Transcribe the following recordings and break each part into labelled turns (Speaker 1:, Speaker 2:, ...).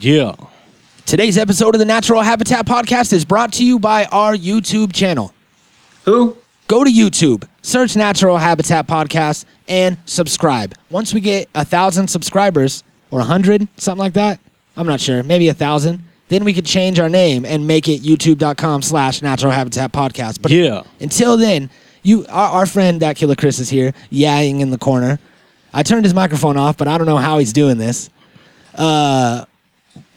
Speaker 1: Yeah.
Speaker 2: Today's episode of the Natural Habitat Podcast is brought to you by our YouTube channel.
Speaker 3: Who?
Speaker 2: Go to YouTube, search Natural Habitat Podcast, and subscribe. Once we get a thousand subscribers or a hundred, something like that, I'm not sure, maybe a thousand, then we could change our name and make it youtube.com slash natural habitat podcast. But
Speaker 1: Yeah.
Speaker 2: until then, you our, our friend that killer Chris is here, yaying in the corner. I turned his microphone off, but I don't know how he's doing this.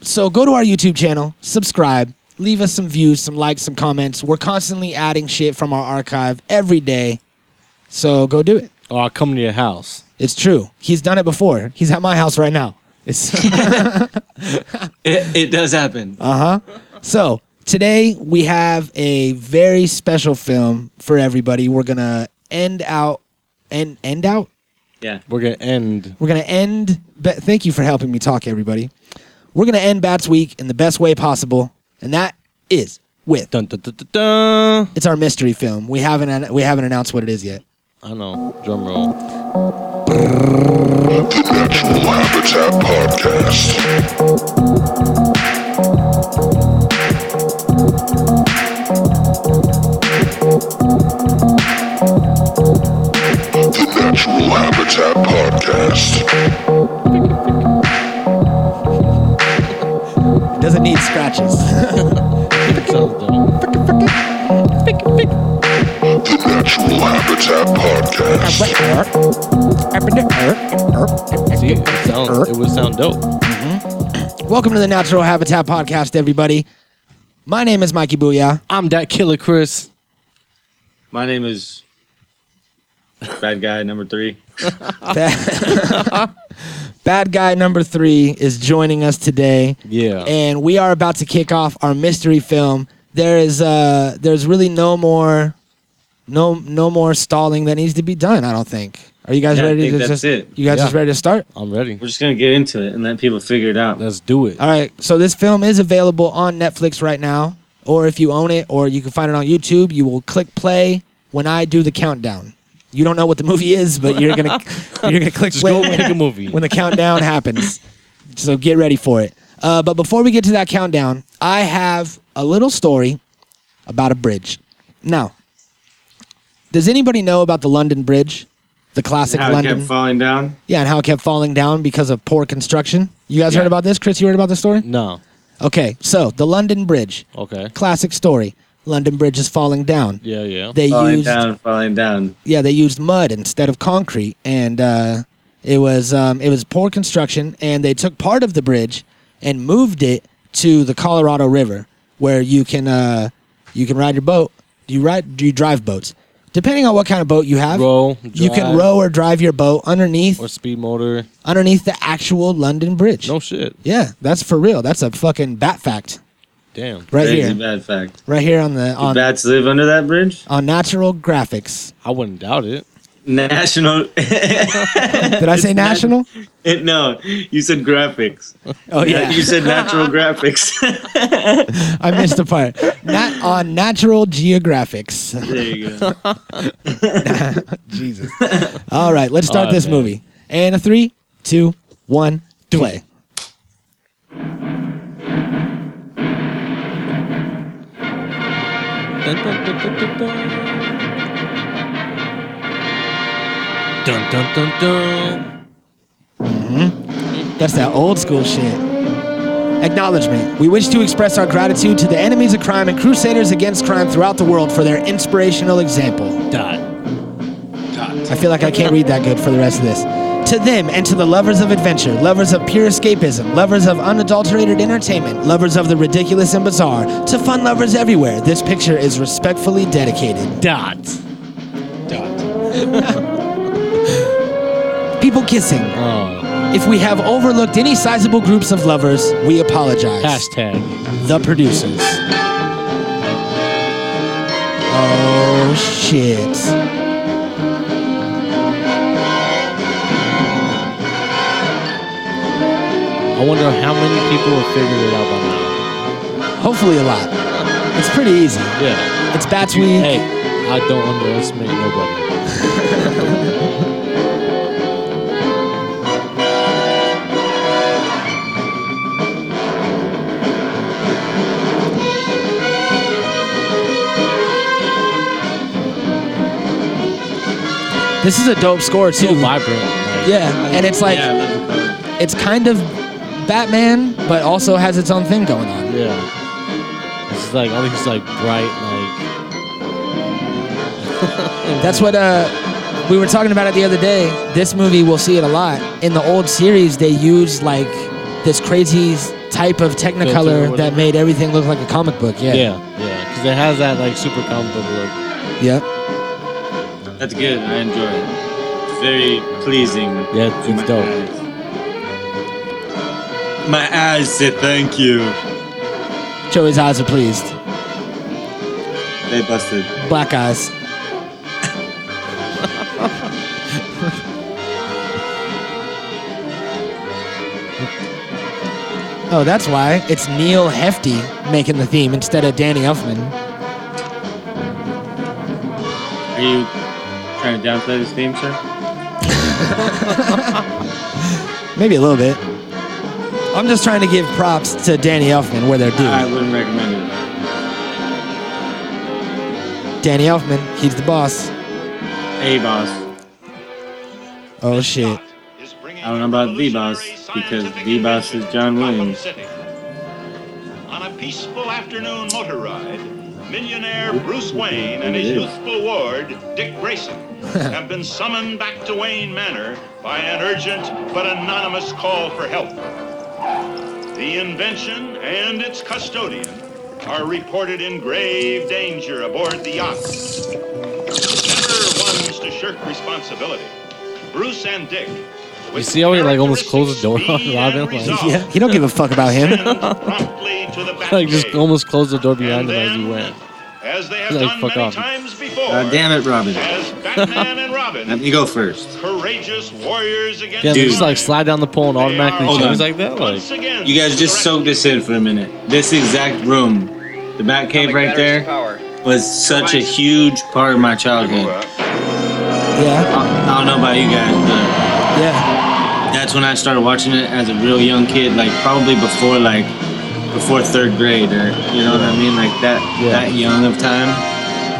Speaker 2: So go to our YouTube channel, subscribe, leave us some views, some likes, some comments. We're constantly adding shit from our archive every day. So go do it.
Speaker 1: Or Oh, I'll come to your house.
Speaker 2: It's true. He's done it before. He's at my house right now. It's
Speaker 3: It, it does happen.
Speaker 2: Uh, so today we have a very special film for everybody. We're gonna end out and end out.
Speaker 3: yeah.
Speaker 1: We're gonna end.
Speaker 2: We're gonna end. Ba- thank you for helping me talk, everybody. We're gonna end Bats Week in the best way possible, and that is with
Speaker 1: Dun dun dun dun. dun.
Speaker 2: it's our mystery film. We haven't an- we haven't announced what it is yet.
Speaker 1: I know. Drum roll.
Speaker 4: The Natural Habitat Podcast. The Natural Habitat Podcast.
Speaker 2: It doesn't need scratches.
Speaker 1: Sounds dope.
Speaker 4: The Natural Habitat Podcast.
Speaker 1: See, it, sounds, it would sound dope.
Speaker 2: Welcome to the Natural Habitat Podcast, everybody. My name is Mikey Booyah.
Speaker 1: I'm that killer, Chris.
Speaker 3: My name is Bad Guy Number Three.
Speaker 2: Bad- Bad guy number three is joining us today.
Speaker 1: Yeah.
Speaker 2: and we are about to kick off our mystery film. There is uh there's really no more no no more stalling that needs to be done, I don't think. Are you guys
Speaker 3: Yeah, I
Speaker 2: ready
Speaker 3: think
Speaker 2: to
Speaker 3: that's
Speaker 2: just
Speaker 3: it.
Speaker 2: you guys
Speaker 1: Yeah.
Speaker 2: just ready to start?
Speaker 1: I'm ready.
Speaker 3: We're just gonna get into it and let people figure it out.
Speaker 1: Let's do it.
Speaker 2: All right. So this film is available on Netflix right now, or if you own it, or you can find it on YouTube. You will click play when I do the countdown. You don't know what the movie is, but you're gonna you're gonna click
Speaker 1: Just
Speaker 2: play
Speaker 1: go
Speaker 2: when-
Speaker 1: pick a movie.
Speaker 2: when the countdown happens. So get ready for it. Uh, but before we get to that countdown, I have a little story about a bridge. Now, does anybody know about the London Bridge, the classic
Speaker 3: How it
Speaker 2: London?
Speaker 3: kept falling down.
Speaker 2: yeah, and how it kept falling down because of poor construction. You guys
Speaker 3: Yeah.
Speaker 2: heard about this, Chris? You heard about this story?
Speaker 1: no.
Speaker 2: Okay, so the London Bridge,
Speaker 1: Okay.
Speaker 2: classic story. London Bridge is falling down.
Speaker 1: Yeah, yeah.
Speaker 2: They
Speaker 3: Falling
Speaker 2: used
Speaker 3: down, falling down.
Speaker 2: yeah they used mud instead of concrete, and uh, it was um, it was poor construction. And they took part of the bridge and moved it to the Colorado River, where you can uh, you can ride your boat. Do you ride? Do you drive boats? Depending on what kind of boat you have,
Speaker 1: Row,
Speaker 2: you can
Speaker 1: drive.
Speaker 2: row or drive your boat underneath
Speaker 1: or speed motor.
Speaker 2: underneath the actual London Bridge.
Speaker 1: No shit.
Speaker 2: Yeah, that's for real. That's a fucking bat fact
Speaker 1: Damn.
Speaker 2: right
Speaker 3: Crazy
Speaker 2: here.
Speaker 3: bad fact.
Speaker 2: Right here on the
Speaker 3: Do
Speaker 2: on
Speaker 3: bats live under that bridge?
Speaker 2: on natural graphics.
Speaker 1: I wouldn't doubt it.
Speaker 3: National.
Speaker 2: Did I say
Speaker 3: nat-
Speaker 2: national?
Speaker 3: no, you said graphics.
Speaker 2: Oh
Speaker 3: You
Speaker 2: yeah,
Speaker 3: said natural graphics.
Speaker 2: I missed a part. Not on natural geographics.
Speaker 3: there you go.
Speaker 2: Jesus. All right, let's start
Speaker 1: Oh,
Speaker 2: this
Speaker 1: man.
Speaker 2: movie. And a three, two, one, play.
Speaker 1: Dun dun dun dun dun dun. Dun dun dun dun.
Speaker 2: That's that old school shit. Acknowledgement. We wish to express our gratitude to the enemies of crime and crusaders against crime throughout the world for their inspirational example.
Speaker 1: Dot.
Speaker 2: I feel like I can't read that good for the rest of this. To them and to the lovers of adventure, lovers of pure escapism, lovers of unadulterated entertainment, lovers of the ridiculous and bizarre, to fun lovers everywhere, this picture is respectfully dedicated.
Speaker 1: Dot.
Speaker 2: People kissing.
Speaker 1: Oh.
Speaker 2: If we have overlooked any sizable groups of lovers, we apologize.
Speaker 1: Hashtag.
Speaker 2: The producers. Oh shit.
Speaker 1: I wonder how many people have figured it out by now.
Speaker 2: Hopefully a lot. It's pretty easy.
Speaker 1: Yeah.
Speaker 2: It's Bats Week.
Speaker 1: Hey, I don't underestimate nobody.
Speaker 2: This is a dope score
Speaker 1: Too
Speaker 2: too.
Speaker 1: vibrant. Like,
Speaker 2: Yeah, and it's like
Speaker 3: yeah, man.
Speaker 2: it's kind of Batman, but also has its own thing going on.
Speaker 1: Yeah. It's like all these like bright
Speaker 2: That's what uh, we were talking about it the other day. This movie, we'll see it a lot. In the old series, they used like this crazy s- type of
Speaker 1: Filter or
Speaker 2: Technicolor that
Speaker 1: whatever.
Speaker 2: made everything look like a comic book. Yeah.
Speaker 1: like yeah yeah because it has that like super comic book look.
Speaker 2: Yep.
Speaker 3: That's good. I enjoy it. Very pleasing.
Speaker 1: Yeah, it's-
Speaker 3: to
Speaker 1: it's
Speaker 3: my
Speaker 1: dope.
Speaker 3: eyes. My eyes said thank you.
Speaker 2: Joey's eyes are pleased.
Speaker 3: They busted.
Speaker 2: Black eyes. oh, that's why it's Neil Hefty making the theme instead of Danny Elfman.
Speaker 3: Are you trying to downplay this theme, sir?
Speaker 2: Maybe a little bit. I'm just trying to give props to Danny Elfman where they're due.
Speaker 3: I wouldn't recommend it.
Speaker 2: Danny Elfman, he's the boss.
Speaker 3: A boss.
Speaker 2: Oh shit.
Speaker 5: I don't know about the boss because the boss is John Williams. On a peaceful afternoon motor ride, millionaire Bruce Wayne and his youthful ward, Dick Grayson, have been summoned back to Wayne Manor by an urgent but anonymous call for help. The invention and its custodian are reported in grave danger aboard the yacht. Never ones to shirk responsibility. Bruce and Dick. You
Speaker 1: see how he, like, almost closed the door on Robin? Like-
Speaker 3: Oh.
Speaker 2: Yeah, he don't give a fuck about him.
Speaker 5: promptly to the back
Speaker 1: Like just
Speaker 5: gate.
Speaker 1: almost closed the door
Speaker 5: And
Speaker 1: behind him as he
Speaker 5: then,
Speaker 1: went.
Speaker 5: As they have
Speaker 1: Like,
Speaker 5: done
Speaker 1: fuck
Speaker 5: many
Speaker 1: off.
Speaker 5: times before.
Speaker 3: God Uh, damn it, Robin.
Speaker 5: As Batman and
Speaker 3: Let
Speaker 5: Robin,
Speaker 3: me go first.
Speaker 5: courageous warriors against
Speaker 1: Yeah, they
Speaker 3: Dude.
Speaker 1: just like slide down the pole and automatically
Speaker 5: Hold
Speaker 1: change
Speaker 3: on.
Speaker 1: like that. Like
Speaker 5: Once again,
Speaker 3: You guys just soak this in for a minute. This exact room, the Batcave
Speaker 6: Atomic batteries
Speaker 3: right there,
Speaker 6: to Power.
Speaker 3: was such a huge part of my childhood.
Speaker 2: Yeah,
Speaker 3: I don't know about you guys, but
Speaker 2: yeah.
Speaker 3: that's when I started watching it as a real young kid, like probably before like before third grade, or you know what I mean, like that
Speaker 1: Yeah.
Speaker 3: that young of time,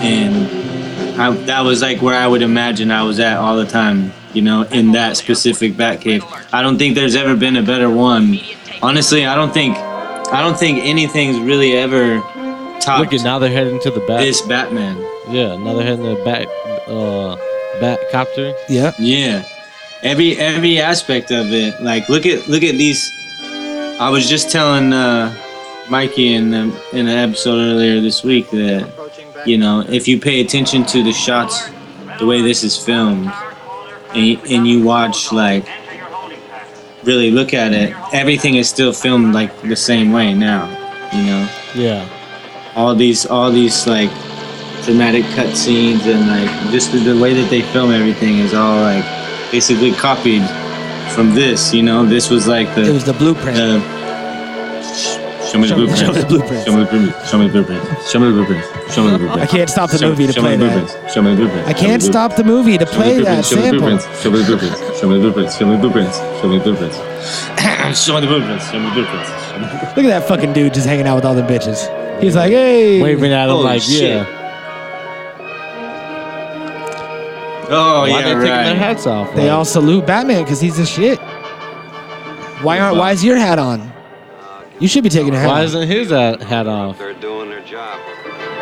Speaker 3: and I, that was like where I would imagine I was at all the time, you know, in that specific Batcave. I don't think there's ever been a better one. Honestly, I don't think I don't think anything's really ever
Speaker 1: look
Speaker 3: topped
Speaker 1: at now they're heading to the back.
Speaker 3: this Batman.
Speaker 1: Yeah, now they're heading to the back uh bat copter.
Speaker 2: Yeah.
Speaker 3: Yeah. Every every aspect of it. Like look at look at these I was just telling uh Mikey in the, in an episode earlier this week that you know, if you pay attention to the shots the way this is filmed and you, and you watch like really look at it, everything is still filmed like the same way now, you know
Speaker 1: Yeah.
Speaker 3: all these all these like dramatic cutscenes and like just the, the way that they film everything is all like basically copied from this. You know, this was like
Speaker 2: It
Speaker 3: the
Speaker 2: was the blueprint.
Speaker 3: the. Show me the
Speaker 2: Show me-
Speaker 3: blueprint.
Speaker 2: show me the blueprints.
Speaker 3: Show me the blueprint. Show me the blueprint. Show me the blueprint. Show me the blueprint.
Speaker 2: I can't stop the
Speaker 3: Show-
Speaker 2: movie to
Speaker 3: show
Speaker 2: play
Speaker 3: me the
Speaker 2: that.
Speaker 3: blueprints. Show me the
Speaker 2: I
Speaker 3: blueprint. Show me
Speaker 2: can't
Speaker 3: the blueprint.
Speaker 2: stop the movie to
Speaker 3: Show me
Speaker 2: play
Speaker 3: the
Speaker 2: that
Speaker 3: blueprints. Show me the
Speaker 2: sample.
Speaker 3: blueprints. Show me the blueprints. Show me the blueprints. Show me the blueprints. Show me the blueprints. Show me the blueprints. Show me the blueprints. Show me the blueprints.
Speaker 2: Look at that fucking dude just hanging out with all the bitches. He's like, hey.
Speaker 1: Waving at him
Speaker 3: Holy
Speaker 1: like
Speaker 3: shit.
Speaker 1: yeah.
Speaker 3: Oh
Speaker 1: Why
Speaker 3: yeah,
Speaker 1: are they
Speaker 3: right.
Speaker 1: taking their hats off?
Speaker 2: They
Speaker 1: Like,
Speaker 2: all salute Batman because he's the shit. Why aren't? Why is your hat on? You should be taking your hat.
Speaker 1: why
Speaker 2: off.
Speaker 1: isn't his hat, hat off?
Speaker 6: They're doing their job.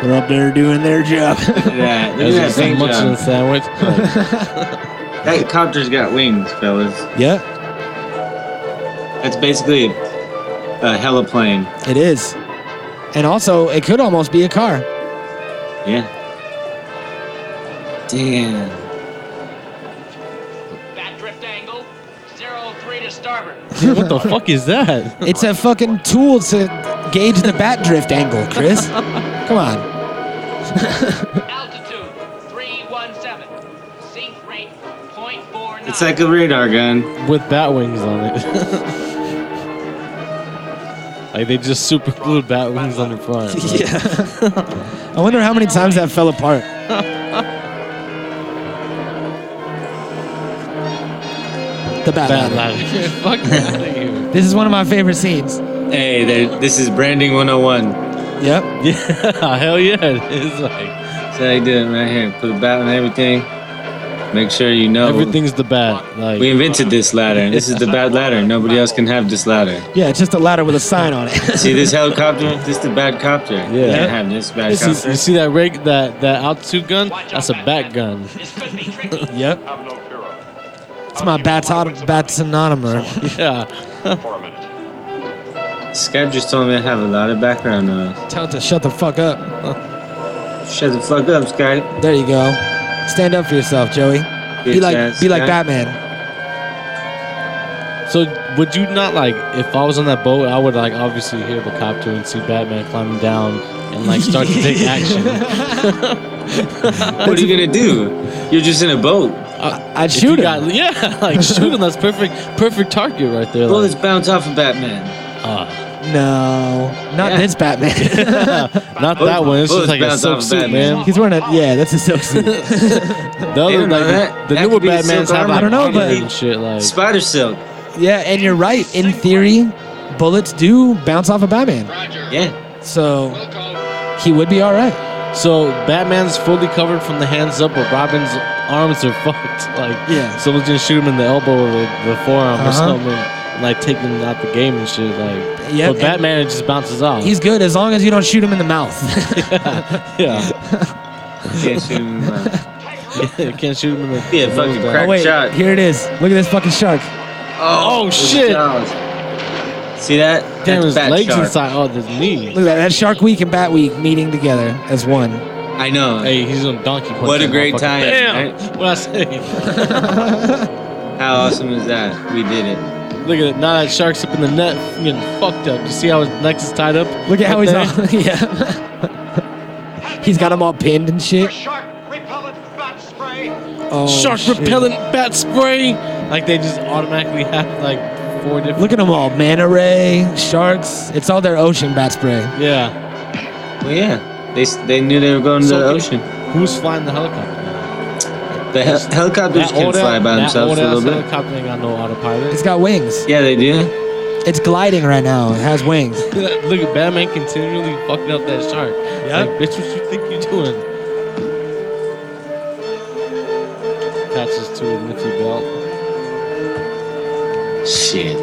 Speaker 2: They're up there doing their job.
Speaker 3: Look at that. Look
Speaker 1: As
Speaker 3: at that
Speaker 1: he's like
Speaker 3: paint
Speaker 1: munching
Speaker 3: job.
Speaker 1: a sandwich. Like,
Speaker 3: That copter's got wings, fellas.
Speaker 2: yeah,
Speaker 3: That's basically a, a heliplane.
Speaker 2: it is. And also, it could almost be a car.
Speaker 3: Yeah. Damn.
Speaker 7: Bat drift angle, zero three to starboard.
Speaker 1: dude, what the fuck is that?
Speaker 2: It's a fucking tool to gauge the bat drift angle, Chris. Come on.
Speaker 7: Altitude, 317. Sink rate, 0.49.
Speaker 3: It's like a radar gun.
Speaker 1: With bat wings on it. like they just super glued bat wings on the front. Like,
Speaker 2: I wonder how many times that fell apart. The bat.
Speaker 1: Bat
Speaker 2: ladder.
Speaker 1: ladder. fuck out of here.
Speaker 2: This is one of my favorite scenes.
Speaker 3: Hey, there- this is branding 101.
Speaker 2: Yep.
Speaker 1: Yeah, hell yeah. It's like
Speaker 3: So I did it right here. Put a bat on everything. Make sure you know
Speaker 1: Everything's the bat. Like
Speaker 3: Oh. we invented this ladder. This is the bad ladder. Nobody else can have this ladder.
Speaker 2: Yeah, it's just a ladder with a sign on it.
Speaker 3: See this helicopter? This is the bad copter. Yeah. You can't have this bad
Speaker 1: you
Speaker 3: copter.
Speaker 1: see, you see that rig, that that altitude gun?
Speaker 7: Watch out,
Speaker 1: That's a bat
Speaker 7: Batman.
Speaker 1: gun.
Speaker 7: This could be tricky.
Speaker 1: Yep.
Speaker 5: Have no fear of it.
Speaker 2: It's my bat's auto- bat synonymer.
Speaker 1: Yeah.
Speaker 5: For a minute.
Speaker 3: Skype just told me I have a lot of background noise.
Speaker 2: Tell it to shut the fuck up.
Speaker 3: Shut the fuck up, Skype.
Speaker 2: There you go. Stand up for yourself, Joey. Be
Speaker 3: Bitch
Speaker 2: like
Speaker 3: ass
Speaker 2: be like
Speaker 3: guy.
Speaker 2: Batman.
Speaker 1: So would you not like if I was on that boat? I would like obviously hear the copter and see Batman climbing down and like start to take action.
Speaker 3: What are you gonna do? You're just in a boat.
Speaker 2: I'd
Speaker 1: If you
Speaker 2: shoot him.
Speaker 1: got- yeah, like shoot him. That's perfect, perfect target right there.
Speaker 3: Bullets
Speaker 1: Like,
Speaker 3: bounce off of Batman.
Speaker 1: ah.
Speaker 2: no, not
Speaker 3: Yeah.
Speaker 2: this Batman.
Speaker 1: not that one. It's just
Speaker 3: Bullets
Speaker 1: like a
Speaker 3: bounce
Speaker 1: silk
Speaker 3: off
Speaker 1: suit,
Speaker 3: Batman.
Speaker 1: man.
Speaker 2: He's wearing a yeah. That's a silk suit.
Speaker 1: The other,
Speaker 3: don't know
Speaker 1: like
Speaker 3: that.
Speaker 1: the, the
Speaker 3: That
Speaker 1: newer
Speaker 3: could be the silk
Speaker 1: Batman's have
Speaker 3: armor.
Speaker 1: like
Speaker 2: I don't know,
Speaker 1: armor
Speaker 2: but-
Speaker 1: and shit like.
Speaker 3: Spider silk.
Speaker 2: yeah, and you're right. In theory, bullets do bounce off of Batman,
Speaker 7: Roger.
Speaker 3: Yeah.
Speaker 2: so
Speaker 7: We'll go.
Speaker 2: he would be all right.
Speaker 1: So Batman's fully covered from the hands up, but Robin's arms are fucked. Like
Speaker 2: Yeah.
Speaker 1: someone's gonna shoot him in the elbow or the, the forearm
Speaker 2: Uh-huh.
Speaker 1: or something, and like take him out the game and shit. Like,
Speaker 2: Yep, and-
Speaker 1: but Batman it just bounces off.
Speaker 2: He's good as long as you don't shoot him in the mouth.
Speaker 1: yeah,
Speaker 3: Can't shoot him. uh,
Speaker 1: you can't shoot him in the
Speaker 3: Be a
Speaker 1: nose
Speaker 3: fucking
Speaker 1: down.
Speaker 2: oh,
Speaker 3: crack
Speaker 2: wait,
Speaker 3: shot.
Speaker 2: here it is. Look at this fucking shark.
Speaker 3: Oh,
Speaker 1: Oh,
Speaker 3: it was
Speaker 1: shit.
Speaker 3: Jaws. See that?
Speaker 1: Damn,
Speaker 3: That's
Speaker 1: his
Speaker 3: Bat
Speaker 1: legs
Speaker 3: Shark.
Speaker 1: inside. Oh, his knee.
Speaker 2: Look at that. That's Shark Week and Bat Week meeting together as one.
Speaker 3: I know.
Speaker 1: Hey, he's on donkey punch.
Speaker 3: What a
Speaker 1: that
Speaker 3: great
Speaker 1: motherfucker.
Speaker 3: time,
Speaker 1: Damn.
Speaker 3: right?
Speaker 1: What I say?
Speaker 3: How awesome is that? We did it.
Speaker 1: Look at it. Now that shark's up in the net, getting fucked up. You see how his neck is tied up?
Speaker 2: Look at
Speaker 1: Up
Speaker 2: how he's
Speaker 1: there?
Speaker 2: all yeah. He's got him all pinned and shit.
Speaker 5: Shark repellent bat spray.
Speaker 2: Oh,
Speaker 1: shark
Speaker 2: shit.
Speaker 1: repellent bat spray. Like they just automatically have like four different.
Speaker 2: Look at them all. Manta ray, sharks. It's all their ocean bat spray.
Speaker 1: Yeah.
Speaker 3: Well, yeah. They, s- they knew they were going to
Speaker 1: So
Speaker 3: the
Speaker 1: can-
Speaker 3: ocean.
Speaker 1: Who's flying the helicopter?
Speaker 3: The hel- helicopters can fly by themselves a little bit.
Speaker 1: helicopter ain't got no autopilot.
Speaker 2: It's got wings.
Speaker 3: Yeah, they do.
Speaker 2: It's gliding right now. It has wings.
Speaker 1: Look at Batman continually fucking up that shark. Like,
Speaker 2: Yep.
Speaker 1: bitch, what you think you're doing? Attaches to a nifty belt.
Speaker 3: Shit.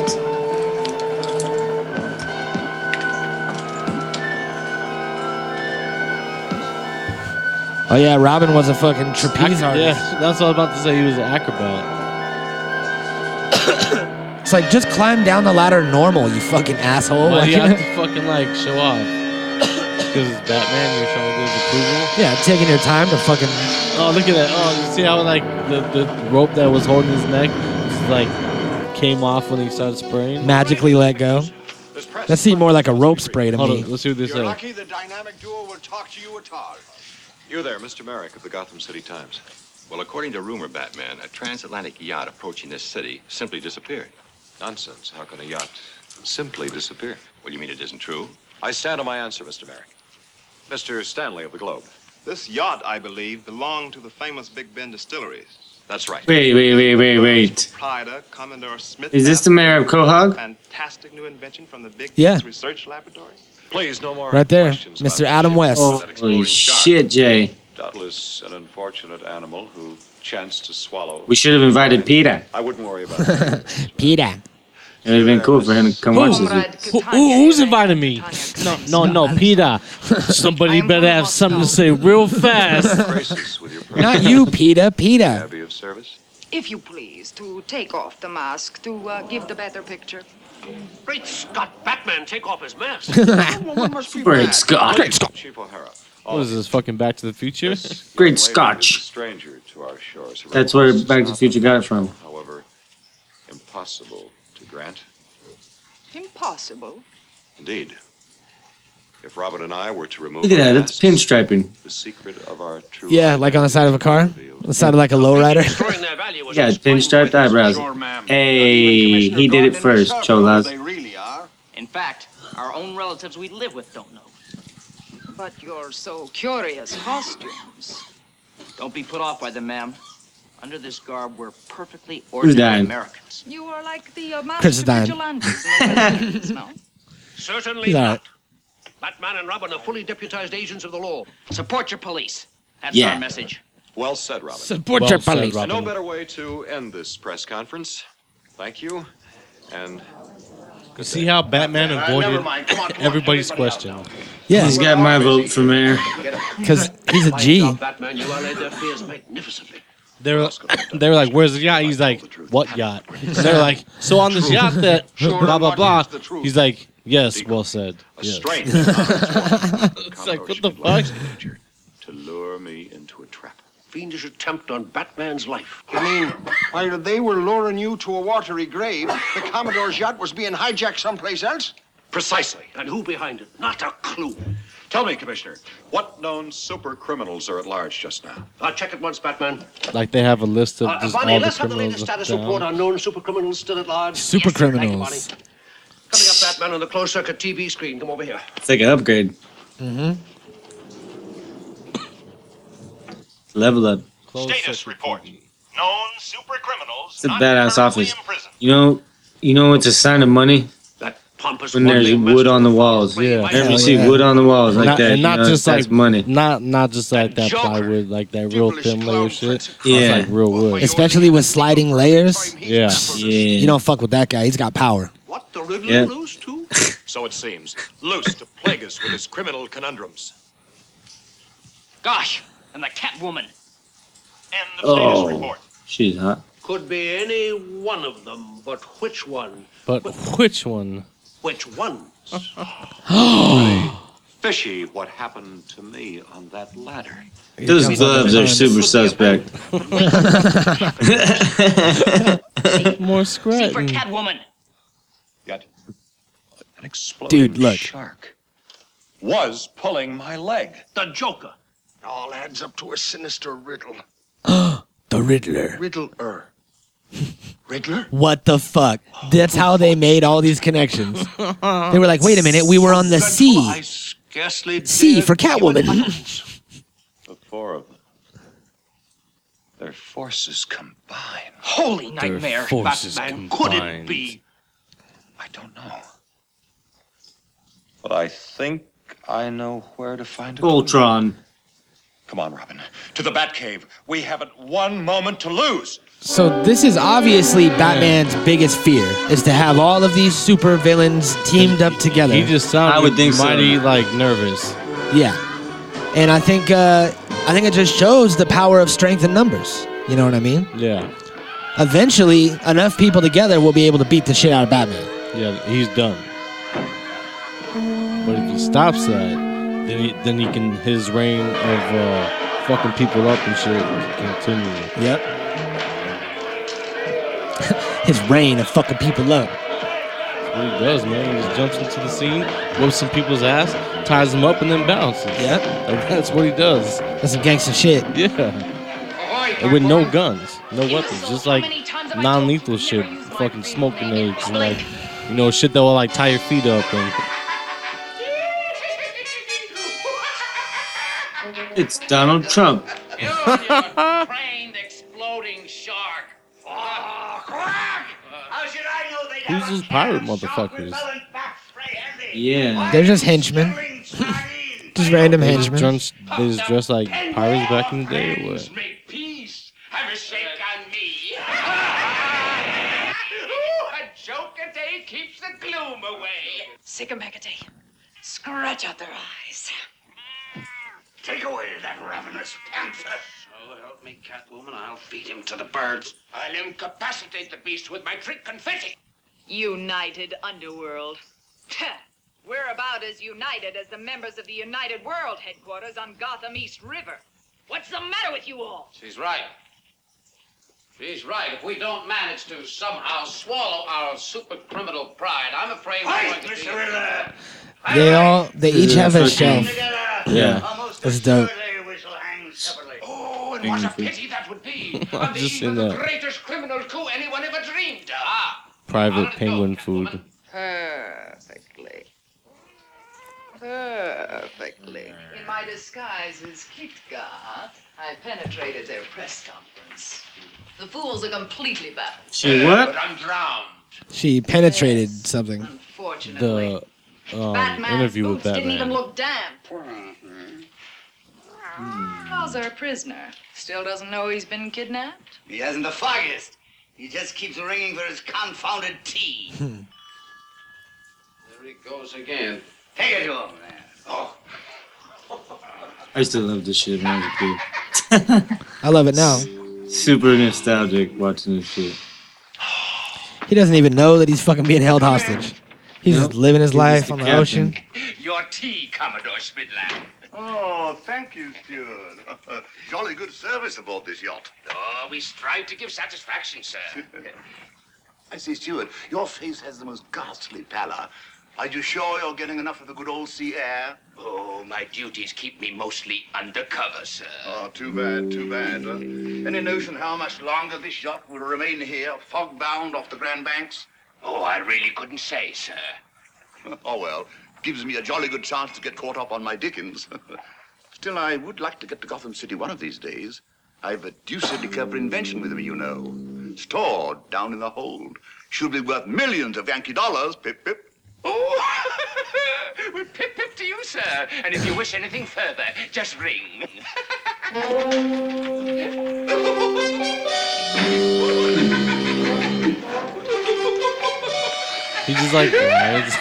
Speaker 2: Oh yeah, Robin was a fucking trapeze
Speaker 1: Ac-
Speaker 2: artist.
Speaker 1: yeah, that's what I was about to say. He was an acrobat.
Speaker 2: It's like just climb down the ladder normal, you fucking asshole.
Speaker 1: But
Speaker 2: Like,
Speaker 1: he had to fucking like show off. Because it's Batman, you're trying to get his approval.
Speaker 2: yeah, taking your time to fucking
Speaker 1: Oh, look at that. Oh, you see how, like, the, the rope that was holding his neck, just, like, came off when he started spraying?
Speaker 2: magically let go.
Speaker 5: This press-
Speaker 2: That seemed more like a rope spray to
Speaker 1: Hold
Speaker 2: me.
Speaker 1: on, let's see what they
Speaker 5: You're
Speaker 1: say.
Speaker 5: lucky the dynamic duo will talk to you at all.
Speaker 6: You there, Mr. Merrick of the Gotham City Times. Well, according to rumor, Batman, a transatlantic yacht approaching this city simply disappeared. Nonsense. How can a yacht simply disappear? Well, you mean it isn't true? I stand on my answer, Mr. Merrick. Mr. Stanley of the Globe.
Speaker 5: This yacht, I believe, belonged to the famous Big Bend distilleries.
Speaker 6: That's right.
Speaker 3: Wait, wait, wait, wait, wait.
Speaker 5: Pryor, Commodore Smith.
Speaker 3: Is this the mayor of Quahog?
Speaker 5: fantastic new invention from the Big
Speaker 2: Yeah.
Speaker 5: Bend's research laboratory?
Speaker 6: Please, no more.
Speaker 2: Right there,
Speaker 6: questions about
Speaker 2: Mr.
Speaker 6: the
Speaker 2: Adam
Speaker 6: ship.
Speaker 2: West.
Speaker 6: That exploding
Speaker 3: Holy
Speaker 6: shark.
Speaker 3: shit, Jay.
Speaker 6: Doubtless an unfortunate animal who chanced to swallow.
Speaker 3: We should have invited Peter.
Speaker 6: I wouldn't worry about it.
Speaker 2: Peter.
Speaker 3: It would have been cool for him to come watch this. with-
Speaker 1: Who, who- who's inviting me? No, no, no, Peter. Somebody better have something to say real fast.
Speaker 6: Graces with your
Speaker 2: Not you, Peter. Peter.
Speaker 6: Happy of service.
Speaker 8: If you please, to take off the mask to uh, give the better picture.
Speaker 7: Great Scott, Batman, take off his mask.
Speaker 3: Great Scott.
Speaker 6: Chief O'Hara.
Speaker 1: What is this, fucking Back to the Future?
Speaker 3: Great
Speaker 6: Lady
Speaker 3: Scotch.
Speaker 6: is a stranger to our shores. Her
Speaker 3: That's where
Speaker 6: request is
Speaker 3: Back to the
Speaker 6: not
Speaker 3: Future got it from.
Speaker 6: However, impossible to grant.
Speaker 8: Impossible.
Speaker 6: Indeed. If Robin and I were to remove
Speaker 3: Look at
Speaker 6: our
Speaker 3: that. That's
Speaker 6: masks,
Speaker 3: pinstriping.
Speaker 6: the secret of our true
Speaker 2: Yeah, like on the side of a car. On the side of like a lowrider.
Speaker 7: Restoring their value was
Speaker 3: Yeah,
Speaker 7: explained
Speaker 3: pinstriped
Speaker 7: by-
Speaker 3: eyebrows. Eh. Hey, he did it first, Cholas.
Speaker 5: They really are.
Speaker 7: In fact, our own relatives we live with don't know.
Speaker 8: But you're so curious. Costumes.
Speaker 7: Don't be put off by them, ma'am. Under this garb, we're perfectly ordinary
Speaker 3: dying?
Speaker 7: Americans.
Speaker 8: You are like the uh,
Speaker 2: Chris is
Speaker 8: master
Speaker 2: dying.
Speaker 8: vigilantes. in the West Indies, no?
Speaker 7: Certainly
Speaker 2: He's all right.
Speaker 7: Batman and Robin are fully deputized agents of the law. Support your police. That's
Speaker 3: Yeah.
Speaker 7: our message.
Speaker 9: Well said, Robin.
Speaker 10: Support
Speaker 1: Well
Speaker 10: your
Speaker 1: said,
Speaker 10: police.
Speaker 1: Rob.
Speaker 9: No
Speaker 1: Robin.
Speaker 9: better way to end this press conference. Thank you, and
Speaker 1: You see how Batman
Speaker 5: Uh, never
Speaker 1: avoided
Speaker 5: mind. Come on, come on.
Speaker 1: everybody's
Speaker 5: Everybody out
Speaker 1: question.
Speaker 2: Yeah,
Speaker 3: He's got my vote for mayor.
Speaker 2: because he's a G.
Speaker 11: Batman, you allayed their fears magnificently.
Speaker 1: They were, they were like, "Where's the yacht?" He's like, "What yacht?" And they're like, "So on this yacht that blah blah blah." He's like, "Yes, well said."
Speaker 9: a
Speaker 1: Yes.
Speaker 9: stranger. it's
Speaker 1: It's like, what the fuck?
Speaker 9: To lure me into a trap.
Speaker 12: Fiendish attempt on Batman's life.
Speaker 10: You mean, while they were luring you to a watery grave, the Commodore's yacht was being hijacked someplace else?
Speaker 9: Precisely.
Speaker 12: And who behind it? Not a clue.
Speaker 9: Tell me, Commissioner, what known super criminals are at large just now?
Speaker 12: I'll check it once, Batman.
Speaker 1: Like they have a list of
Speaker 12: Uh,
Speaker 1: just
Speaker 12: Bonnie,
Speaker 1: all the
Speaker 12: let's have the latest
Speaker 1: criminals.
Speaker 12: status
Speaker 1: down.
Speaker 12: report on known supercriminals still at large.
Speaker 2: Super
Speaker 12: Yes, sir. Thank you,
Speaker 2: criminals.
Speaker 12: Bonnie. Coming up, Batman, on the closed circuit TV screen. Come over here.
Speaker 3: It's like an upgrade.
Speaker 1: Mm-hmm.
Speaker 3: Level up.
Speaker 1: Closed
Speaker 5: Status
Speaker 1: circuit.
Speaker 5: report. Known super criminals.
Speaker 3: It's a
Speaker 5: not
Speaker 3: badass
Speaker 5: currently
Speaker 3: office.
Speaker 5: in prison.
Speaker 3: You know, you know it's a sign of money
Speaker 12: That pompous
Speaker 3: when there's
Speaker 12: one-legged
Speaker 3: wood
Speaker 12: master
Speaker 3: on the
Speaker 12: of
Speaker 3: walls.
Speaker 12: way
Speaker 1: yeah.
Speaker 12: by
Speaker 3: Whenever you
Speaker 2: Hell
Speaker 12: himself.
Speaker 3: see
Speaker 2: yeah.
Speaker 3: wood on the walls like
Speaker 1: Not,
Speaker 3: that,
Speaker 1: and
Speaker 3: you
Speaker 1: not
Speaker 3: know,
Speaker 1: just
Speaker 3: that's
Speaker 1: like
Speaker 3: money.
Speaker 1: Not not just like that
Speaker 12: Joker.
Speaker 1: plywood, like that real
Speaker 12: Devilish
Speaker 1: thin layer
Speaker 12: clown
Speaker 1: shit.
Speaker 12: prince.
Speaker 1: It's
Speaker 3: Yeah.
Speaker 1: like real wood.
Speaker 2: Especially with sliding layers.
Speaker 1: Yeah.
Speaker 3: Yeah.
Speaker 2: You don't fuck with that guy. He's got power.
Speaker 12: What, the Riddler
Speaker 3: Yeah.
Speaker 12: loose, too?
Speaker 9: So it seems, loose to plague us with his criminal conundrums.
Speaker 11: Gosh, and the Catwoman.
Speaker 5: End of status
Speaker 3: Oh.
Speaker 5: report.
Speaker 3: She's hot.
Speaker 12: Could be any one of them, but which one?
Speaker 1: But which one?
Speaker 12: Which ones?
Speaker 9: Fishy, what happened to me on that ladder?
Speaker 3: Those
Speaker 2: comes
Speaker 3: gloves
Speaker 2: another
Speaker 3: are
Speaker 2: man.
Speaker 3: super suspect.
Speaker 1: More
Speaker 11: Seek for
Speaker 1: scratch.
Speaker 11: Catwoman.
Speaker 9: Yet, an exploding
Speaker 2: Dude, look.
Speaker 9: shark was pulling my leg.
Speaker 12: The Joker.
Speaker 10: All adds up to a sinister riddle.
Speaker 2: The Riddler.
Speaker 10: Riddler. Riddler?
Speaker 2: What the fuck? That's how they made all these connections. They were like, wait a minute, we were on the
Speaker 10: I
Speaker 2: sea.
Speaker 10: scarcely
Speaker 2: Sea
Speaker 10: dare
Speaker 2: for
Speaker 10: give
Speaker 2: Catwoman.
Speaker 10: an utterance.
Speaker 9: The four of them. Their forces combined.
Speaker 12: Holy
Speaker 11: Nightmare.
Speaker 1: forces
Speaker 12: Batman, could it
Speaker 1: combined.
Speaker 12: be?
Speaker 9: I don't know. But I think I know where to find a clue.
Speaker 3: Voltron.
Speaker 9: Come on, Robin. To the Batcave. We haven't one moment to lose.
Speaker 2: So this is obviously Batman's biggest fear is to have all of these super villains teamed up together.
Speaker 1: He just sounded
Speaker 3: I would think so.
Speaker 1: mighty like nervous.
Speaker 2: yeah. And I think uh, I think it just shows the power of strength in numbers. You know what I mean?
Speaker 1: Yeah.
Speaker 2: Eventually, enough people together will be able to beat the shit out of Batman.
Speaker 1: Yeah, he's done. But if he stops that, then he, then he can his reign of uh, fucking people up and shit can continue.
Speaker 2: Yep. His reign of fucking people up.
Speaker 1: That's what he does, man. He just jumps into the scene, whips some people's ass, ties them up, and then bounces.
Speaker 2: Yep.
Speaker 1: Like, that's what he does.
Speaker 2: That's some gangster shit.
Speaker 1: Yeah.
Speaker 7: Ahoy,
Speaker 1: And with no
Speaker 7: Catwoman.
Speaker 1: guns, no weapons, just like non-lethal shit, fucking smoke grenades, and like you know shit that will like tie your feet up and
Speaker 3: It's Donald Trump.
Speaker 11: Trained exploding shark.
Speaker 1: who's those pirate motherfuckers?
Speaker 3: Yeah.
Speaker 2: They're just henchmen. Just random
Speaker 1: They just,
Speaker 2: henchmen.
Speaker 1: dress, they just dress like pirates back in the day or what?
Speaker 5: Make peace. Have a shake on me.
Speaker 11: A joke a day keeps the gloom away.
Speaker 7: Sigamagaday. Scratch out their eyes.
Speaker 5: Take away that ravenous panther.
Speaker 12: Oh, help me, Catwoman. I'll feed him to the birds.
Speaker 5: I'll incapacitate the beast with my trick confetti.
Speaker 7: United Underworld. Heh. We're about as united as the members of the United World headquarters on Gotham East River. What's the matter with you all?
Speaker 12: She's right. She's right. If we don't manage to somehow swallow our super criminal pride, I'm afraid we're going to be...
Speaker 5: Riddler.
Speaker 2: They all they each have a
Speaker 3: fucking-
Speaker 2: shelf.
Speaker 5: Together.
Speaker 3: Yeah.
Speaker 5: Almost
Speaker 2: That's dope.
Speaker 5: assuredly we shall hang separately.
Speaker 12: Oh, and what a pity that would be.
Speaker 1: I
Speaker 12: On the
Speaker 1: just
Speaker 12: eve
Speaker 1: seen
Speaker 12: of the
Speaker 1: that.
Speaker 12: greatest criminal coup anyone ever dreamed of. Ah,
Speaker 1: Private penguin food.
Speaker 7: Perfectly. Perfectly. In my disguise as Kit Goth, I penetrated their press conference. The fools are completely baffled,
Speaker 3: She what?
Speaker 12: but I'm drowned.
Speaker 2: She penetrated something.
Speaker 7: unfortunately.
Speaker 1: The um,
Speaker 7: Batman's
Speaker 1: interview with
Speaker 7: boots didn't even
Speaker 1: Batman.
Speaker 7: look damp.
Speaker 8: Charles, our prisoner, still doesn't know he's been kidnapped?
Speaker 13: He hasn't the foggiest. He just keeps ringing for his confounded tea.
Speaker 2: Hmm.
Speaker 12: There he goes again.
Speaker 13: Take it to him.
Speaker 3: I used to love this shit when I was a kid.
Speaker 2: I love it now.
Speaker 3: Super nostalgic watching this shit.
Speaker 2: He doesn't even know that he's fucking being held hostage. He's just living his life
Speaker 3: the
Speaker 2: on the
Speaker 3: captain.
Speaker 2: ocean.
Speaker 13: Your tea, Commodore Smidland.
Speaker 14: Oh, thank you, Steward. Jolly good service aboard this yacht.
Speaker 12: Oh, we strive to give satisfaction, sir.
Speaker 14: I see, Steward, your face has the most ghastly pallor. Are you sure you're getting enough of the good old sea air?
Speaker 12: oh, my duties keep me mostly undercover, sir.
Speaker 14: Oh, too bad, too bad. huh? Any notion how much longer this yacht will remain here, fog-bound off the Grand Banks?
Speaker 12: Oh, I really couldn't say, sir.
Speaker 14: oh, well, gives me a jolly good chance to get caught up on my Dickens. Still, I would like to get to Gotham City one of these days. I've a deuced clever invention with me, you know. Stored down in the hold. Should be worth millions of Yankee dollars, pip, pip.
Speaker 12: Oh! well, pip pip to you, sir. And if you wish anything further, just ring.
Speaker 1: He just like rides.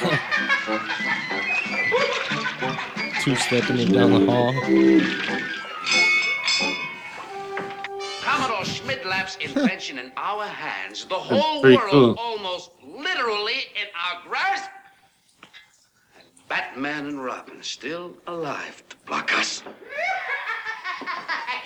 Speaker 1: Two stepping it down the hall.
Speaker 12: Commodore Schmidlap's invention in our hands, the whole
Speaker 3: pretty
Speaker 12: world
Speaker 3: cool.
Speaker 12: almost literally in our grasp. And Batman and Robin still alive to block us.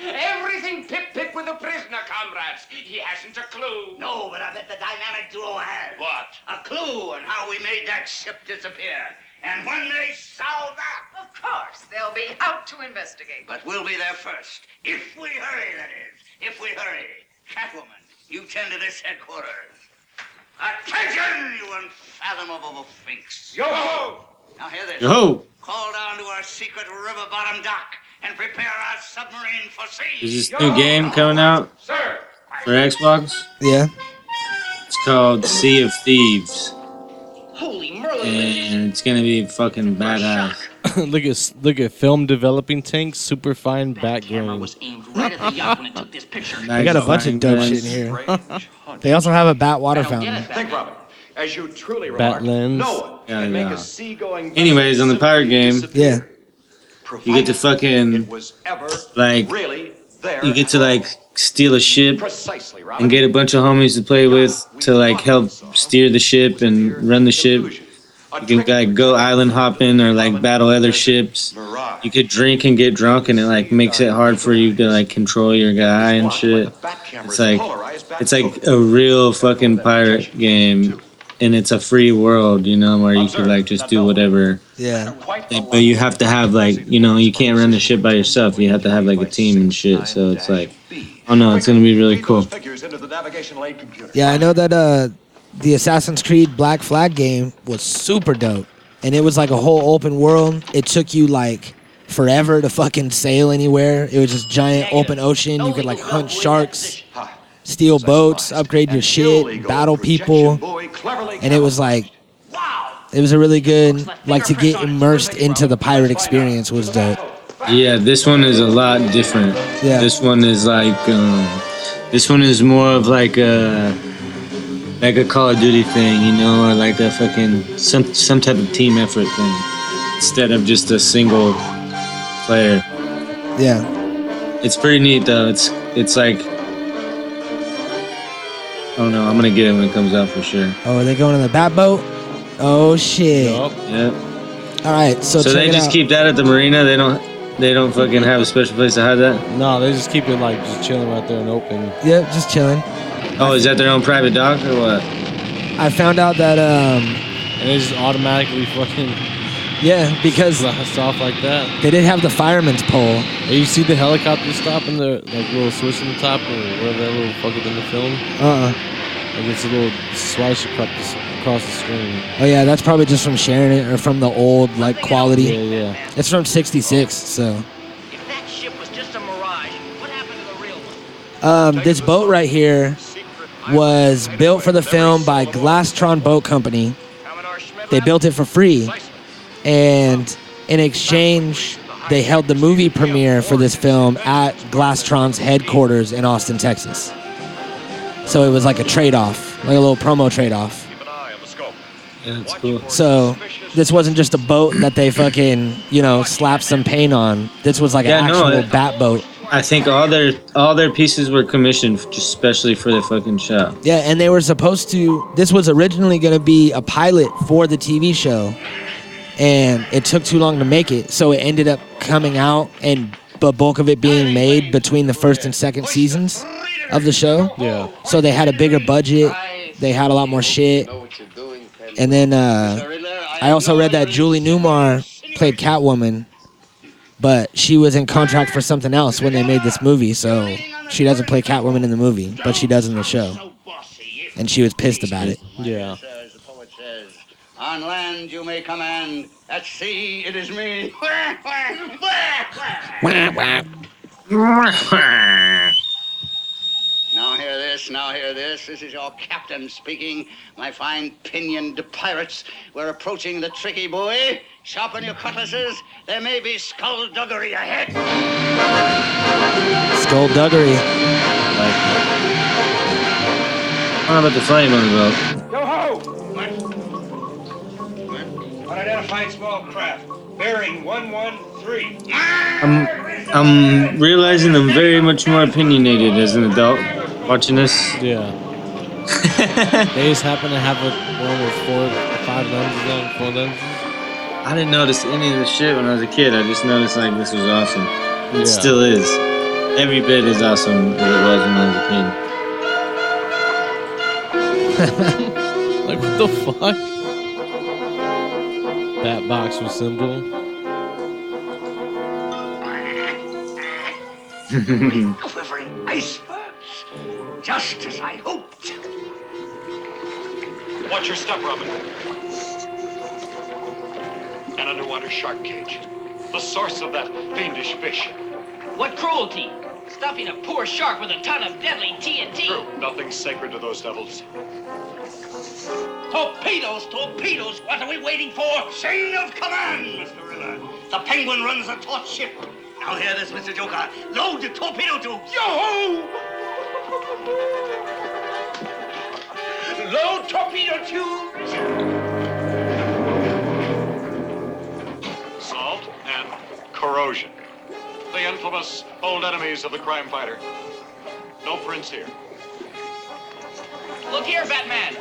Speaker 12: Everything pip pip with the prisoner, comrades. He hasn't a clue.
Speaker 13: No, but I bet the dynamic duo has.
Speaker 12: What?
Speaker 13: A clue on how we made that ship disappear. And when they solve that,
Speaker 8: Of course, they'll be out to investigate.
Speaker 13: but we'll be there first. If we hurry, that is. If we hurry. Catwoman, you tend to this headquarters. Attention, you unfathomable finks.
Speaker 12: Yo ho!
Speaker 13: Now hear this.
Speaker 3: Yo!
Speaker 13: Call down to our secret river bottom dock and prepare our submarine for sea.
Speaker 3: Is this new game coming out
Speaker 12: Sir!
Speaker 3: for Xbox?
Speaker 2: Yeah.
Speaker 3: It's called Sea of Thieves,
Speaker 12: Holy Merlin!
Speaker 3: and it's gonna be fucking badass.
Speaker 1: look at look at film developing tank, super fine
Speaker 7: Camera
Speaker 1: background.
Speaker 7: was aimed right at the yacht when it took this picture.
Speaker 2: I got a bunch of dope shit in here. They also have a bat water fountain.
Speaker 9: Think, Robin. As you truly
Speaker 1: Bat
Speaker 9: remarked,
Speaker 1: lens.
Speaker 9: no one
Speaker 3: Yeah,
Speaker 9: can make
Speaker 3: yeah.
Speaker 9: a seagoing.
Speaker 3: Anyways, on the pirate game,
Speaker 2: Yeah.
Speaker 3: you get to fucking like
Speaker 9: really there.
Speaker 3: you get to like steal a ship
Speaker 9: precisely, Robin.
Speaker 3: and get a bunch of homies to play with to like help steer the ship and run the ship. You can like go island hopping or like battle other ships. You could drink and get drunk, and it like makes it hard for you to like control your guy and shit. It's like it's like uh, a real fucking pirate game, and it's a free world, you know, where you could like just do whatever.
Speaker 2: Yeah.
Speaker 3: Like, but you have to have like you know you can't run the ship by yourself. You have to have like a team and shit. So it's like, oh no, it's gonna be really cool.
Speaker 9: Figures into the navigation aid computer.
Speaker 2: Yeah, I know that uh, the Assassin's Creed Black Flag game was super dope, and it was like a whole open world. It took you like forever to fucking sail anywhere. It was just giant open ocean. You could like hunt sharks, steal boats, upgrade your shit, battle people, and it was like. It was a really good, like to get immersed into the pirate experience was dope.
Speaker 3: Yeah, this one is a lot different.
Speaker 2: Yeah.
Speaker 3: This one is like, um, this one is more of like a like a Call of Duty thing, you know, or like a fucking some some type of team effort thing instead of just a single player.
Speaker 2: Yeah,
Speaker 3: It's pretty neat though. It's it's like. Oh no, I'm gonna get it when it comes out for sure.
Speaker 2: Oh, are they going in the bat boat? Oh shit!
Speaker 3: Yeah.
Speaker 2: All right, so, check
Speaker 3: So, they
Speaker 2: it
Speaker 3: just
Speaker 2: out.
Speaker 3: keep that at the marina. They don't. They don't fucking have a special place to hide that.
Speaker 1: No, they just keep it like just chilling right there and open.
Speaker 2: Yep, just chilling.
Speaker 3: Oh, is that their own private dock or what?
Speaker 2: I found out that um,
Speaker 1: And they just automatically fucking
Speaker 2: yeah, because
Speaker 1: blast off like that.
Speaker 2: they did have the fireman's pole.
Speaker 1: And you see the helicopter stop and the like little switch in the top or whatever that little fucking in the film.
Speaker 2: Uh, uh
Speaker 1: Like it's a little swish across the, across the screen.
Speaker 2: oh yeah, that's probably just from sharing it or from the old like
Speaker 1: Yeah,
Speaker 2: quality.
Speaker 1: yeah.
Speaker 2: It's from '66, so
Speaker 7: If that ship was just a mirage, what happened to the real one?
Speaker 2: um, this boat right here was built for the film by Glastron Boat Company. They built it for free, and in exchange they held the movie premiere for this film at Glastron's headquarters in Austin, Texas. So it was like a trade off, like a little promo trade off.
Speaker 3: That's cool.
Speaker 2: So this wasn't just a boat that they fucking, you know, slapped some paint on. This was like
Speaker 3: Yeah,
Speaker 2: an
Speaker 3: no,
Speaker 2: actual
Speaker 3: it-
Speaker 2: bat boat.
Speaker 3: I think all their all their pieces were commissioned just especially for the fucking show.
Speaker 2: Yeah, and they were supposed to. This was originally going to be a pilot for the TV show, and it took too long to make it, so it ended up coming out and the bulk of it being made between the first and second seasons of the show.
Speaker 1: Yeah.
Speaker 2: So they had a bigger budget. They had a lot more shit. And then uh, I also read that Julie Newmar played Catwoman, but she was in contract for something else when they made this movie, so she doesn't play Catwoman in the movie, but she does in the show. And she was pissed about it.
Speaker 1: Yeah.
Speaker 12: As the poet says, on land you may command, at sea it is me. now hear this, now hear this. This is your captain speaking. My fine pinioned pirates, we're approaching the tricky buoy. Sharpen your cutlasses. There may be skullduggery ahead.
Speaker 2: Skullduggery.
Speaker 3: What about the flame on the boat?
Speaker 12: Yo ho! Unidentified small craft, bearing 113.
Speaker 3: I'm I'm realizing I'm very much more opinionated as an adult watching this.
Speaker 1: Yeah. they just happen to have a one with four, five lenses on, four lenses.
Speaker 3: I didn't notice any of the shit when I was a kid. I just noticed like this was awesome. It
Speaker 1: Yeah.
Speaker 3: still is. Every bit is awesome as it was when I was a kid.
Speaker 1: Like what the fuck? That box was simple.
Speaker 12: Quivering icebergs, just as I hoped.
Speaker 5: Watch your step, Robin. An underwater shark cage. The source of that fiendish fish.
Speaker 7: What cruelty! Stuffing a poor shark with a ton of deadly TNT.
Speaker 5: Nothing sacred to those devils.
Speaker 12: Torpedoes, torpedoes, what are we waiting for? Chain of command, Mr. Riller. The penguin runs a taut ship. Now hear this, Mr. Joker. Load the torpedo tubes. Yo Load torpedo tubes.
Speaker 5: Salt and corrosion. The infamous old enemies of the crime fighter. No prints here.
Speaker 7: Look here, Batman.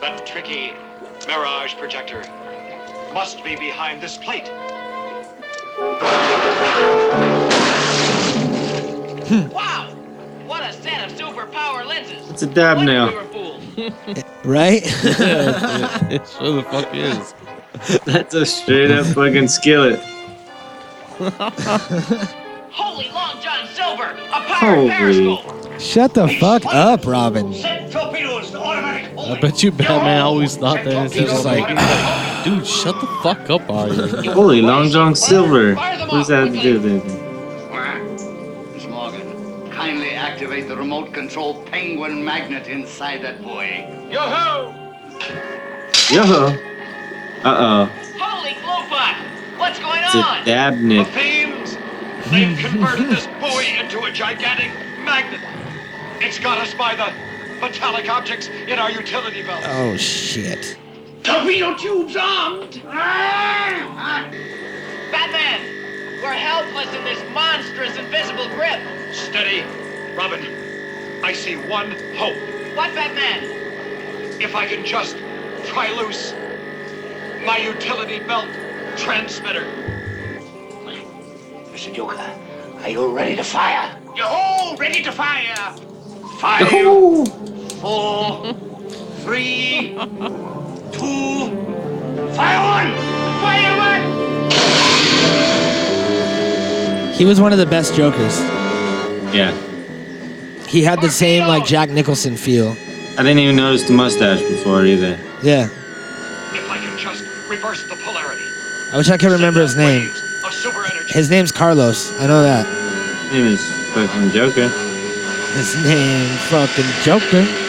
Speaker 5: That tricky mirage projector must be behind this plate.
Speaker 7: Wow! What a set of superpower lenses.
Speaker 3: It's a dab
Speaker 7: now.
Speaker 3: nail.
Speaker 2: Right?
Speaker 1: it sure the fuck is.
Speaker 3: That's a straight up fucking skillet.
Speaker 7: Holy Long John Silver, a power
Speaker 2: Holy. Shut the fuck up, Robin.
Speaker 12: Torpedoes, the automatic.
Speaker 1: I bet you Batman always thought that instead of like, dude, shut the fuck up, are you?
Speaker 3: Holy Long John Silver. Who's that to do with it?
Speaker 12: Miss Morgan, kindly activate the remote control penguin magnet inside that buoy. Yo ho!
Speaker 3: Yo. Uh oh.
Speaker 7: Holy Glowbot! What's going
Speaker 3: It's a
Speaker 7: on?
Speaker 3: dab nick.
Speaker 5: Fiends! They've converted this buoy into a gigantic magnet. It's got us by the metallic objects in our utility belt.
Speaker 7: Uh,
Speaker 2: Oh, shit.
Speaker 12: Torpedo tubes armed!
Speaker 7: Batman! We're helpless in this monstrous invisible grip.
Speaker 5: Steady, Robin. I see one hope.
Speaker 7: What, Batman?
Speaker 5: If I can just pry loose my utility belt transmitter.
Speaker 12: Mr. Joker, are you ready to fire?
Speaker 5: Yo ho! Ready to fire!
Speaker 12: Five, four, three, two, fire one! Fire one!
Speaker 2: He was one of the best Jokers.
Speaker 3: Yeah.
Speaker 2: He had the same, like, Jack Nicholson feel.
Speaker 3: I didn't even notice the mustache before either.
Speaker 2: Yeah.
Speaker 5: If I can just reverse the polarity
Speaker 2: I wish I could remember his name.
Speaker 5: of super energy.
Speaker 2: His name's Carlos. I know that.
Speaker 3: His name is fucking Joker.
Speaker 2: His name fucking Joker.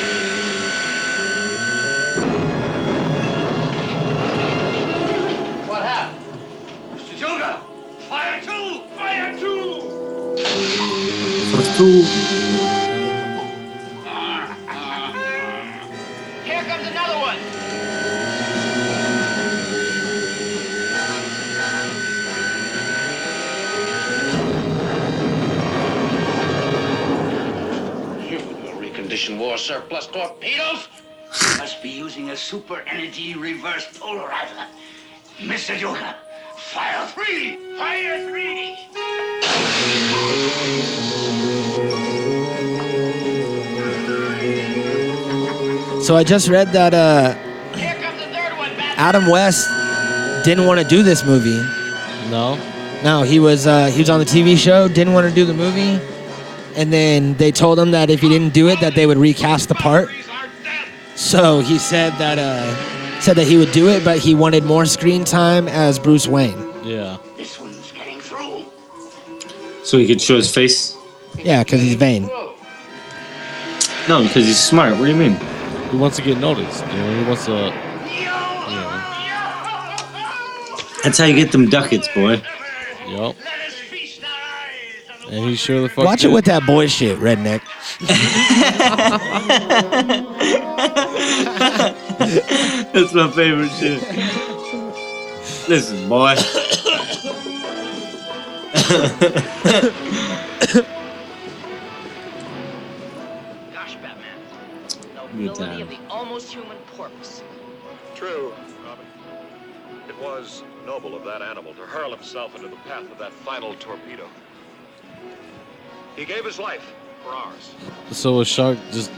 Speaker 3: fool.
Speaker 7: Here comes another one.
Speaker 12: Reconditioned war surplus torpedoes?
Speaker 13: Must be using a super energy reverse polarizer. Mr. Joker, fire three! Fire three!
Speaker 2: So I just read that uh, Adam West didn't want to do this movie.
Speaker 1: No.
Speaker 2: No, he was uh, he was on the TV show, didn't want to do the movie, and then they told him that if he didn't do it, that they would recast the part. So he said that uh, said that he would do it, but he wanted more screen time as Bruce Wayne.
Speaker 1: Yeah.
Speaker 3: So he could show his face?
Speaker 2: Yeah, because he's vain.
Speaker 3: No, because he's smart. What do you mean?
Speaker 1: He wants to get noticed. You know, he wants to.
Speaker 3: That's how you get them ducats, boy.
Speaker 1: eh? Yup. And he sure the fuck.
Speaker 2: Watch it
Speaker 1: did.
Speaker 2: with that boy shit, redneck.
Speaker 3: That's my favorite shit. Listen, boy.
Speaker 7: Gosh, Batman. The
Speaker 3: Good
Speaker 7: villainy
Speaker 3: time.
Speaker 7: of the almost human porpoise.
Speaker 5: True, Robin. It was noble of that animal to hurl himself into the path of that final torpedo. He gave his life for ours.
Speaker 1: So a shark just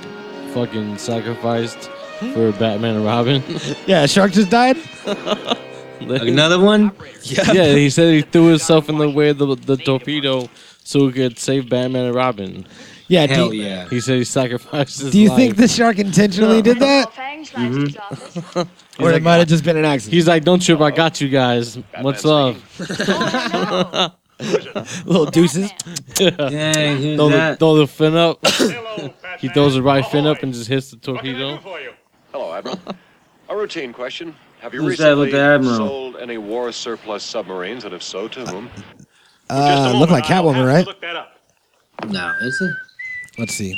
Speaker 1: fucking sacrificed for Batman and Robin.
Speaker 2: Yeah, shark just died.
Speaker 3: Another one?
Speaker 1: Yeah. yeah, he said he threw himself in the way of the, the torpedo so he could save Batman and Robin.
Speaker 2: Yeah, do-
Speaker 3: Hell yeah.
Speaker 1: He said he sacrificed his
Speaker 2: Do you
Speaker 1: life.
Speaker 2: think the shark intentionally did
Speaker 12: Uh,
Speaker 2: that,
Speaker 1: He's
Speaker 2: or it
Speaker 1: like,
Speaker 2: might have just been an accident?
Speaker 1: He's like, don't trip, I got you guys. What's up?
Speaker 2: Little deuces.
Speaker 3: Dang, who's
Speaker 1: Throw the,
Speaker 3: that?
Speaker 1: throw the fin up. he throws the right fin
Speaker 5: Oh,
Speaker 1: up and just hits the torpedo.
Speaker 5: Hello, Admiral. A routine question. Have you
Speaker 3: Who's that
Speaker 5: recently
Speaker 3: with the Admiral?
Speaker 5: sold any war surplus submarines, and if so, to whom?
Speaker 2: Uh, look like Catwoman, right?
Speaker 3: No, is it?
Speaker 2: Let's see.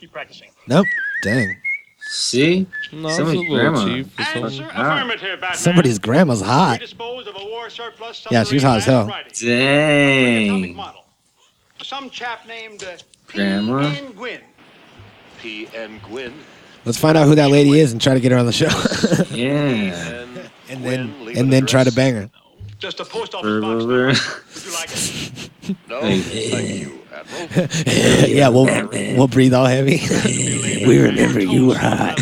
Speaker 15: Keep practicing.
Speaker 2: Nope. Dang.
Speaker 3: See?
Speaker 1: No, it's a
Speaker 3: Somebody's
Speaker 1: little
Speaker 3: grandma.
Speaker 1: cheap. for some-
Speaker 15: Affirmative, Batman.
Speaker 2: Somebody's grandma's hot.
Speaker 15: Dispose of a war surplus
Speaker 2: Yeah, she was hot as hell.
Speaker 3: Dang.
Speaker 15: Some chap named uh,
Speaker 3: Grandma?
Speaker 15: N. Gwynn.
Speaker 5: P. N. Gwynn.
Speaker 2: Let's find out who that lady is and try to get her on the show,
Speaker 3: Yeah.
Speaker 5: And
Speaker 2: then and then try to bang her.
Speaker 15: Just a post office box.
Speaker 3: Burr,
Speaker 15: Would you like it?
Speaker 5: No,
Speaker 3: Hey.
Speaker 5: thank you, Admiral.
Speaker 2: yeah, we'll we'll breathe all heavy. we remember you were hot.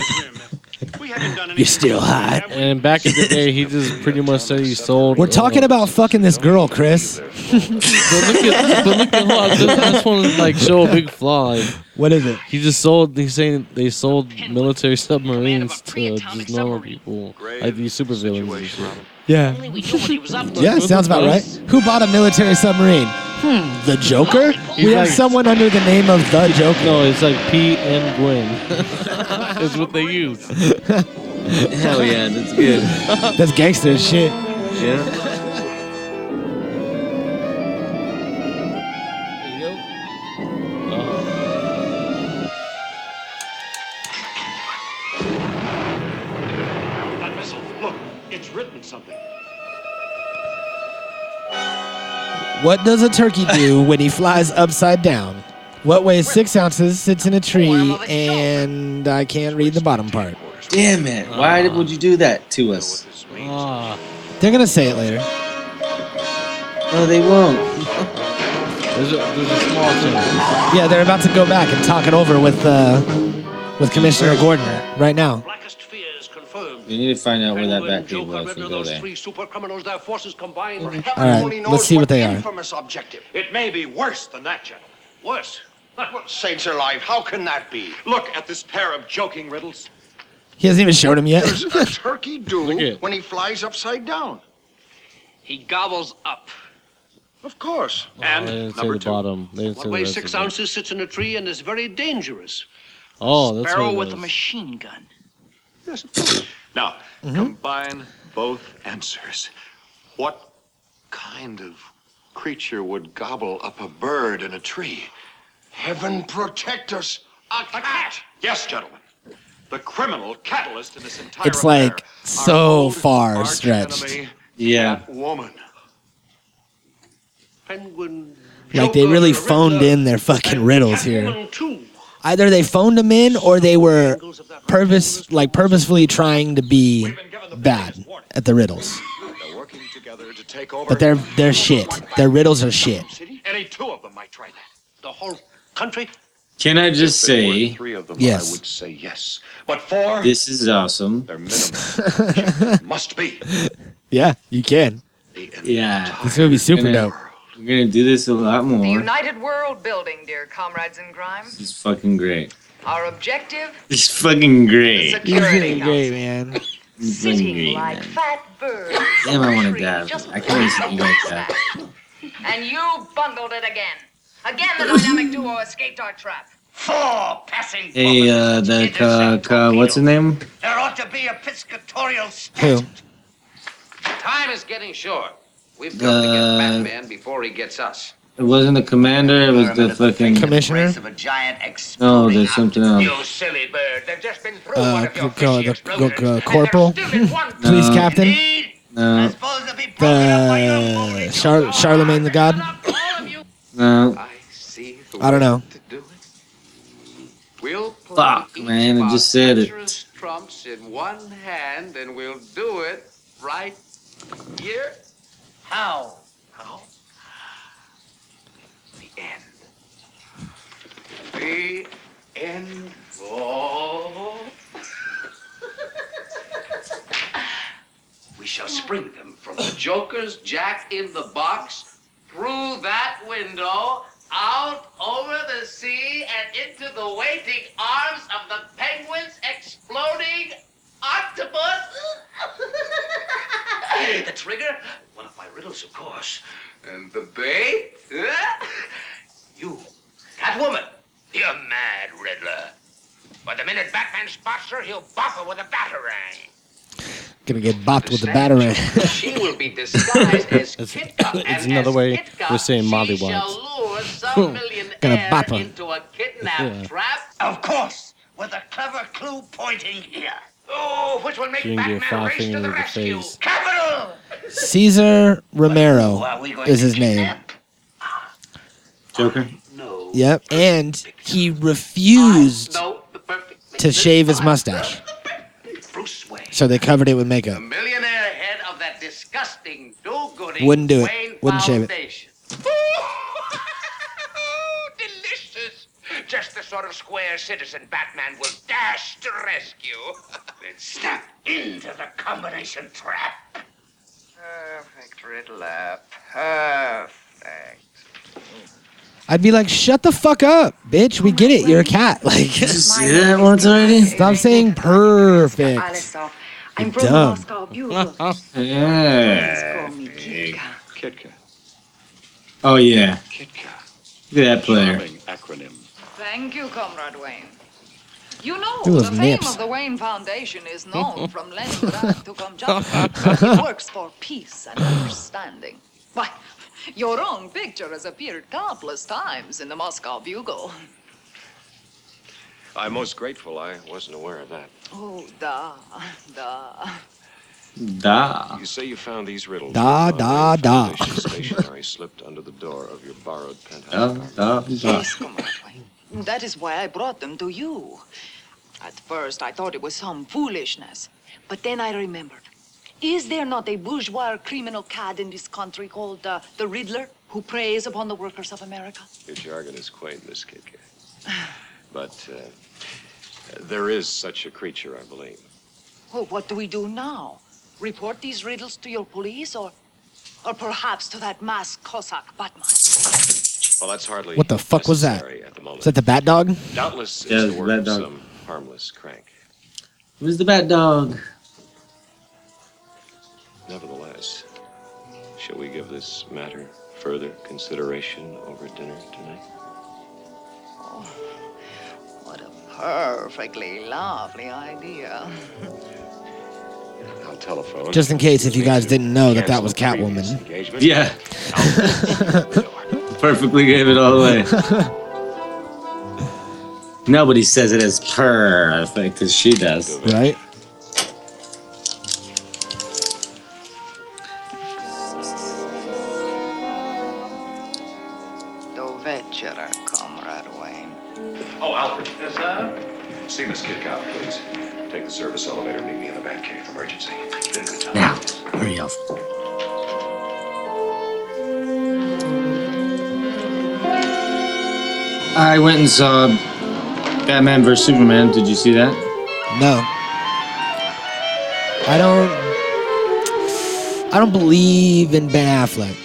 Speaker 15: We haven't done
Speaker 2: You're still hot.
Speaker 1: And back in the day, he just pretty much said he sold.
Speaker 2: We're talking about fucking this girl, Chris.
Speaker 1: But look at, but look at how I just, I just want to like show a big flaw. Like,
Speaker 2: What is it?
Speaker 1: he just sold. He's saying they sold military submarines to just normal people, like these supervillains. and shit.
Speaker 2: Yeah.
Speaker 7: Only we knew what he was up to.
Speaker 2: Yeah, sounds about right. Who bought a military submarine? Hmm, the Joker?
Speaker 1: He's
Speaker 2: We have
Speaker 1: like-
Speaker 2: someone under the name of the Joker.
Speaker 1: No, it's like P and Gwen. is what they use.
Speaker 3: Hell yeah, that's good.
Speaker 2: That's gangster as shit.
Speaker 3: Yeah.
Speaker 15: That missile. Look, it's written something.
Speaker 2: What does a turkey do when he flies upside down? What weighs six ounces, sits in a tree, and I can't read the bottom part.
Speaker 3: Damn it. Why would you do that to us?
Speaker 1: Ah,
Speaker 2: They're gonna say it later.
Speaker 3: No, they won't.
Speaker 1: there's a, there's a small chance.
Speaker 2: Yeah, they're about to go back and talk it over with uh, with Commissioner Gordon right now.
Speaker 15: Blackest fears confirmed.
Speaker 3: We need to find out where that
Speaker 15: Penguin,
Speaker 3: back gate
Speaker 15: Joker,
Speaker 3: was
Speaker 15: remember
Speaker 3: and go
Speaker 15: those
Speaker 3: there.
Speaker 15: three super criminals, their forces combined.
Speaker 16: For
Speaker 12: Mm-hmm.
Speaker 15: were
Speaker 16: heaven
Speaker 2: All right,
Speaker 16: only
Speaker 2: let's
Speaker 16: knows
Speaker 2: see what they are.
Speaker 16: infamous objective.
Speaker 15: It may be worse than that, gentlemen. Worse.
Speaker 16: Well, saints alive, how can that be?
Speaker 15: Look at this pair of joking riddles.
Speaker 2: He hasn't even showed him yet.
Speaker 16: Does a turkey
Speaker 1: Look
Speaker 16: do
Speaker 1: at-
Speaker 16: when he flies upside down?
Speaker 7: He gobbles up.
Speaker 16: Of course.
Speaker 1: They
Speaker 15: and
Speaker 1: didn't say the bottom. They didn't say
Speaker 15: what
Speaker 1: the
Speaker 15: weighs
Speaker 1: rest
Speaker 15: six
Speaker 1: of it.
Speaker 15: ounces sits in a tree and is very dangerous.
Speaker 1: Oh, that's
Speaker 7: Barrel
Speaker 1: what
Speaker 7: with
Speaker 1: it
Speaker 7: a
Speaker 1: was.
Speaker 7: machine gun.
Speaker 5: Yes, of course. Now,
Speaker 2: Mm-hmm.
Speaker 5: combine both answers. What kind of
Speaker 17: creature would gobble up a bird in a tree. Heaven protect us! A cat! Yes, gentlemen. The criminal catalyst in this entire
Speaker 2: It's like
Speaker 17: affair.
Speaker 2: so far stretched.
Speaker 17: Enemy,
Speaker 3: Yeah.
Speaker 17: that woman.
Speaker 18: Penguin.
Speaker 2: Like they really phoned in their fucking riddles here. Either they phoned them in or they were purpose like purposefully trying to be bad at the riddles.
Speaker 17: They're working together to take over.
Speaker 2: But they're they're shit. Their riddles are shit.
Speaker 17: City? Any two of them might try that. The whole country?
Speaker 3: Can I just
Speaker 17: If it were
Speaker 3: say,
Speaker 17: three of them, I
Speaker 3: yes,
Speaker 17: would say yes. But four?
Speaker 3: this is awesome.
Speaker 17: Their minimum must be.
Speaker 2: yeah, you can.
Speaker 3: Yeah,
Speaker 2: This movie's super
Speaker 3: We're gonna-
Speaker 2: dope.
Speaker 3: We're gonna do this a lot
Speaker 12: The
Speaker 3: more.
Speaker 12: United World Building, dear comrades in crime.
Speaker 3: This is fucking great.
Speaker 12: Our objective
Speaker 3: This is fucking great.
Speaker 12: Security You're doing
Speaker 2: great, man.
Speaker 3: This is fucking
Speaker 12: sitting
Speaker 3: great,
Speaker 12: like
Speaker 3: man.
Speaker 12: fat birds.
Speaker 3: Damn, I want to dab. I can't wait to eat like that.
Speaker 12: And you bungled it again. Again, the dynamic duo escaped our trap. Four passing.
Speaker 3: Hey, uh, that, uh, uh, what's her name?
Speaker 19: There ought to be episcatorial
Speaker 3: Who?
Speaker 7: Time is getting short. We've got to get
Speaker 3: The,
Speaker 7: Batman before he gets us.
Speaker 3: it wasn't the commander, it was the fucking.
Speaker 2: Commissioner?
Speaker 19: of a giant ex.
Speaker 3: No, there's something else.
Speaker 19: You silly bird. They've just been through
Speaker 2: Uh,
Speaker 19: one of
Speaker 2: go,
Speaker 19: your
Speaker 2: go,
Speaker 19: fishy
Speaker 2: the, go,
Speaker 19: explosions.
Speaker 2: go, uh, corporal, police
Speaker 3: No.
Speaker 2: captain,
Speaker 3: No,
Speaker 2: the Char- Charlemagne the God.
Speaker 3: no.
Speaker 2: I don't know.
Speaker 7: We'll
Speaker 3: Fuck, man, I just said it.
Speaker 7: dangerous trumps in one hand and we'll do it right here. How? How? The end. The end all. we shall spring them from the Joker's jack in the box through that window. Out over the sea and into the waiting arms of the penguin's exploding octopus. the trigger? One of my riddles, of course. And the bait? Huh? you, that woman. You're mad, Riddler. By the minute Batman spots her, he'll bop her with a batarang.
Speaker 2: Gonna get bopped with a batarang.
Speaker 7: She will be disguised as
Speaker 1: That's-
Speaker 7: Kitka.
Speaker 1: it's another way we're saying Molly Watts.
Speaker 2: Gonna bop her.
Speaker 19: into a
Speaker 1: kidnap Yeah.
Speaker 19: trap? Of course, with a clever clue pointing here. Oh, which will make
Speaker 1: She can get
Speaker 19: Batman
Speaker 1: five
Speaker 19: race to
Speaker 1: fingers
Speaker 19: the
Speaker 1: in the
Speaker 19: rescue.
Speaker 1: face.
Speaker 19: Capital!
Speaker 2: Caesar Romero is his name.
Speaker 3: Joker?
Speaker 2: Yep, and he refused to shave his mustache,
Speaker 7: Bruce Wayne.
Speaker 2: so they covered it with makeup.
Speaker 7: Millionaire head of that disgusting do-gooding
Speaker 2: Wouldn't do it.
Speaker 7: Wayne
Speaker 2: Wouldn't shave it.
Speaker 7: Foundation. Delicious. Just the sort of square citizen Batman will dash to rescue. then snap into the combination trap. Perfect riddler. Perfect.
Speaker 2: I'd be like, "Shut the fuck up, bitch. We get it. You're a cat." Like,
Speaker 3: see that once already?
Speaker 2: Stop saying perfect.
Speaker 12: I'm
Speaker 2: You're dumb.
Speaker 3: Yeah.
Speaker 17: Kitka.
Speaker 3: Oh, yeah. Look at that player.
Speaker 17: Acronym.
Speaker 12: Thank you, Comrade Wayne. You
Speaker 3: Look
Speaker 12: know,
Speaker 3: at
Speaker 12: the
Speaker 3: those
Speaker 12: fame
Speaker 3: nips.
Speaker 12: of the Wayne Foundation is known from Leningrad to Kamchatka. It works for peace and understanding. Why, your own picture has appeared countless times in the Moscow Bugle.
Speaker 9: I'm most grateful. I wasn't aware of that.
Speaker 12: Oh, da, da.
Speaker 3: Da.
Speaker 9: You say you found these riddles. Uh,
Speaker 2: Da da da.
Speaker 9: Stationery slipped under the door of your borrowed penthouse.
Speaker 3: Da, da, da.
Speaker 12: That is why I brought them to you. At first, I thought it was some foolishness, but then I remembered. Is there not a bourgeois criminal cad in this country called uh, the Riddler who preys upon the workers of America?
Speaker 9: Your jargon is quaint, Miss Kitka. But uh, there is such a creature, I believe.
Speaker 12: Well, Oh, what do we do now? Report these riddles to your police or or perhaps to that masked Cossack Batman?
Speaker 9: Well, that's hardly.
Speaker 2: What the fuck was that?
Speaker 9: necessary At the moment.
Speaker 2: Is that the bat dog?
Speaker 3: Yeah,
Speaker 9: Doubtless, it's
Speaker 3: it's
Speaker 9: the
Speaker 3: the
Speaker 9: work
Speaker 3: red
Speaker 9: of
Speaker 3: dog.
Speaker 9: some harmless crank.
Speaker 3: Who's the bat dog?
Speaker 9: Nevertheless, shall we give this matter further consideration over dinner tonight?
Speaker 12: Perfectly lovely idea.
Speaker 9: Now
Speaker 20: on telephone.
Speaker 2: Just in case if you guys didn't know that that was Catwoman.
Speaker 20: Engagement.
Speaker 3: Yeah. Perfectly gave it all away. Nobody says it as per, I think, because she does.
Speaker 2: Right?
Speaker 21: Då večera kommer att Wayne.
Speaker 9: Oh, Alfred. Yes, sir?
Speaker 20: See Miss Kidcott, please. Take the service elevator. Meet me in the back cave. Emergency. Been a good time.
Speaker 3: Now, hurry up. I went and saw Batman vs Superman. Did you see that?
Speaker 2: No. I don't. I don't believe in Ben Affleck.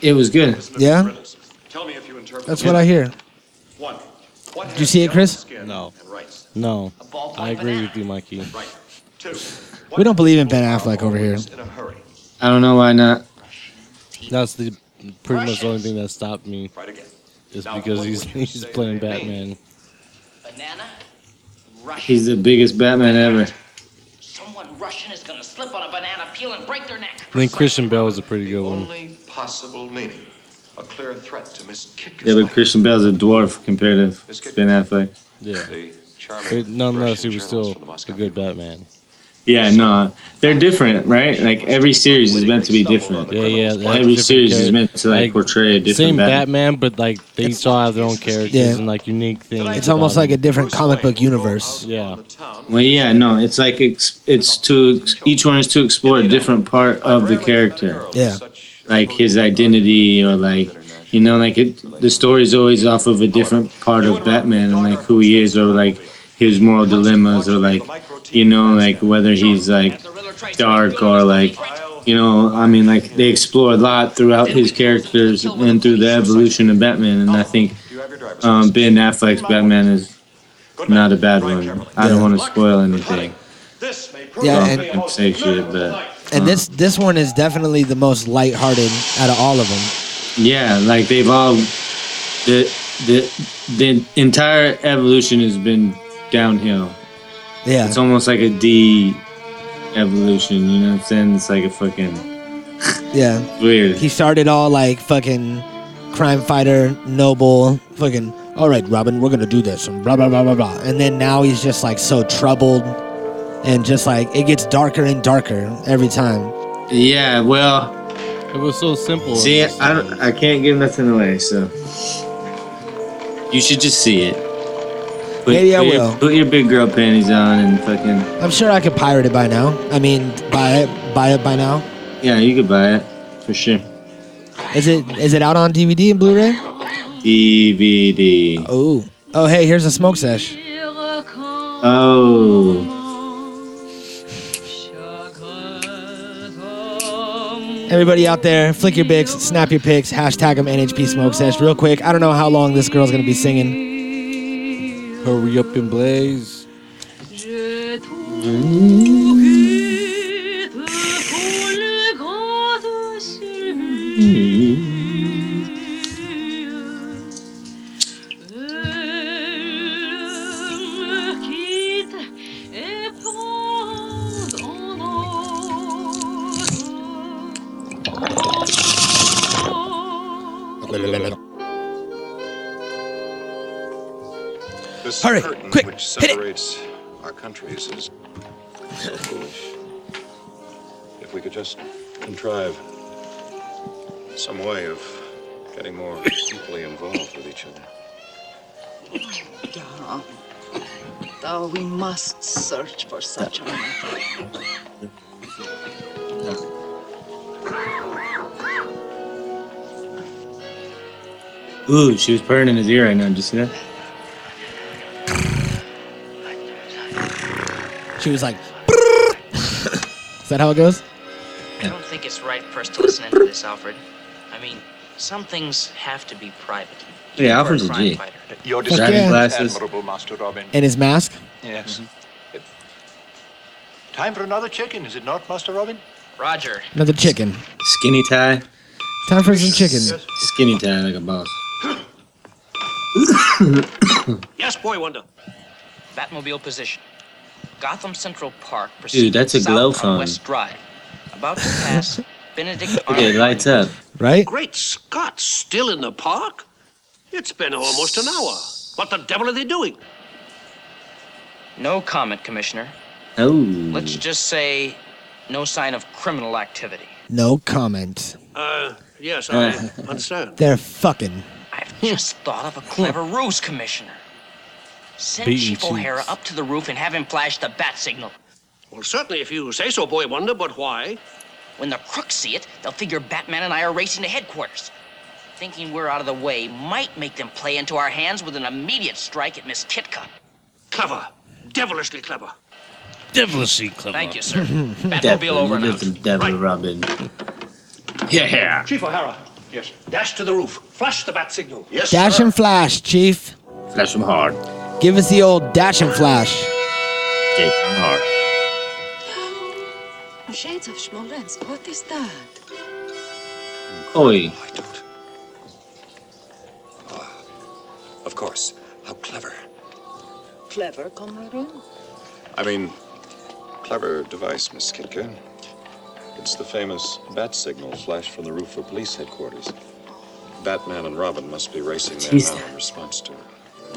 Speaker 3: It was good.
Speaker 2: Yeah,
Speaker 9: Tell me if you interpret.
Speaker 2: that's what I hear.
Speaker 9: One. What
Speaker 2: Did you see it, Chris?
Speaker 1: No.
Speaker 9: Rights.
Speaker 1: No. I agree with you, Mikey.
Speaker 9: Two.
Speaker 2: We don't believe in Ben Affleck over here.
Speaker 9: In a hurry.
Speaker 3: I don't know why not.
Speaker 1: That's the pretty much the only thing that stopped me. Is because he's he's playing Batman.
Speaker 7: Banana? Russian.
Speaker 3: He's the biggest Batman ever.
Speaker 7: Someone Russian is gonna slip on a banana peel and break their neck.
Speaker 1: I think Christian Bell was a pretty good one.
Speaker 9: Only possible meaning. A clear threat to Miss Kidcott.
Speaker 3: Yeah, but Christian Bale's a dwarf compared to Ben Affleck.
Speaker 1: Yeah. But nonetheless, he was still a good Batman.
Speaker 3: Yeah, no, they're different, right? Like every series is meant to be different.
Speaker 1: Yeah, yeah. they have
Speaker 3: Every
Speaker 1: different
Speaker 3: series is
Speaker 1: characters.
Speaker 3: meant to like portray a
Speaker 1: Same
Speaker 3: different Batman.
Speaker 1: Batman, but like they each all have their own characters
Speaker 2: Yeah.
Speaker 1: and like unique things.
Speaker 2: It's
Speaker 1: about
Speaker 2: almost
Speaker 1: them.
Speaker 2: like a different comic book universe.
Speaker 1: Yeah.
Speaker 3: Well, yeah, no, it's like ex- it's to each one is to explore a different part of the character,
Speaker 2: Yeah.
Speaker 3: like his identity or like you know, like it. The story's always off of a different part of Batman and like who he is or like his moral dilemmas or like you know, like whether he's like dark or like you know, I mean, like they explore a lot throughout his characters and through the evolution of Batman, and I think um, Ben Affleck's Batman is not a bad one. I don't want to spoil anything.
Speaker 2: Yeah,
Speaker 3: Don't
Speaker 2: and-
Speaker 3: say shit, but
Speaker 2: And this this one is definitely the most lighthearted out of all of them.
Speaker 3: yeah, like they've all the the the entire evolution has been downhill.
Speaker 2: Yeah.
Speaker 3: It's almost like a D evolution, you know what I'm saying? It's like a fucking
Speaker 2: Yeah.
Speaker 3: weird.
Speaker 2: He started all like fucking crime fighter, noble, fucking all right, Robin, we're gonna do this and blah blah blah blah blah. And then now he's just like so troubled and just like it gets darker and darker every time.
Speaker 3: Yeah, well,
Speaker 1: it was so simple.
Speaker 3: See, I don't, I can't give nothing away, so you should just see it. Put,
Speaker 2: Maybe I
Speaker 3: put
Speaker 2: will.
Speaker 3: Your, put your big girl panties on and fucking
Speaker 2: I'm sure I could pirate it by now. I mean buy it buy it by now.
Speaker 3: yeah, you could buy it for sure.
Speaker 2: Is it is it out on DVD and Blu-ray?
Speaker 3: DVD.
Speaker 2: Oh. Oh hey, here's a smoke sesh.
Speaker 3: Oh,
Speaker 2: Everybody out there, flick your bics, snap your pics, hashtag them NHP Smoke Sesh real quick. I don't know how long this girl's gonna be singing.
Speaker 1: Hurry up and blaze.
Speaker 9: This
Speaker 2: Hurry,
Speaker 9: curtain
Speaker 2: quick,
Speaker 9: which
Speaker 2: hit it.
Speaker 9: separates our countries is so foolish. If we could just contrive some way of getting more deeply involved with each other.
Speaker 21: Oh, we must search for such a man.
Speaker 3: ooh, she was purring in his ear right now. Did you see that?
Speaker 2: She was like, "Brrr." is that how it goes?
Speaker 7: I don't think it's right for us to listen into this, Alfred. I mean, some things have to be private.
Speaker 3: Yeah,
Speaker 7: You're
Speaker 3: Alfred's a
Speaker 7: crime
Speaker 3: G.
Speaker 7: fighter.
Speaker 22: Your
Speaker 2: Fuck
Speaker 22: decision
Speaker 2: yeah.
Speaker 22: is
Speaker 3: Glasses.
Speaker 22: admirable, Master Robin.
Speaker 2: And his mask?
Speaker 22: Yes. Time for another chicken, is it not, Master Robin?
Speaker 7: Roger.
Speaker 2: Another chicken.
Speaker 3: Skinny tie,
Speaker 2: Time for some chicken.
Speaker 3: skinny tie like a boss.
Speaker 7: Yes, boy wonder. Batmobile position. Gotham Central Park proceeds
Speaker 3: Dude, that's a
Speaker 7: south
Speaker 3: glow
Speaker 7: on
Speaker 3: phone.
Speaker 7: West Drive, about to pass Benedict
Speaker 3: Okay,
Speaker 7: Arnold.
Speaker 3: lights up.
Speaker 2: Right?
Speaker 15: Great Scott, still in the park? It's been almost an hour. What the devil are they doing?
Speaker 7: No comment, Commissioner.
Speaker 3: Oh.
Speaker 7: Let's just say no sign of criminal activity.
Speaker 2: No comment.
Speaker 15: Uh, yes,
Speaker 2: I
Speaker 15: understand.
Speaker 2: They're fucking.
Speaker 7: I've just thought of a clever ruse, Commissioner. Send
Speaker 2: Beating
Speaker 7: Chief
Speaker 2: Chiefs.
Speaker 7: O'Hara up to the roof and have him flash the bat signal.
Speaker 15: Well, certainly if you say so, Boy Wonder, but why?
Speaker 7: When the crooks see it, they'll figure Batman and I are racing to headquarters. Thinking we're out of the way might make them play into our hands with an immediate strike at Miss Kitcup.
Speaker 15: Clever. Devilishly clever.
Speaker 1: Devilishly clever.
Speaker 7: Thank you, sir.
Speaker 3: Devil,
Speaker 7: Batmobile over
Speaker 3: you
Speaker 7: now.
Speaker 3: little devil, Robin. Yeah.
Speaker 15: Chief O'Hara. Yes. Dash to the roof. Flash the bat signal. Yes.
Speaker 2: Dash and flash, chief.
Speaker 3: Flash him hard.
Speaker 2: Give us the old dash and flash.
Speaker 3: Take him hard.
Speaker 23: Um, Shades of Smolensk, what is that?
Speaker 3: Oi.
Speaker 20: Of course. How clever.
Speaker 23: Clever, Comrade.
Speaker 9: I mean, clever device, Miss Kitka. It's the famous bat signal flashed from the roof of police headquarters. Batman and Robin must be racing there
Speaker 3: Jeez.
Speaker 9: now in response to it.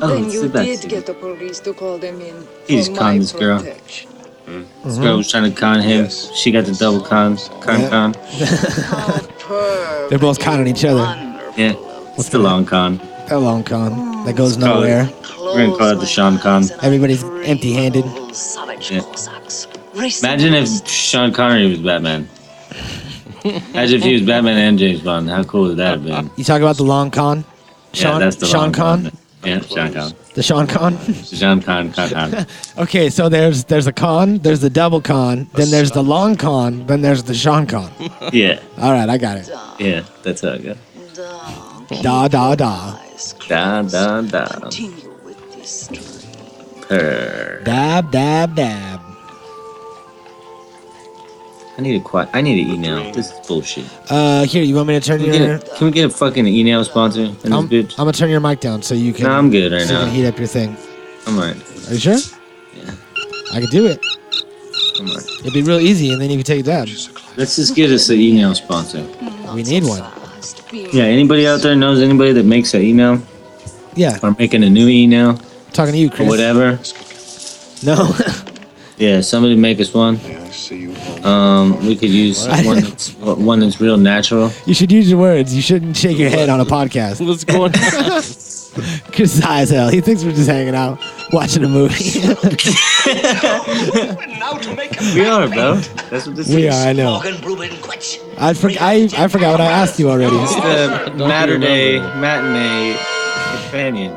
Speaker 3: Oh,
Speaker 23: then you
Speaker 3: bat
Speaker 23: did
Speaker 3: signal.
Speaker 23: get the police to call them in.
Speaker 3: He's
Speaker 23: for
Speaker 3: calm,
Speaker 23: my
Speaker 3: this girl.
Speaker 23: protection.
Speaker 3: This girl was trying to con him. She got the double con. Con
Speaker 2: Mm-hmm. Yeah.
Speaker 3: con.
Speaker 2: They're both conning each other.
Speaker 3: Yeah. What's the long con?
Speaker 2: That long con that goes
Speaker 3: Call it-
Speaker 2: nowhere.
Speaker 3: We're gonna call it the Sean Con.
Speaker 2: Everybody's empty-handed.
Speaker 3: Yeah. Imagine if Sean Connery was Batman. Imagine if he was Batman and James Bond. How cool would that have been?
Speaker 2: You talk about the long con. Sean,
Speaker 3: yeah, that's the
Speaker 2: Sean
Speaker 3: long
Speaker 2: con.
Speaker 3: Yeah, Sean Con.
Speaker 2: The Sean con.
Speaker 3: Sean Con, Con, Con.
Speaker 2: okay, so there's there's a con, there's the double con, then there's the long con, then there's the Sean con.
Speaker 3: Yeah,
Speaker 2: All right, I got it.
Speaker 3: yeah, that's how it goes.
Speaker 2: Da da da.
Speaker 3: Da, da, da. Purr.
Speaker 2: Dab dab dab.
Speaker 3: I need a quiet. I need an email. This is bullshit.
Speaker 2: Uh, here, you want me to turn
Speaker 3: Can we, get
Speaker 2: your?
Speaker 3: a, can we get a fucking email sponsor in this
Speaker 2: I'm, I'm
Speaker 3: bitch?
Speaker 2: gonna turn your mic down so you can.
Speaker 3: No, I'm good right
Speaker 2: so you
Speaker 3: now.
Speaker 2: can heat up your thing.
Speaker 3: I'm alright.
Speaker 2: Are you sure? Yeah. I can do it.
Speaker 3: I'm alright.
Speaker 2: It'd be real easy, and then you can take a dab.
Speaker 3: Let's just get us an email sponsor.
Speaker 2: We need one.
Speaker 3: Yeah, anybody out there knows anybody that makes an email
Speaker 2: Yeah,
Speaker 3: or making a new email
Speaker 2: talking to you,
Speaker 3: or
Speaker 2: Chris.
Speaker 3: whatever?
Speaker 2: No,
Speaker 3: Yeah, somebody make us one. Yeah, I see you. Um, we could use
Speaker 2: What?
Speaker 3: one that's one that's real natural.
Speaker 2: you should use your words. You shouldn't shake your head on a podcast. What's going on? Chris is high as hell. He thinks we're just hanging out, watching a movie.
Speaker 3: We are, bro. That's what this is.
Speaker 2: we are. I know. I, for, I, I forgot what I asked you already.
Speaker 3: It's the Matterday matinee companion.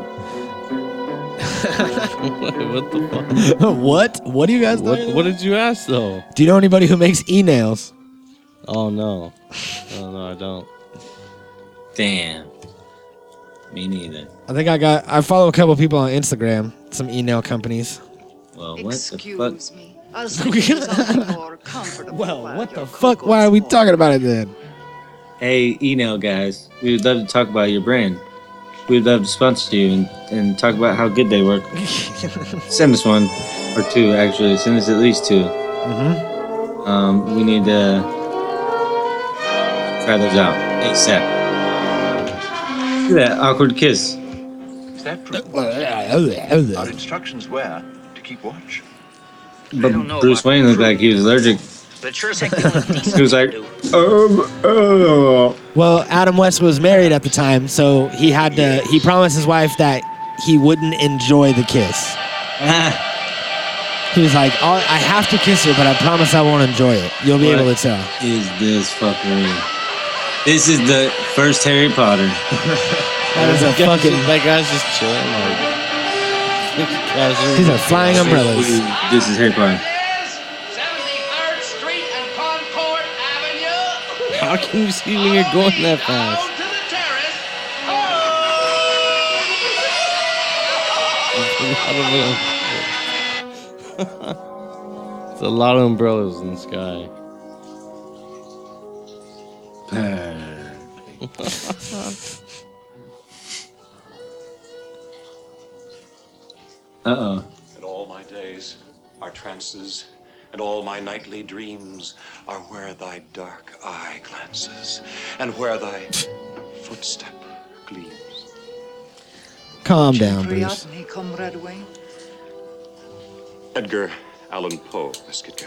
Speaker 1: what the fuck?
Speaker 2: what? What do you guys?
Speaker 1: What,
Speaker 2: talking
Speaker 1: what
Speaker 2: about?
Speaker 1: did you ask though?
Speaker 2: Do you know anybody who makes e nails?
Speaker 1: Oh no. Oh no, I don't.
Speaker 3: Damn. Me neither.
Speaker 2: I think I got. I follow a couple people on Instagram. Some e nail companies.
Speaker 3: Well, what the fuck?
Speaker 2: well, what the fuck? Why are we talking about it then?
Speaker 3: Hey, email guys, we would love to talk about your brand. We would love to sponsor you and, and talk about how good they work. Send us one or two, actually. Send us at least two.
Speaker 2: Mm-hmm.
Speaker 3: Um, we need to try those out ASAP. Look at that awkward kiss.
Speaker 20: Is that Our instructions were to keep watch.
Speaker 3: But Bruce Wayne looked like he was allergic.
Speaker 7: But sure as heck don't look decent.
Speaker 3: He was like, um, uh.
Speaker 2: Well, Adam West was married at the time, so he had to. He promised his wife that he wouldn't enjoy the kiss. he was like, "I'll- "I have to kiss her, but I promise I won't enjoy it. You'll be
Speaker 3: What?
Speaker 2: able to tell."
Speaker 3: Is this fuckery? This is the first Harry Potter.
Speaker 2: That is a fucking.
Speaker 1: That guy's just chilling. Like,
Speaker 2: These are flying umbrellas.
Speaker 3: This is Harry Potter.
Speaker 1: How can you see when you're going that fast? It's a lot of um- It's a lot of umbrellas in the sky.
Speaker 3: Uh oh.
Speaker 20: In all my days,
Speaker 9: our trances, and all my nightly dreams are where thy dark eye glances, and where thy footstep gleams.
Speaker 2: Calm down, Bruce.
Speaker 23: Priatni, Comrade Wayne.
Speaker 9: Edgar Allan Poe, Miss Kitka.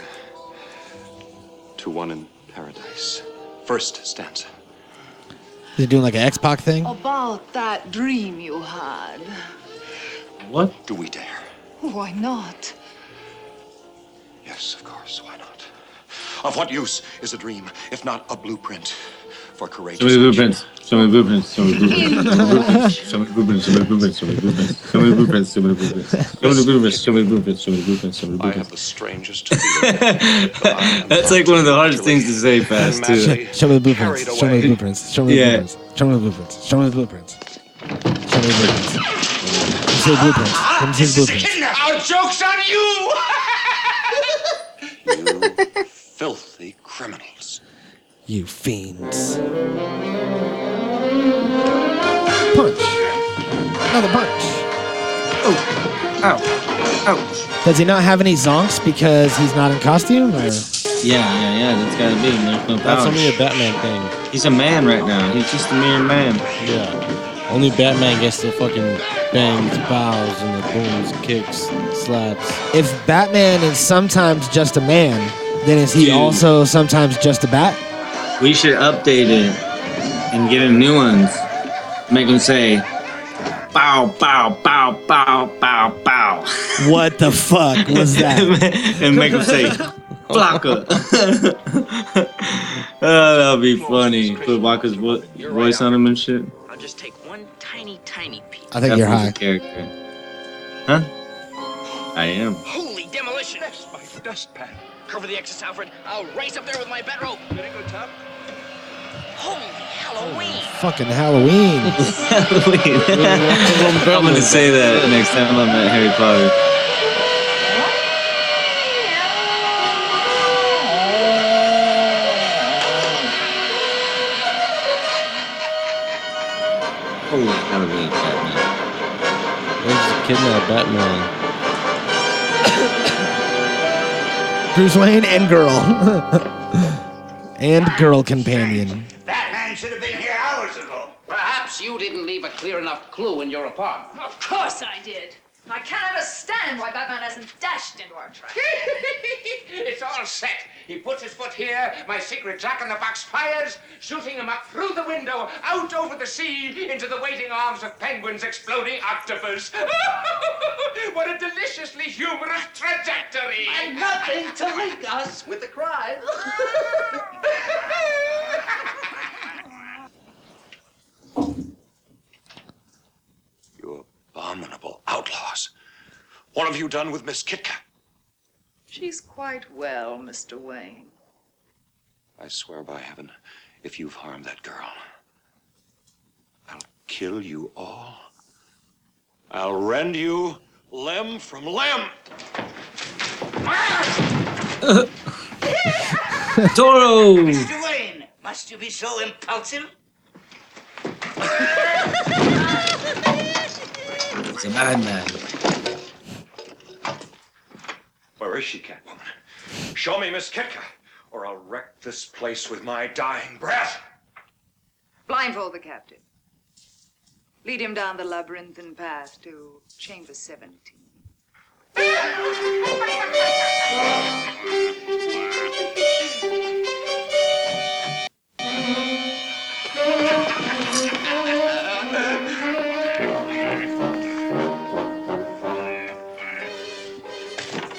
Speaker 9: To one in paradise. First stanza.
Speaker 2: They're doing like an X Pac thing.
Speaker 21: About that dream you had.
Speaker 9: What? Do we dare?
Speaker 21: Why not?
Speaker 9: Yes, of course. Why not? Of what use is a dream if not a blueprint for courageous
Speaker 3: So many blueprints. So many blueprints. So many blueprints. So many blueprints. So many blueprints. So many blueprints. So many blueprints. So many blueprints. So many blueprints. So many blueprints. So many blueprints. So many
Speaker 9: I
Speaker 3: blueprints.
Speaker 9: have the strangest
Speaker 3: That's like one of the hardest things to say fast too.
Speaker 2: Show me the blueprints. Show me the blueprints. Show me the
Speaker 3: Yeah.
Speaker 2: blueprints. Show me the blueprints. Show me the blueprints. Show me the blueprints. Let me see the blueprints. Let me see the blueprints.
Speaker 12: Our joke's on you!
Speaker 9: filthy criminals.
Speaker 2: You fiends. Punch. Another punch.
Speaker 3: Oh. Ouch.
Speaker 2: Does he not have any zonks because he's not in costume? Or?
Speaker 3: Yeah, yeah, yeah. That's gotta be. There's no
Speaker 1: That's
Speaker 3: power.
Speaker 1: only a Batman thing.
Speaker 3: He's a man right now. He's just a mere man.
Speaker 1: Yeah. Only Batman gets the fucking bangs, bows, and the booms, kicks, slaps.
Speaker 2: If Batman is sometimes just a man, then is he
Speaker 3: Dude.
Speaker 2: also sometimes just a bat?
Speaker 3: We should update it and get him new ones. Make him say, "Bow, bow, bow, bow, bow, bow,"
Speaker 2: What the fuck was that?
Speaker 3: and make him say, "Blocker." oh, that'd be funny. Put Walker's vo- voice on him and shit.
Speaker 7: I'll just take one tiny, tiny piece.
Speaker 2: I think you're high.
Speaker 3: Definitely a Character, huh? I am.
Speaker 7: Holy demolition! That's my dustpan. Cover the exits, Alfred. I'll race up there with my bat rope. Getting to the top. Holy Halloween!
Speaker 2: Fucking Halloween.
Speaker 3: I'm gonna say that next time I'm at Harry Potter. Holy Halloween, Batman.
Speaker 1: Where's kidnap Batman?
Speaker 2: Bruce Wayne and girl. and girl companion.
Speaker 12: That man should have been here hours ago.
Speaker 7: Perhaps you didn't leave a clear enough clue in your apartment.
Speaker 8: Of course I did. I can't understand why Batman hasn't dashed into our trap.
Speaker 12: it's all set. He puts his foot here, my secret jack in the box fires, shooting him up through the window, out over the sea, into the waiting arms of penguins, exploding octopus. what a deliciously humorous trajectory! And nothing to link us with the crime.
Speaker 9: You abominable outlaws. What have you done with Miss Kitka?
Speaker 21: She's quite well, Mr. Wayne.
Speaker 9: I swear by heaven, if you've harmed that girl, I'll kill you all. I'll rend you limb from limb.
Speaker 3: Toro!
Speaker 12: Mr. Wayne, must you be so impulsive?
Speaker 3: It's a madman.
Speaker 9: Where is she, Catwoman? Show me Miss Kitka, or I'll wreck this place with my dying breath.
Speaker 21: Blindfold the captain. Lead him down the labyrinthine path to Chamber 17.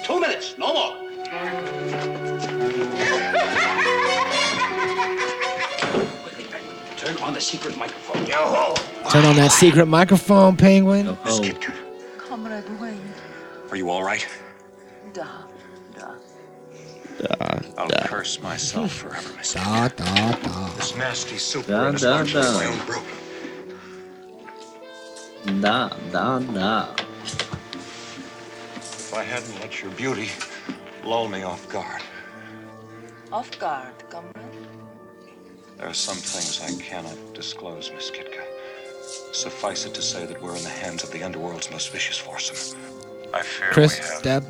Speaker 13: Two minutes, no more.
Speaker 12: Turn on the secret microphone. Yo-ho!
Speaker 2: Turn on that secret microphone, Penguin.
Speaker 9: Miss Kitka,
Speaker 21: Comrade Wayne.
Speaker 9: Are you all right?
Speaker 21: Da.
Speaker 9: I'll curse myself forever, Miss
Speaker 2: Da, da, da.
Speaker 9: This nasty soup
Speaker 3: Da,
Speaker 9: is
Speaker 3: da,
Speaker 9: largely
Speaker 3: da.
Speaker 9: my own brew.
Speaker 3: Da, da, da.
Speaker 9: If I hadn't let your beauty lull me off guard,
Speaker 21: Off guard, comrade.
Speaker 9: there are some things I cannot disclose, Miss Kitka. Suffice it to say that we're in the hands of the underworld's most vicious foursome. I fear
Speaker 2: Chris, Deb.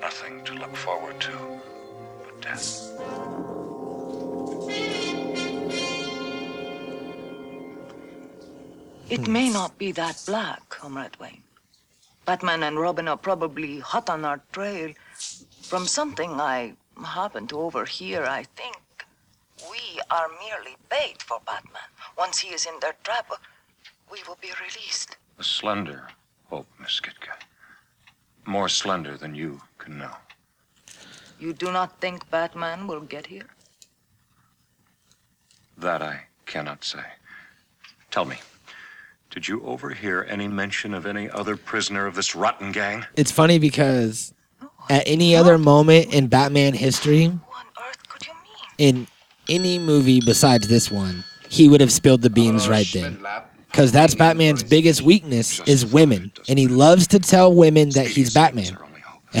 Speaker 9: nothing forward to but death.
Speaker 12: It
Speaker 3: Hmm.
Speaker 12: may not be that black, Comrade Wayne. Batman and Robin are probably hot on our trail. From something I happened to overhear, I think we are merely bait for Batman. Once he is in their trap, we will be released.
Speaker 9: A slender hope, Miss Kitka. More slender than you can know.
Speaker 12: You do not think Batman will get here?
Speaker 9: That I cannot say. Tell me, did you overhear any mention of any other prisoner of this rotten gang?
Speaker 2: It's funny because at any other moment in Batman history, in any movie besides this one, he would have spilled the beans
Speaker 9: Oh,
Speaker 2: right then. Because that's Batman's biggest weakness is women, and he loves to tell women that he's Batman. It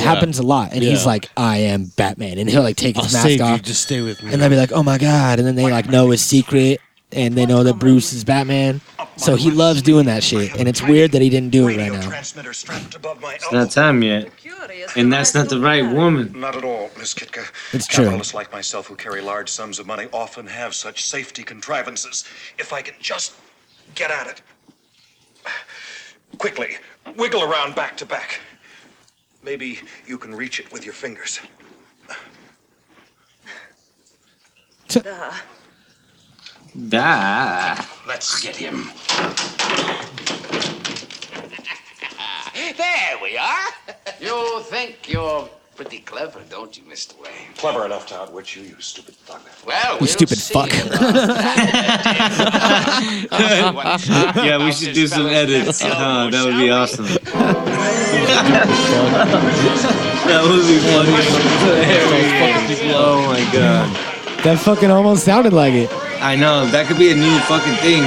Speaker 1: Yeah.
Speaker 2: happens a lot, and he's
Speaker 1: Yeah.
Speaker 2: like, "I am Batman," and he'll like take his
Speaker 1: I'll save
Speaker 2: mask
Speaker 1: you,
Speaker 2: off.
Speaker 1: just stay with me.
Speaker 2: And they'll be like, "Oh my god!" And then they like know his secret, and they know that Bruce is Batman. So he loves doing that shit, and it's weird that he didn't do it right now.
Speaker 3: It's not time yet. And that's not the right woman.
Speaker 9: Not at all, Miss Kitka.
Speaker 2: It's true.
Speaker 9: Capitalists like myself who carry large sums of money often have such safety contrivances. If I can just get at it. Quickly, wiggle around back to back. Maybe you can reach it with your fingers.
Speaker 3: Da.
Speaker 7: Let's get him. there we are. you think you're pretty clever, don't you, Mr. Wayne?
Speaker 9: Clever enough to outwit you, you stupid thug.
Speaker 7: Well,
Speaker 2: You
Speaker 7: we'll
Speaker 2: stupid
Speaker 7: see
Speaker 2: fuck.
Speaker 7: about that.
Speaker 3: yeah, we should do some edits. Oh, that would be awesome. that would be funny. Oh my god.
Speaker 2: That fucking almost sounded like it.
Speaker 3: I know, that could be a new fucking thing.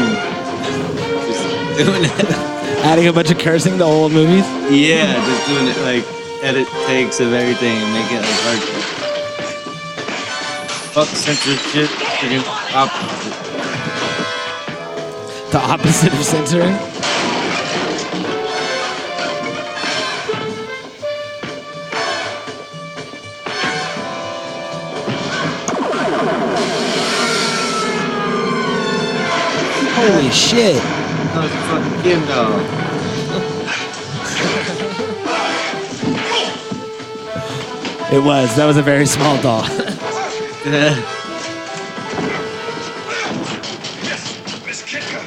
Speaker 3: Just doing it.
Speaker 2: Adding a bunch of cursing to old movies.
Speaker 3: Yeah, just doing it like edit takes of everything and make it like hard. Fuck censorship. freaking op-
Speaker 2: The opposite of censoring. Holy shit.
Speaker 3: That was a fucking game dog.
Speaker 2: It was. That was a very small doll.
Speaker 3: Yeah.
Speaker 9: Miss Kitka!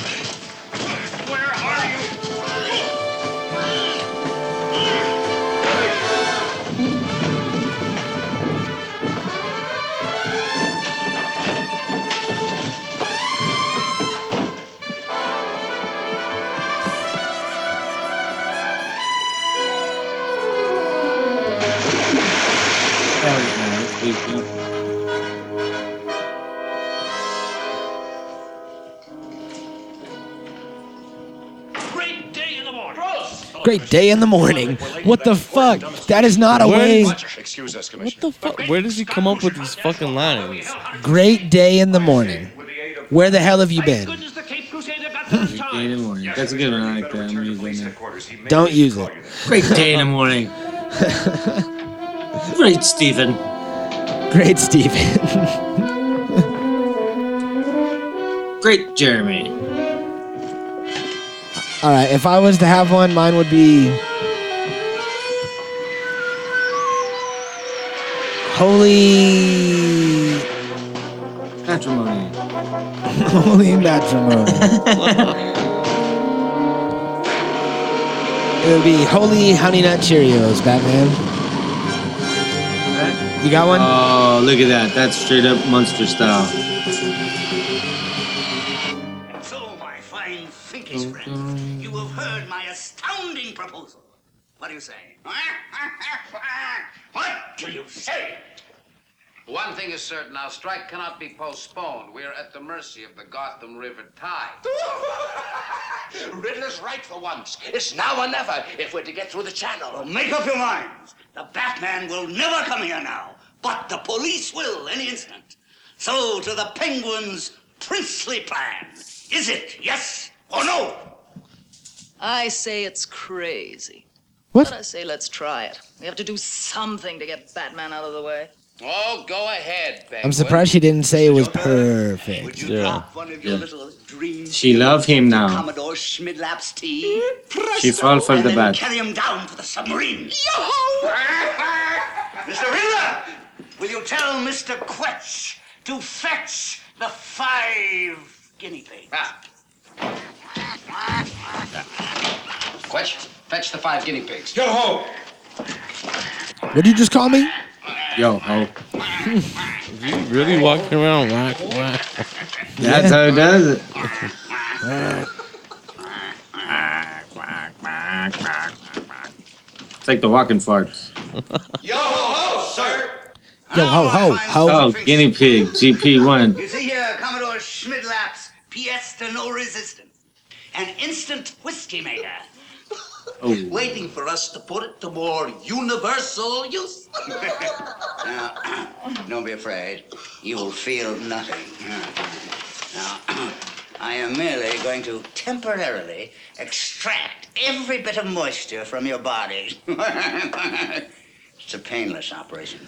Speaker 2: Great day in the morning. What the fuck? That is not a way.
Speaker 9: Excuse us,
Speaker 1: What the fuck? Where does he come up with these fucking lines?
Speaker 2: Great day in the morning. Where the hell have you been?
Speaker 3: Day in the morning. That's a good one. I like that. I'm using that.
Speaker 2: Don't use it.
Speaker 3: Great day in the morning. Great Stephen.
Speaker 2: Great Steven.
Speaker 3: Great Jeremy.
Speaker 2: All right, if I was to have one, mine would be. Holy.
Speaker 3: Matrimony.
Speaker 2: Holy matrimony. it would be Holy Honey Nut Cheerios, Batman. You got one?
Speaker 3: Oh, look at that. That's straight up monster style.
Speaker 7: So, my fine Finkies friends, you have heard my astounding proposal. What do you say? what do you say?
Speaker 13: One thing is certain, our strike cannot be postponed. We're at the mercy of the Gotham River tide.
Speaker 7: Riddler's right for once. It's now or never if we're to get through the channel.
Speaker 13: Make up your minds.
Speaker 7: The Batman will never come here now, but the police will any instant. So, to the Penguin's princely plan. Is it yes or no?
Speaker 12: I say it's crazy.
Speaker 2: What?
Speaker 24: But I say let's try it. We have to do something to get Batman out of the way.
Speaker 9: Oh, go ahead, Batman.
Speaker 2: I'm surprised she didn't say it was perfect.
Speaker 3: Yeah. Yeah. She love him now.
Speaker 12: Commodore Schmidlap's tea.
Speaker 3: She fall for
Speaker 12: and
Speaker 3: the
Speaker 12: then
Speaker 3: bat.
Speaker 12: carry him down to the submarine. Mr. Riddler, will you tell Mr. Quetch to fetch the five guinea pigs?
Speaker 9: Ah. Quetch, fetch the five guinea pigs.
Speaker 3: Yo ho!
Speaker 2: What did you just call me?
Speaker 3: Yo ho!
Speaker 1: You really walking around whack whack.
Speaker 3: That's how it does it. It's like the walking farts.
Speaker 9: Yo ho ho, sir!
Speaker 3: Yo ho ho ho! Oh, guinea pig GP one.
Speaker 12: You see here, Commodore Schmidlap's PS to no resistance. An instant whiskey maker.
Speaker 3: Oh.
Speaker 9: Waiting for us to put it to more universal use.
Speaker 12: Now, don't be afraid. You'll feel nothing. Now, I am merely going to temporarily extract every bit of moisture from your body. it's a painless operation.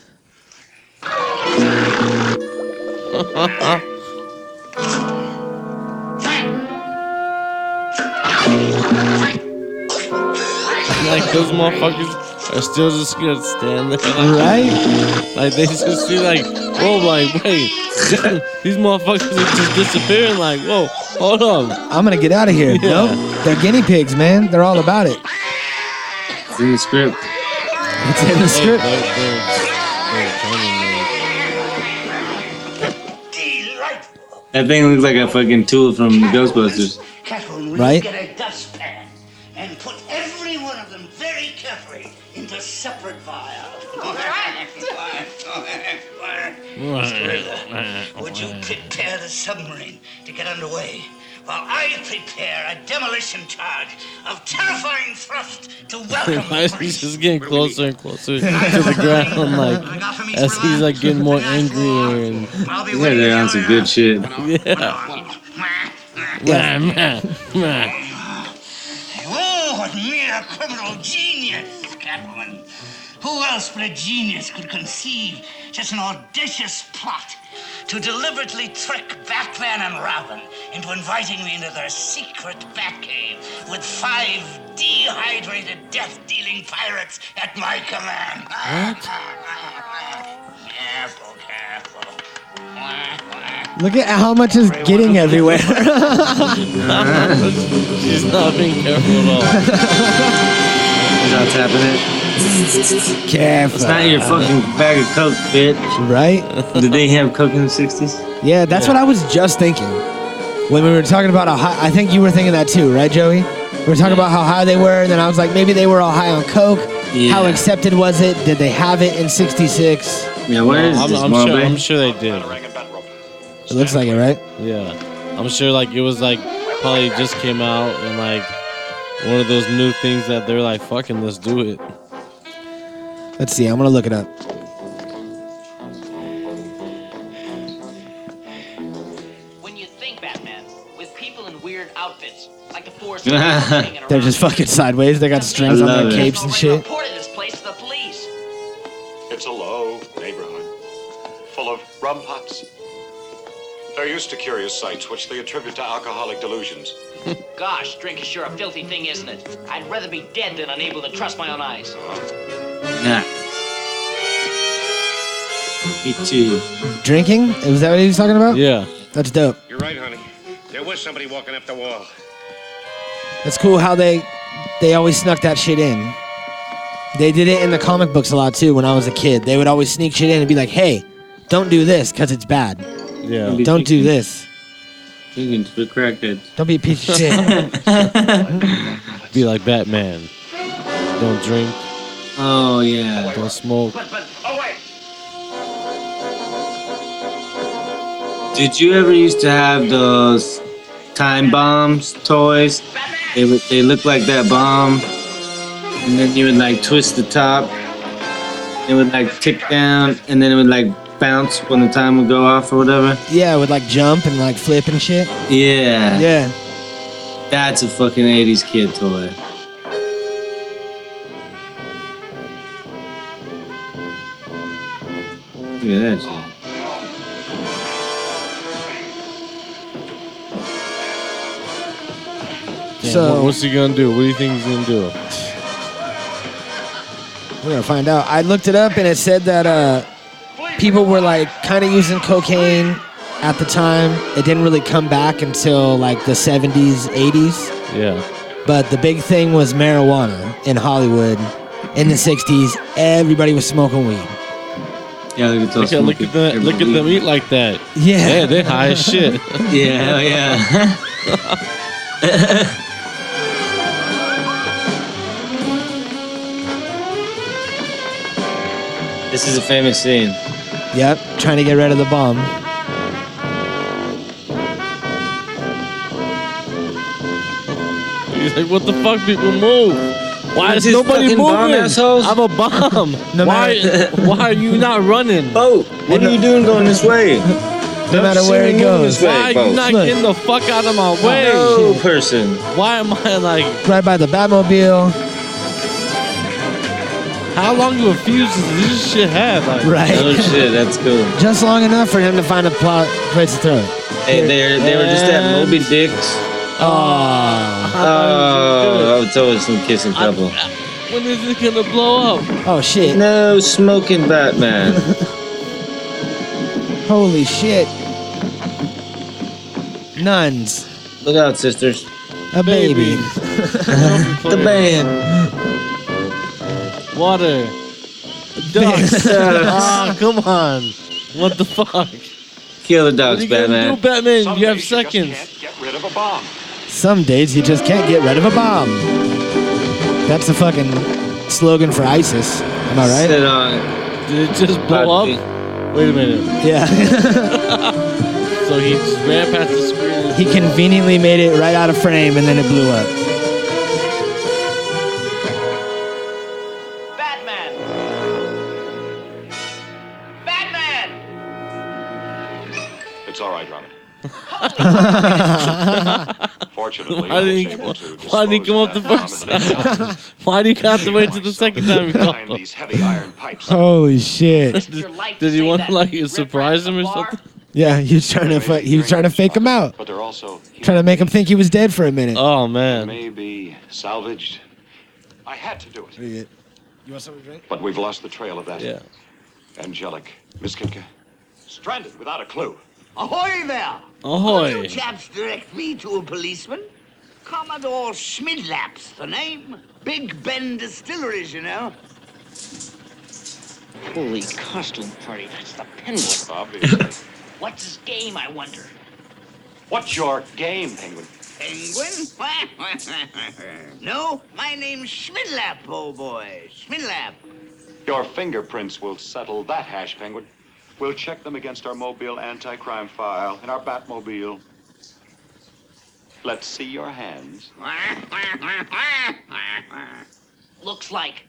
Speaker 1: like those motherfuckers are still just gonna stand there, like,
Speaker 2: Right?
Speaker 1: Like they just be like, whoa, like wait, these motherfuckers are just disappearing. Like whoa, hold on.
Speaker 2: I'm gonna get out of here.
Speaker 1: Yeah.
Speaker 2: Nope. They're guinea pigs, man. They're all about it.
Speaker 3: It's in the script.
Speaker 2: It's in the script.
Speaker 3: That thing looks like a fucking tool from Ghostbusters.
Speaker 12: Catherine, will
Speaker 1: Eh?
Speaker 3: Right?
Speaker 12: you get a dustpan and put every one of them very carefully into separate vials. Mr. Riddler, Would you prepare the submarine to get underway while I prepare a demolition charge of terrifying thrust to welcome
Speaker 1: Why is he just getting closer and closer to the ground? Like as he's like getting more angry and
Speaker 3: You guys are on some good shit.
Speaker 1: yeah. Yeah, man, man.
Speaker 12: Oh, what mere criminal genius, Catwoman. Who else but a genius could conceive such an audacious plot to deliberately trick Batman and Robin into inviting me into their secret Batcave with five dehydrated, death dealing pirates at my command? Careful, careful.
Speaker 2: Look at how much is getting everywhere.
Speaker 1: She's not being careful at all.
Speaker 3: Without tapping it.
Speaker 2: Careful.
Speaker 3: It's not your fucking bag of coke, bitch.
Speaker 2: Right?
Speaker 3: Did they have coke in the sixties?
Speaker 2: yeah, that's what I was just thinking. When we were talking about how high, I think you were thinking that too, right, Joey? We were talking about how high they were, and then I was like, maybe they were all high on coke. How
Speaker 1: Yeah.
Speaker 2: accepted was it? Did they have it in '66?
Speaker 3: Yeah,
Speaker 1: what
Speaker 3: what
Speaker 1: is
Speaker 3: is
Speaker 1: I'm,
Speaker 3: this,
Speaker 1: I'm sure,
Speaker 3: Marley?
Speaker 1: I'm sure they did.
Speaker 2: It looks like it, right?
Speaker 1: Yeah, I'm sure like it was like probably just came out and like one of those new things that they're like fucking let's do it.
Speaker 2: Let's see. I'm gonna look it up.
Speaker 7: When you think Batman, with people in weird outfits, like the force.
Speaker 2: They're just fucking sideways. They got strings on their
Speaker 3: love it.
Speaker 2: capes and shit.
Speaker 7: Reported this place to the police.
Speaker 5: It's a low neighborhood, full of rum pots. They're used to curious sights, which they attribute to alcoholic delusions.
Speaker 7: Gosh, drink is sure a filthy thing, isn't it? I'd rather be dead than unable to trust my own eyes.
Speaker 3: Nah. Me too.
Speaker 2: Drinking? Was that what he was talking about?
Speaker 1: Yeah.
Speaker 2: That's dope.
Speaker 9: You're right, honey. There was somebody walking up the wall.
Speaker 2: That's cool how they they always snuck that shit in. They did it in the comic books a lot too when I was a kid. They would always sneak shit in and be like, "Hey, don't do this cuz it's bad.
Speaker 1: Yeah.
Speaker 2: Don't do this.
Speaker 3: Chickens with crackheads.
Speaker 2: Don't be a piece of shit."
Speaker 1: Be like Batman. Don't drink.
Speaker 3: Oh yeah.
Speaker 1: Don't smoke.
Speaker 3: Did you ever used to have those time bombs toys? They would, they look like that bomb, and then you would like twist the top. It would like tick down, and then it would like bounce when the time would go off or whatever.
Speaker 2: yeah, with like jump and like flip and shit.
Speaker 3: Yeah.
Speaker 2: Yeah.
Speaker 3: That's a fucking 80s kid toy. Look at that. shit.
Speaker 1: Yeah,
Speaker 2: So-
Speaker 1: wha- what's he gonna do? What do you think he's gonna do?
Speaker 2: We're gonna find out. I looked it up and it said that uh, people were like kind of using cocaine at the time. It didn't really come back until like the 70s, 80s.
Speaker 1: Yeah.
Speaker 2: But the big thing was marijuana in Hollywood in the 60s. Everybody was smoking weed.
Speaker 3: Yeah, look at
Speaker 1: Look
Speaker 3: those.
Speaker 1: at, look at, the, look at them eat like that.
Speaker 2: Yeah.
Speaker 1: Yeah, they're high as shit.
Speaker 3: Yeah, hell yeah. This is a famous scene.
Speaker 2: Yep, trying to get rid of the bomb.
Speaker 1: He's like, what the fuck, people move? Why
Speaker 2: You
Speaker 1: is
Speaker 2: just
Speaker 1: nobody
Speaker 2: fucking
Speaker 1: moving?
Speaker 2: bomb assholes.
Speaker 1: I'm a bomb.
Speaker 2: No
Speaker 1: why?
Speaker 2: matter-
Speaker 1: why are you not running?
Speaker 3: Boat, Oh, what are you doing going this way?
Speaker 2: No matter where it goes.
Speaker 1: why are you not getting the fuck out of my way?
Speaker 3: No Oh, person.
Speaker 1: Why am I like?
Speaker 2: Right by the Batmobile.
Speaker 1: How long do fuses does this shit have? Like,
Speaker 2: Right.
Speaker 3: Oh shit, that's cool.
Speaker 2: Just long enough for him to find a plot place to throw it.
Speaker 3: Hey, they they were just at
Speaker 1: And-
Speaker 3: Moby Dick's.
Speaker 2: Oh.
Speaker 3: Oh, it's always some kissing couple.
Speaker 1: When is it gonna blow up?
Speaker 2: Oh shit.
Speaker 3: No smoking Batman.
Speaker 2: Holy shit. Nuns.
Speaker 3: Look out, sisters.
Speaker 2: A baby.
Speaker 3: The band.
Speaker 1: Water. Ducks. ah, come on. What the fuck?
Speaker 3: Kill the
Speaker 1: What are
Speaker 3: dogs,
Speaker 1: you gonna
Speaker 3: Batman.
Speaker 1: do, Batman? you have seconds.
Speaker 2: Some days you just can't get rid of a bomb. That's the fucking slogan for ISIS. Am I right?
Speaker 3: Sit on it.
Speaker 1: Did it just blow up? Wait a minute.
Speaker 2: Yeah.
Speaker 1: So he just ran past the screen.
Speaker 2: he conveniently made it right out of frame and then it blew up.
Speaker 6: It's all right, Drummond. Fortunately,
Speaker 1: Why
Speaker 6: I
Speaker 1: did
Speaker 6: was
Speaker 1: he come
Speaker 6: able
Speaker 1: up,
Speaker 6: to
Speaker 1: why did he
Speaker 6: dispose
Speaker 1: come
Speaker 6: of
Speaker 1: up the
Speaker 6: that
Speaker 1: first
Speaker 6: bomb
Speaker 1: time? why did he have to wait till the second time he called
Speaker 6: behind
Speaker 1: him?
Speaker 6: these heavy iron pipes.
Speaker 2: Holy shit.
Speaker 1: Did, did he want to like surprise him or something?
Speaker 2: Yeah, he was trying to fu- he was trying to fake him out.
Speaker 6: But they're also
Speaker 2: Trying to make him think he was dead for a minute.
Speaker 1: Oh man.
Speaker 6: may be salvaged. I had to do it.
Speaker 2: You want something to drink?
Speaker 6: But we've lost the trail of that.
Speaker 1: Yeah.
Speaker 6: Angelic. Miss Kinka. Stranded without a clue.
Speaker 12: Ahoy there! Could
Speaker 1: Ahoy.
Speaker 12: you chaps direct me to a policeman? Commodore Schmidlap's the name. Big Ben Distilleries, you know.
Speaker 7: Holy costume party, that's the penguin.
Speaker 6: Obviously.
Speaker 7: What's his game, I wonder?
Speaker 6: What's your game, Penguin?
Speaker 12: Penguin? no, Oh, my name's Schmidlap, old boy. Schmidlap.
Speaker 6: Your fingerprints will settle that hash, Penguin. We'll check them against our mobile anti-crime file and our Batmobile. Let's see your hands.
Speaker 7: Looks like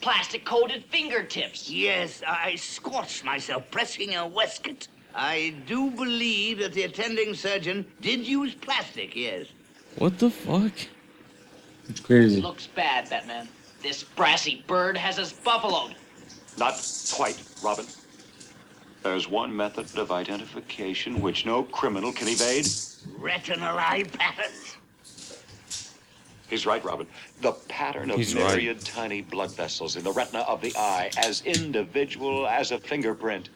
Speaker 7: plastic coated fingertips.
Speaker 12: Yes, I scorched myself pressing a waistcoat. I do believe that the attending surgeon did use plastic, yes.
Speaker 1: What the fuck?
Speaker 3: It's crazy.
Speaker 7: Looks bad, Batman. This brassy bird has us buffaloed.
Speaker 6: Not quite, Robin. There's one method of identification which no criminal can evade.
Speaker 12: Retinal eye patterns.
Speaker 6: He's right, Robin. The pattern of
Speaker 20: He's right.
Speaker 6: myriad tiny blood vessels in the retina of the eye, as individual as a fingerprint.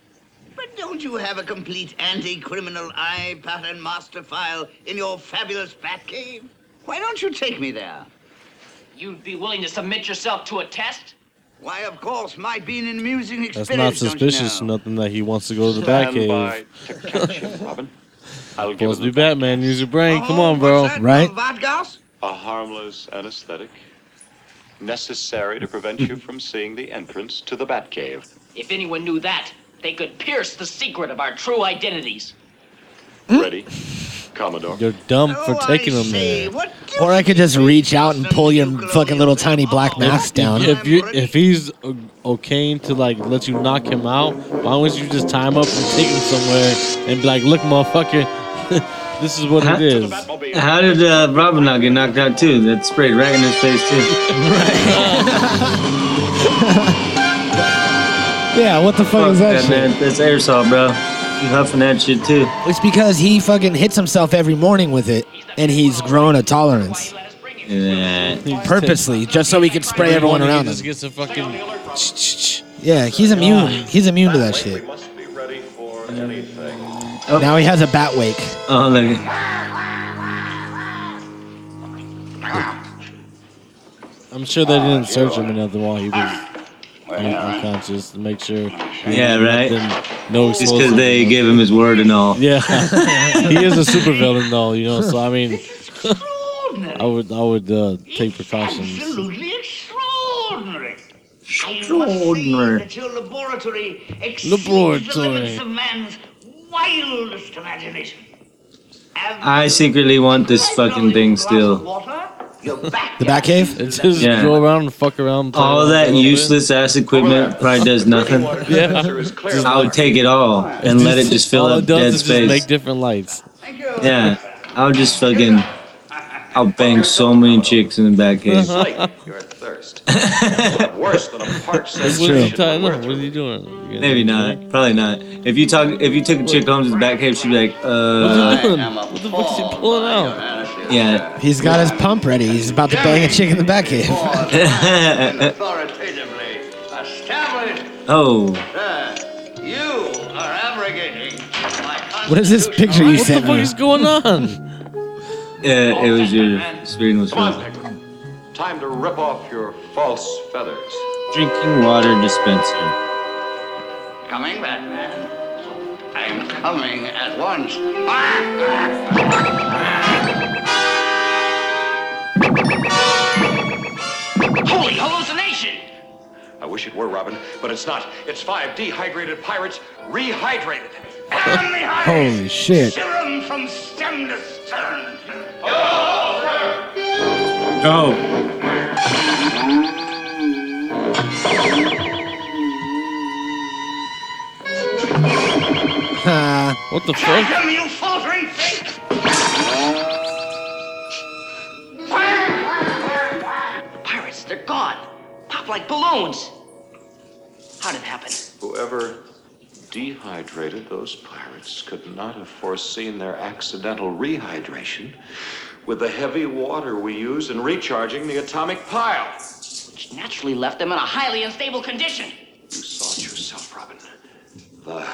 Speaker 12: But don't you have a complete anti-criminal eye pattern master file in your fabulous Batcave? Why don't you take me there?
Speaker 7: You'd be willing to submit yourself to a test?
Speaker 12: Why, of course, might be an amusing experience.
Speaker 1: That's not
Speaker 12: don't you
Speaker 1: suspicious
Speaker 12: know?
Speaker 1: or nothing that he wants to go to the
Speaker 6: Stand
Speaker 1: Batcave.
Speaker 6: by to catch him, Robin. I'll give
Speaker 1: Supposed
Speaker 6: him
Speaker 1: to be Batman. Use your brain. Come on,
Speaker 12: Oh,
Speaker 1: bro.
Speaker 12: what's that?
Speaker 2: Right?
Speaker 12: Vodgas?
Speaker 6: a harmless anesthetic necessary to prevent you from seeing the entrance to the Batcave.
Speaker 7: If anyone knew that, they could pierce the secret of our true identities.
Speaker 6: Ready, Commodore?
Speaker 1: You're dumb for taking him there.
Speaker 2: Or I could just reach out and pull your fucking little tiny black mask down.
Speaker 1: If you if he's o- okay to like let you knock him out, why don't you just tie him up and take him somewhere and be like, look, motherfucker, this is what it is.
Speaker 3: How did uh, Robin not get knocked out too? That sprayed right in his face too.
Speaker 2: Yeah, what the fuck is that shit?
Speaker 3: man. That's airsoft, bro. You huffing that shit too.
Speaker 2: It's because he fucking hits himself every morning with it, and he's grown a tolerance purposely, just so he could spray everyone around
Speaker 1: He
Speaker 2: him.
Speaker 1: just gets a fucking.
Speaker 2: Yeah, he's immune. He's immune to that shit. Now he has a bat wake.
Speaker 3: Oh, look.
Speaker 1: I'm sure they didn't search him another while he was un- unconscious to make sure. he
Speaker 3: Yeah,
Speaker 1: didn't let
Speaker 3: right.
Speaker 1: them- No
Speaker 3: Just because
Speaker 1: explosives.
Speaker 3: they gave him his word and all.
Speaker 1: Yeah, he is a supervillain though, you know. So I mean, I would I would uh, take precautions.
Speaker 12: Absolutely extraordinary.
Speaker 1: Extraordinary.
Speaker 12: That your laboratory exceeds the
Speaker 1: Laboratory.
Speaker 12: limits of man's wildest imagination.
Speaker 3: I secretly want this fucking thing still.
Speaker 2: The back cave?
Speaker 1: Just
Speaker 3: Yeah.
Speaker 1: go around and fuck around. play
Speaker 3: All
Speaker 1: around a
Speaker 3: that
Speaker 1: little bit.
Speaker 3: useless ass equipment probably does nothing.
Speaker 1: Yeah.
Speaker 3: I would take it all and let it just fill
Speaker 1: All
Speaker 3: up
Speaker 1: it does
Speaker 3: dead
Speaker 1: is just make
Speaker 3: space.
Speaker 1: different lights.
Speaker 3: Yeah, I'll just fucking. I'll bang so many chicks in the back cave.
Speaker 1: Uh-huh. You're
Speaker 20: thirst.
Speaker 1: Worse than a parched What are you
Speaker 3: True.
Speaker 1: tying up? What are you doing? You gonna-
Speaker 3: Maybe not. Probably not. If you talk, if you took a chick home to the back cave, she'd be like,
Speaker 1: What you
Speaker 3: uh,
Speaker 1: doing? What the fuck's he pulling out?
Speaker 3: yeah.
Speaker 2: He's got his pump ready. He's about to bang a chick in the back cave.
Speaker 12: Authoritatively established
Speaker 3: oh.
Speaker 12: that you are abrogating my
Speaker 2: What is this picture you
Speaker 12: What the
Speaker 2: sent
Speaker 12: fuck
Speaker 2: me?
Speaker 12: is
Speaker 1: going on?
Speaker 3: Yeah, it was your screen was
Speaker 9: Come
Speaker 3: frozen.
Speaker 9: on, Pickle. Time to rip off your false feathers.
Speaker 3: Drinking water dispenser.
Speaker 13: Coming, Batman. I'm coming at once.
Speaker 12: holy hallucination.
Speaker 9: I wish it were Robin, but it's not. It's five dehydrated pirates rehydrated.
Speaker 2: Holy shit.
Speaker 12: Serum from stem to stern.
Speaker 3: Oh.
Speaker 1: what the fuck?
Speaker 12: Come, you faltering thing. Pirates, they're gone. Pop like balloons. How did it happen?
Speaker 9: Whoever dehydrated those pirates could not have foreseen their accidental rehydration with the heavy water we use in recharging the atomic pile. Which
Speaker 12: naturally left them in a highly unstable condition.
Speaker 9: You saw it yourself, Robin. The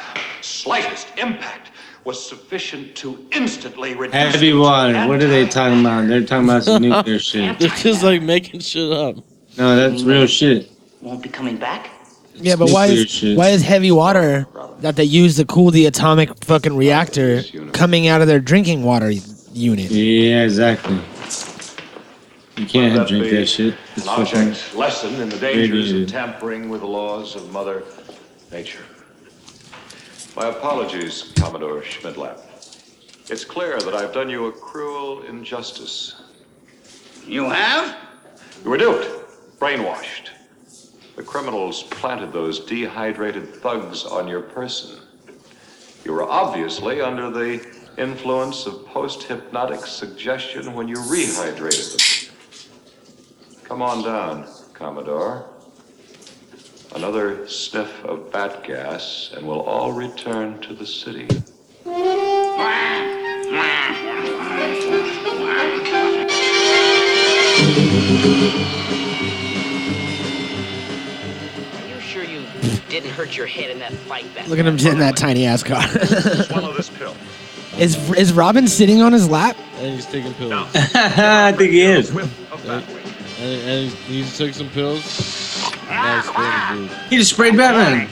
Speaker 9: slightest impact was sufficient to instantly reduce.
Speaker 3: Heavy water. What are they talking about? They're talking about some nuclear shit.
Speaker 1: They're just like making shit up.
Speaker 3: No, that's real shit.
Speaker 12: Won't be coming back.
Speaker 2: Yeah, but why
Speaker 3: Nuclear
Speaker 2: is
Speaker 3: shit.
Speaker 2: why is heavy water that they use to cool the atomic fucking reactor coming out of their drinking water unit?
Speaker 3: Yeah, exactly. You can't
Speaker 9: Let that
Speaker 3: drink
Speaker 9: be
Speaker 3: that shit. It's
Speaker 9: An
Speaker 3: fucking.
Speaker 9: object lesson in the dangers
Speaker 3: Radiated.
Speaker 9: of tampering with the laws of Mother Nature. My apologies, Commodore Schmidlap. It's clear that I've done you a cruel injustice.
Speaker 13: You have?
Speaker 9: You were duped, brainwashed. The criminals planted those dehydrated thugs on your person. You were obviously under the influence of post hypnotic suggestion when you rehydrated them. Come on down, Commodore. Another sniff of bat gas, and we'll all return to the city.
Speaker 7: Are you sure you didn't hurt your head in that fight back?
Speaker 2: Look at him in that tiny ass car.
Speaker 7: Swallow this pill.
Speaker 2: is is Robin sitting on his lap?
Speaker 1: And he's taking pills.
Speaker 3: I think he is.
Speaker 1: And, and he he took some pills. Now he's feeling good.
Speaker 3: He just sprayed Batman.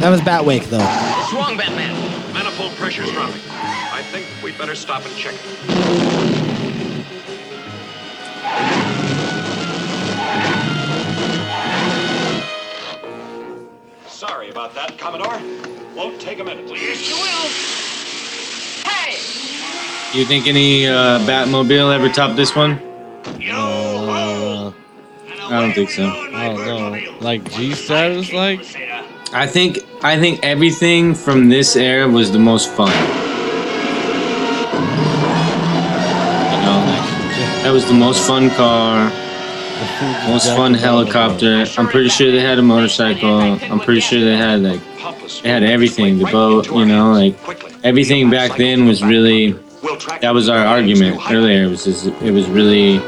Speaker 2: That was bat wake though.
Speaker 12: What's wrong, Batman?
Speaker 9: Manifold pressure's dropping. I think we'd better stop and check it.
Speaker 5: Sorry about that, Commodore. Won't take a minute. Yes, you will.
Speaker 3: You think any uh, Batmobile ever topped this one?
Speaker 1: Uh,
Speaker 3: I don't think so.
Speaker 1: I don't know. Like G status, like.
Speaker 3: I think I think everything from this era was the most fun. You know, like, that was the most fun car. Most fun helicopter. I'm pretty sure they had a motorcycle. I'm pretty sure they had like they had everything. The boat, you know, like everything back then was really. That was our argument earlier. It was just, it was really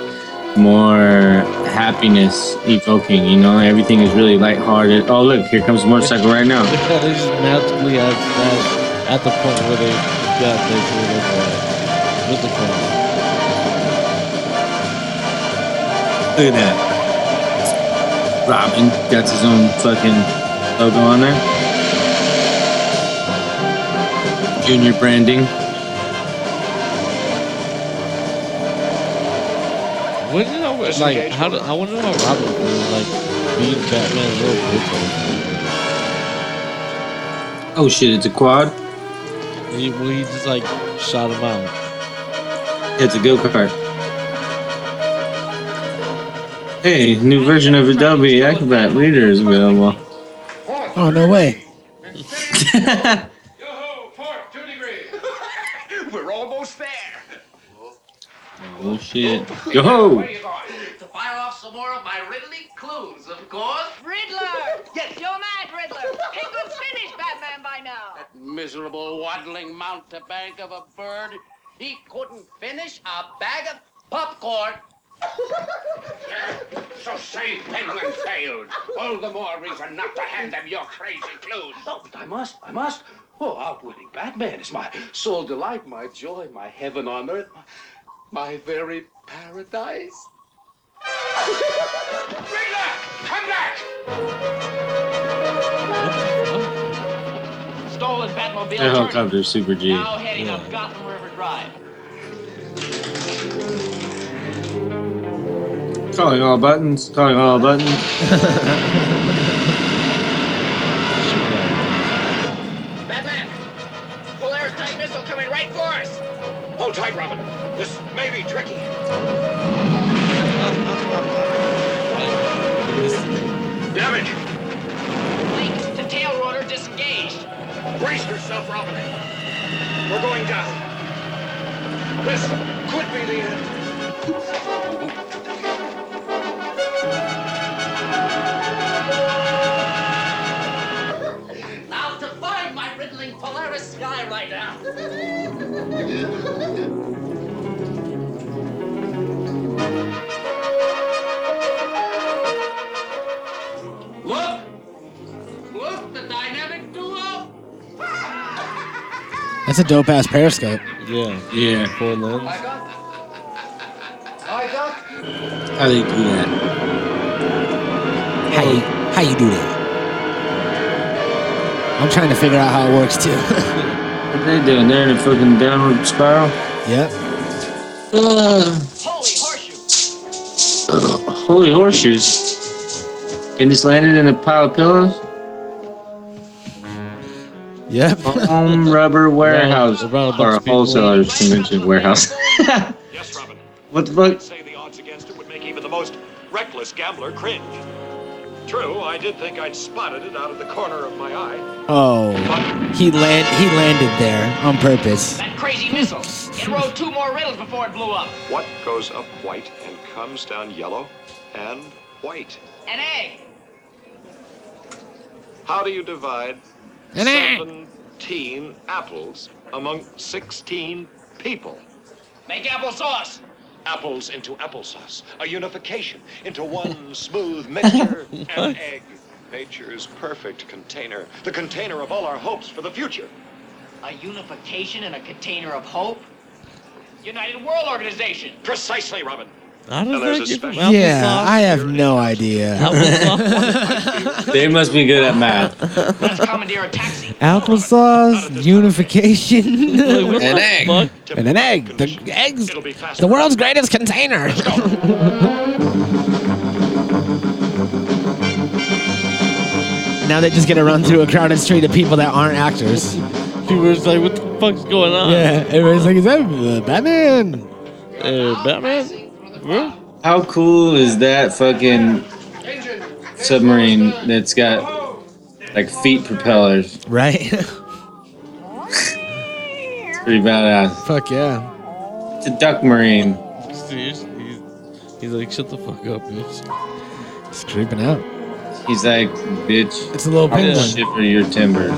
Speaker 3: more happiness evoking. You know, everything is really lighthearted. Oh look, here comes the motorcycle right now.
Speaker 1: they just magically have that at the point where they got they sort of uh, what's it called?
Speaker 3: Look at that. Robin got his own fucking logo on there. Junior branding.
Speaker 1: What do you know? Like how? do- I wonder how Robin feels like being Batman's little boyfriend.
Speaker 3: Oh shit, it's a quad.
Speaker 1: He, well, he just like shot him out.
Speaker 3: It's a go kart. Hey, new version of Adobe Acrobat Reader is available.
Speaker 2: Oh no way!
Speaker 12: We're almost there.
Speaker 3: Oh shit. Yo ho!
Speaker 12: To fire off some more of my riddling clues, of course.
Speaker 25: Riddler! yes, you're mad, Riddler. He could finish Batman by now.
Speaker 12: Miserable waddling mountebank of a bird. He couldn't finish a bag of popcorn. so say Penguin failed. All the more reason not to hand them your crazy clues.
Speaker 26: Oh, but I must, I must. Oh, outwitting Batman is my sole delight, my joy, my heaven on earth, my, my very paradise.
Speaker 12: Come back! Stolen Batmobile.
Speaker 3: That helicopter super G.
Speaker 12: Now heading up Gotham River Drive.
Speaker 3: Calling all buttons, calling all buttons.
Speaker 12: Batman! Full airtight missile coming right for us! Hold tight, Robin. This may be tricky. Damage!
Speaker 25: Link, the tail rotor disengaged.
Speaker 12: Brace yourself, Robin. We're going down. This could be the end. Now to find my riddling Polaris Skyrider. Look! Look, the dynamic duo!
Speaker 2: That's a dope ass periscope.
Speaker 1: Yeah. Yeah. Four lens.
Speaker 12: I got
Speaker 3: How do you do that?
Speaker 2: How you how you do that? I'm trying to figure out how it works too.
Speaker 3: What they doing? They're in a fucking downward spiral?
Speaker 2: yep.
Speaker 3: Holy horseshoes. And just landed in a pile of pillows?
Speaker 2: Yep.
Speaker 3: Home rubber warehouse. or a wholesaler's convention warehouse. what the fuck?
Speaker 9: Say the odds against it would make even the most reckless gambler cringe. True, I did think I'd spotted it out of the corner of my eye.
Speaker 2: Oh, he land he landed there on purpose.
Speaker 9: That crazy missile! It rode two more riddles before it blew up. What goes up white and comes down yellow and white?
Speaker 25: An egg.
Speaker 9: How do you divide
Speaker 2: An egg.
Speaker 9: 17 apples among 16 people? Make applesauce! Apples into applesauce. A unification into one smooth mixture. An egg. Nature's perfect container. The container of all our hopes for the future.
Speaker 7: A unification in a container of hope?
Speaker 9: United World Organization. Precisely, Robin.
Speaker 2: How
Speaker 9: does that get
Speaker 1: from
Speaker 2: Yeah, I have no idea.
Speaker 3: They must be good at math.
Speaker 2: Applesauce unification
Speaker 12: An egg.
Speaker 2: and an egg. The eggs, the world's greatest container. now they just gonna run through a crowded street of people that aren't actors.
Speaker 1: People are just like, what the fuck's going on?
Speaker 2: Yeah, everybody's like, is that uh, Batman?
Speaker 1: Uh, Batman?
Speaker 3: How cool is that fucking submarine that's got like feet propellers?
Speaker 2: Right?
Speaker 3: Pretty badass.
Speaker 2: Fuck yeah.
Speaker 3: It's a duck marine.
Speaker 1: He's, he's, He's like, shut the fuck up, bitch.
Speaker 2: It's creeping out.
Speaker 3: He's like, bitch.
Speaker 2: It's a little
Speaker 3: I'll just
Speaker 2: penguin.
Speaker 3: Shiver your timber.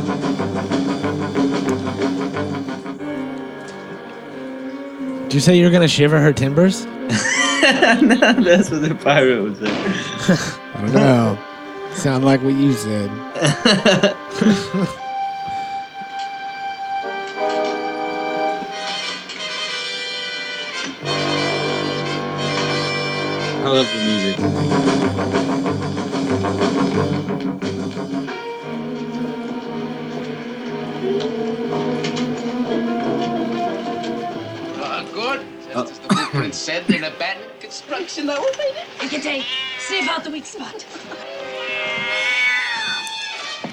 Speaker 2: Did you say you were gonna shiver her timbers?
Speaker 3: That's what the pirate was saying.
Speaker 2: I don't know. Sound like what you said.
Speaker 3: I love the music.
Speaker 12: Ah, good. Just as the blueprint said, in abandoned construction elevator.
Speaker 8: Take a day. Save out the weak spot.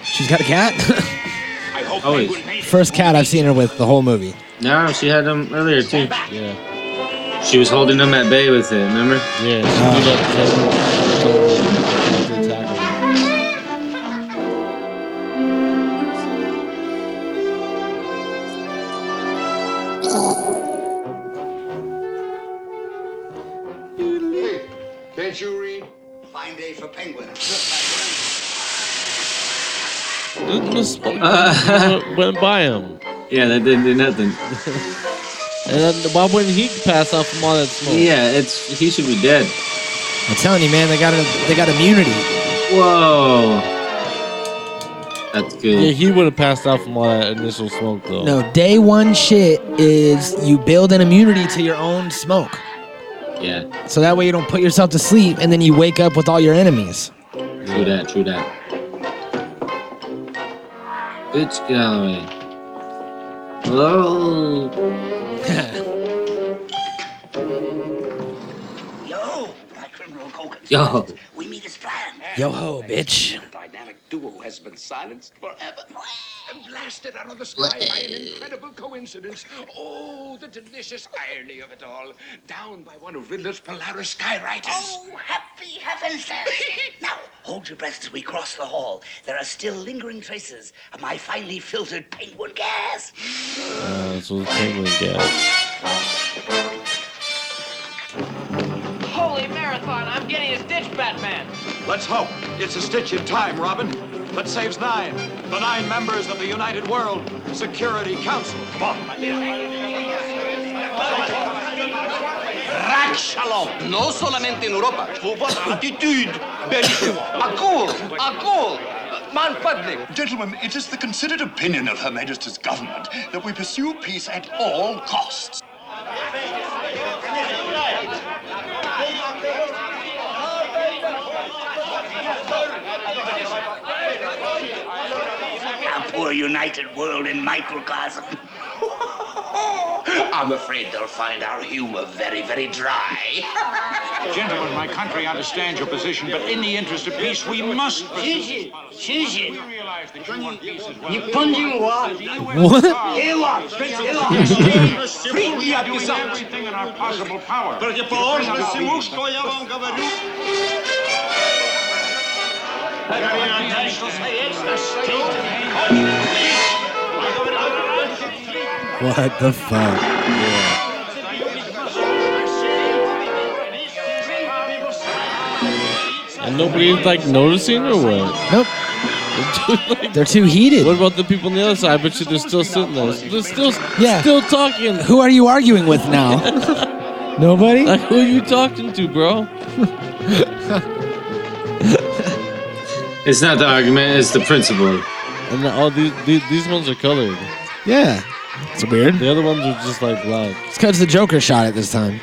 Speaker 2: She's got a cat.
Speaker 12: I hope
Speaker 3: Always.
Speaker 2: Oh, First cat I've seen her with the whole movie.
Speaker 3: No, she had them earlier too.
Speaker 1: Yeah.
Speaker 3: She was holding them at bay with it, remember?
Speaker 1: Yeah.
Speaker 13: Hey, can't you read? Fine day for penguins.
Speaker 1: It was-
Speaker 3: Uh,
Speaker 1: went by him.
Speaker 3: Yeah, that didn't do nothing.
Speaker 1: And then why wouldn't he pass out from all that smoke?
Speaker 3: yeah, it's he should be dead.
Speaker 2: I'm telling you, man, they got a, they got immunity.
Speaker 3: Whoa. That's good.
Speaker 1: Yeah, he would have passed out from all that initial smoke though.
Speaker 2: No, day one shit is you build an immunity to your own smoke.
Speaker 3: Yeah,
Speaker 2: So that way you don't put yourself to sleep and then you wake up with all your enemies.
Speaker 3: true that, true that. Bitch Galloway. Hello.
Speaker 12: Yo, my criminal co-conspirators.
Speaker 2: Yo.
Speaker 12: We meet as planned.
Speaker 2: Yo ho, bitch.
Speaker 12: The dynamic duo has been silenced forever. And blasted out of the sky by an incredible coincidence. Oh, the delicious irony of it all. Down by one of Riddler's Polaris skywriters. Oh, happy heavens, Now, hold your breath as we cross the hall. There are still lingering traces of my finely filtered penguin gas.
Speaker 1: Uh, so the penguin gas.
Speaker 12: Holy marathon, I'm getting a stitch, Batman.
Speaker 22: Let's hope it's a stitch in time, Robin, that saves nine. The nine members of the United World Security Council. Come on, my dear.
Speaker 12: Rak shalom. No solamente en Europa. Vos votre attitude. Bellissimo. A cool. A cool. Man public.
Speaker 27: Gentlemen, it is the considered opinion of Her Majesty's government that we pursue peace at all costs.
Speaker 12: Our poor united world in microcosm. I'm afraid they'll find our humor very, very dry.
Speaker 22: Gentlemen, my country understands your position, but in the interest of peace, we must pursue.
Speaker 12: Susan,
Speaker 22: What?
Speaker 12: Ewa,
Speaker 22: Прийти обязательно. Противоположно всему, что я вам говорю.
Speaker 2: What the fuck?
Speaker 1: And nobody's like noticing or what?
Speaker 2: Nope. They're too heated.
Speaker 1: What about the people on the other side? I bet you they're still sitting there. They're still
Speaker 2: Yeah.
Speaker 1: still talking.
Speaker 2: Who are you arguing with now? Uh, Nobody?
Speaker 1: Like who are you talking to, bro?
Speaker 3: It's not the argument, it's the principle.
Speaker 1: And all these, these these ones are colored.
Speaker 2: Yeah. It's weird.
Speaker 1: The other ones are just like black.
Speaker 2: It's because the Joker shot it this time.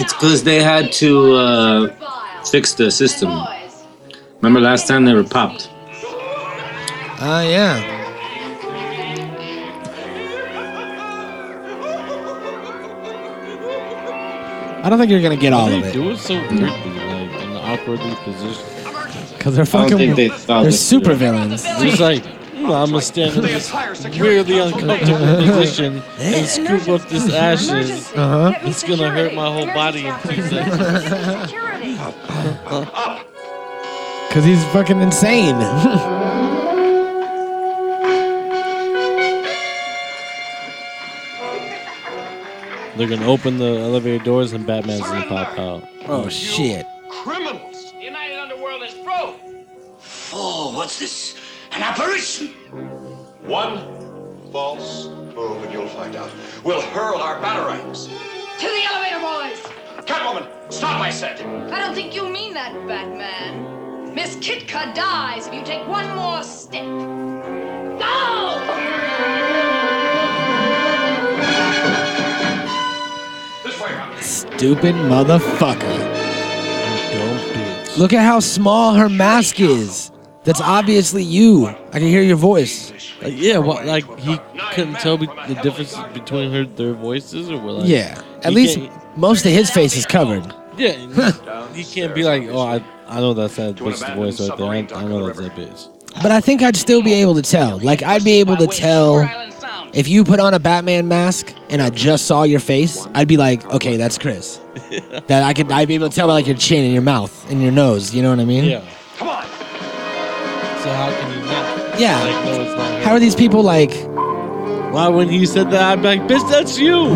Speaker 3: It's because they had to uh, fix the system. Remember last time they were popped?
Speaker 2: Ah, yeah. I don't think you're gonna get all
Speaker 1: They
Speaker 2: of it
Speaker 1: do it so weirdly, like in the awkwardly position.
Speaker 2: because they're
Speaker 3: I
Speaker 2: fucking.
Speaker 3: don't think they thought
Speaker 2: are
Speaker 3: this through.
Speaker 2: super villains.
Speaker 1: Just like "Hmm, I'm gonna stand in this weirdly uncomfortable position and scoop up this ashes.
Speaker 2: Uh-huh.
Speaker 1: It's gonna hurt my whole body in two seconds.
Speaker 2: Because he's fucking insane.
Speaker 1: They're gonna open the elevator doors and Batman's gonna pop out.
Speaker 2: Oh shit!
Speaker 7: Criminals! The United Underworld is broke! Four, what's this? An apparition!
Speaker 9: One false move and you'll find out. We'll hurl our batarangs.
Speaker 12: To the elevator, boys!
Speaker 9: Catwoman, stop, I said.
Speaker 12: I don't think you mean that, Batman. Miss Kitka dies if you take one more step.
Speaker 2: Stupid motherfucker. Look at how small her mask is. That's obviously you. I can hear your voice.
Speaker 1: Like, yeah, what, like he couldn't tell be- the difference between her their voices, or what? Like,
Speaker 2: Yeah. At
Speaker 1: he
Speaker 2: least
Speaker 1: can't-
Speaker 2: most of his face is covered.
Speaker 1: yeah, and he can't be like, oh, I, I know that's that bitch's voice right there. I, I know that's that bitch.
Speaker 2: But I think I'd still be able to tell. Like I'd be able to tell if you put on a Batman mask and I just saw your face, I'd be like, okay, that's Chris. That I could I'd be able to tell by like your chin and your mouth and your nose. You know what I mean?
Speaker 1: Yeah. So how can you not?
Speaker 2: Yeah.
Speaker 1: Like, no, it's not.
Speaker 2: How are these people like?
Speaker 1: Why when he said that, I'd be like, bitch, that's you.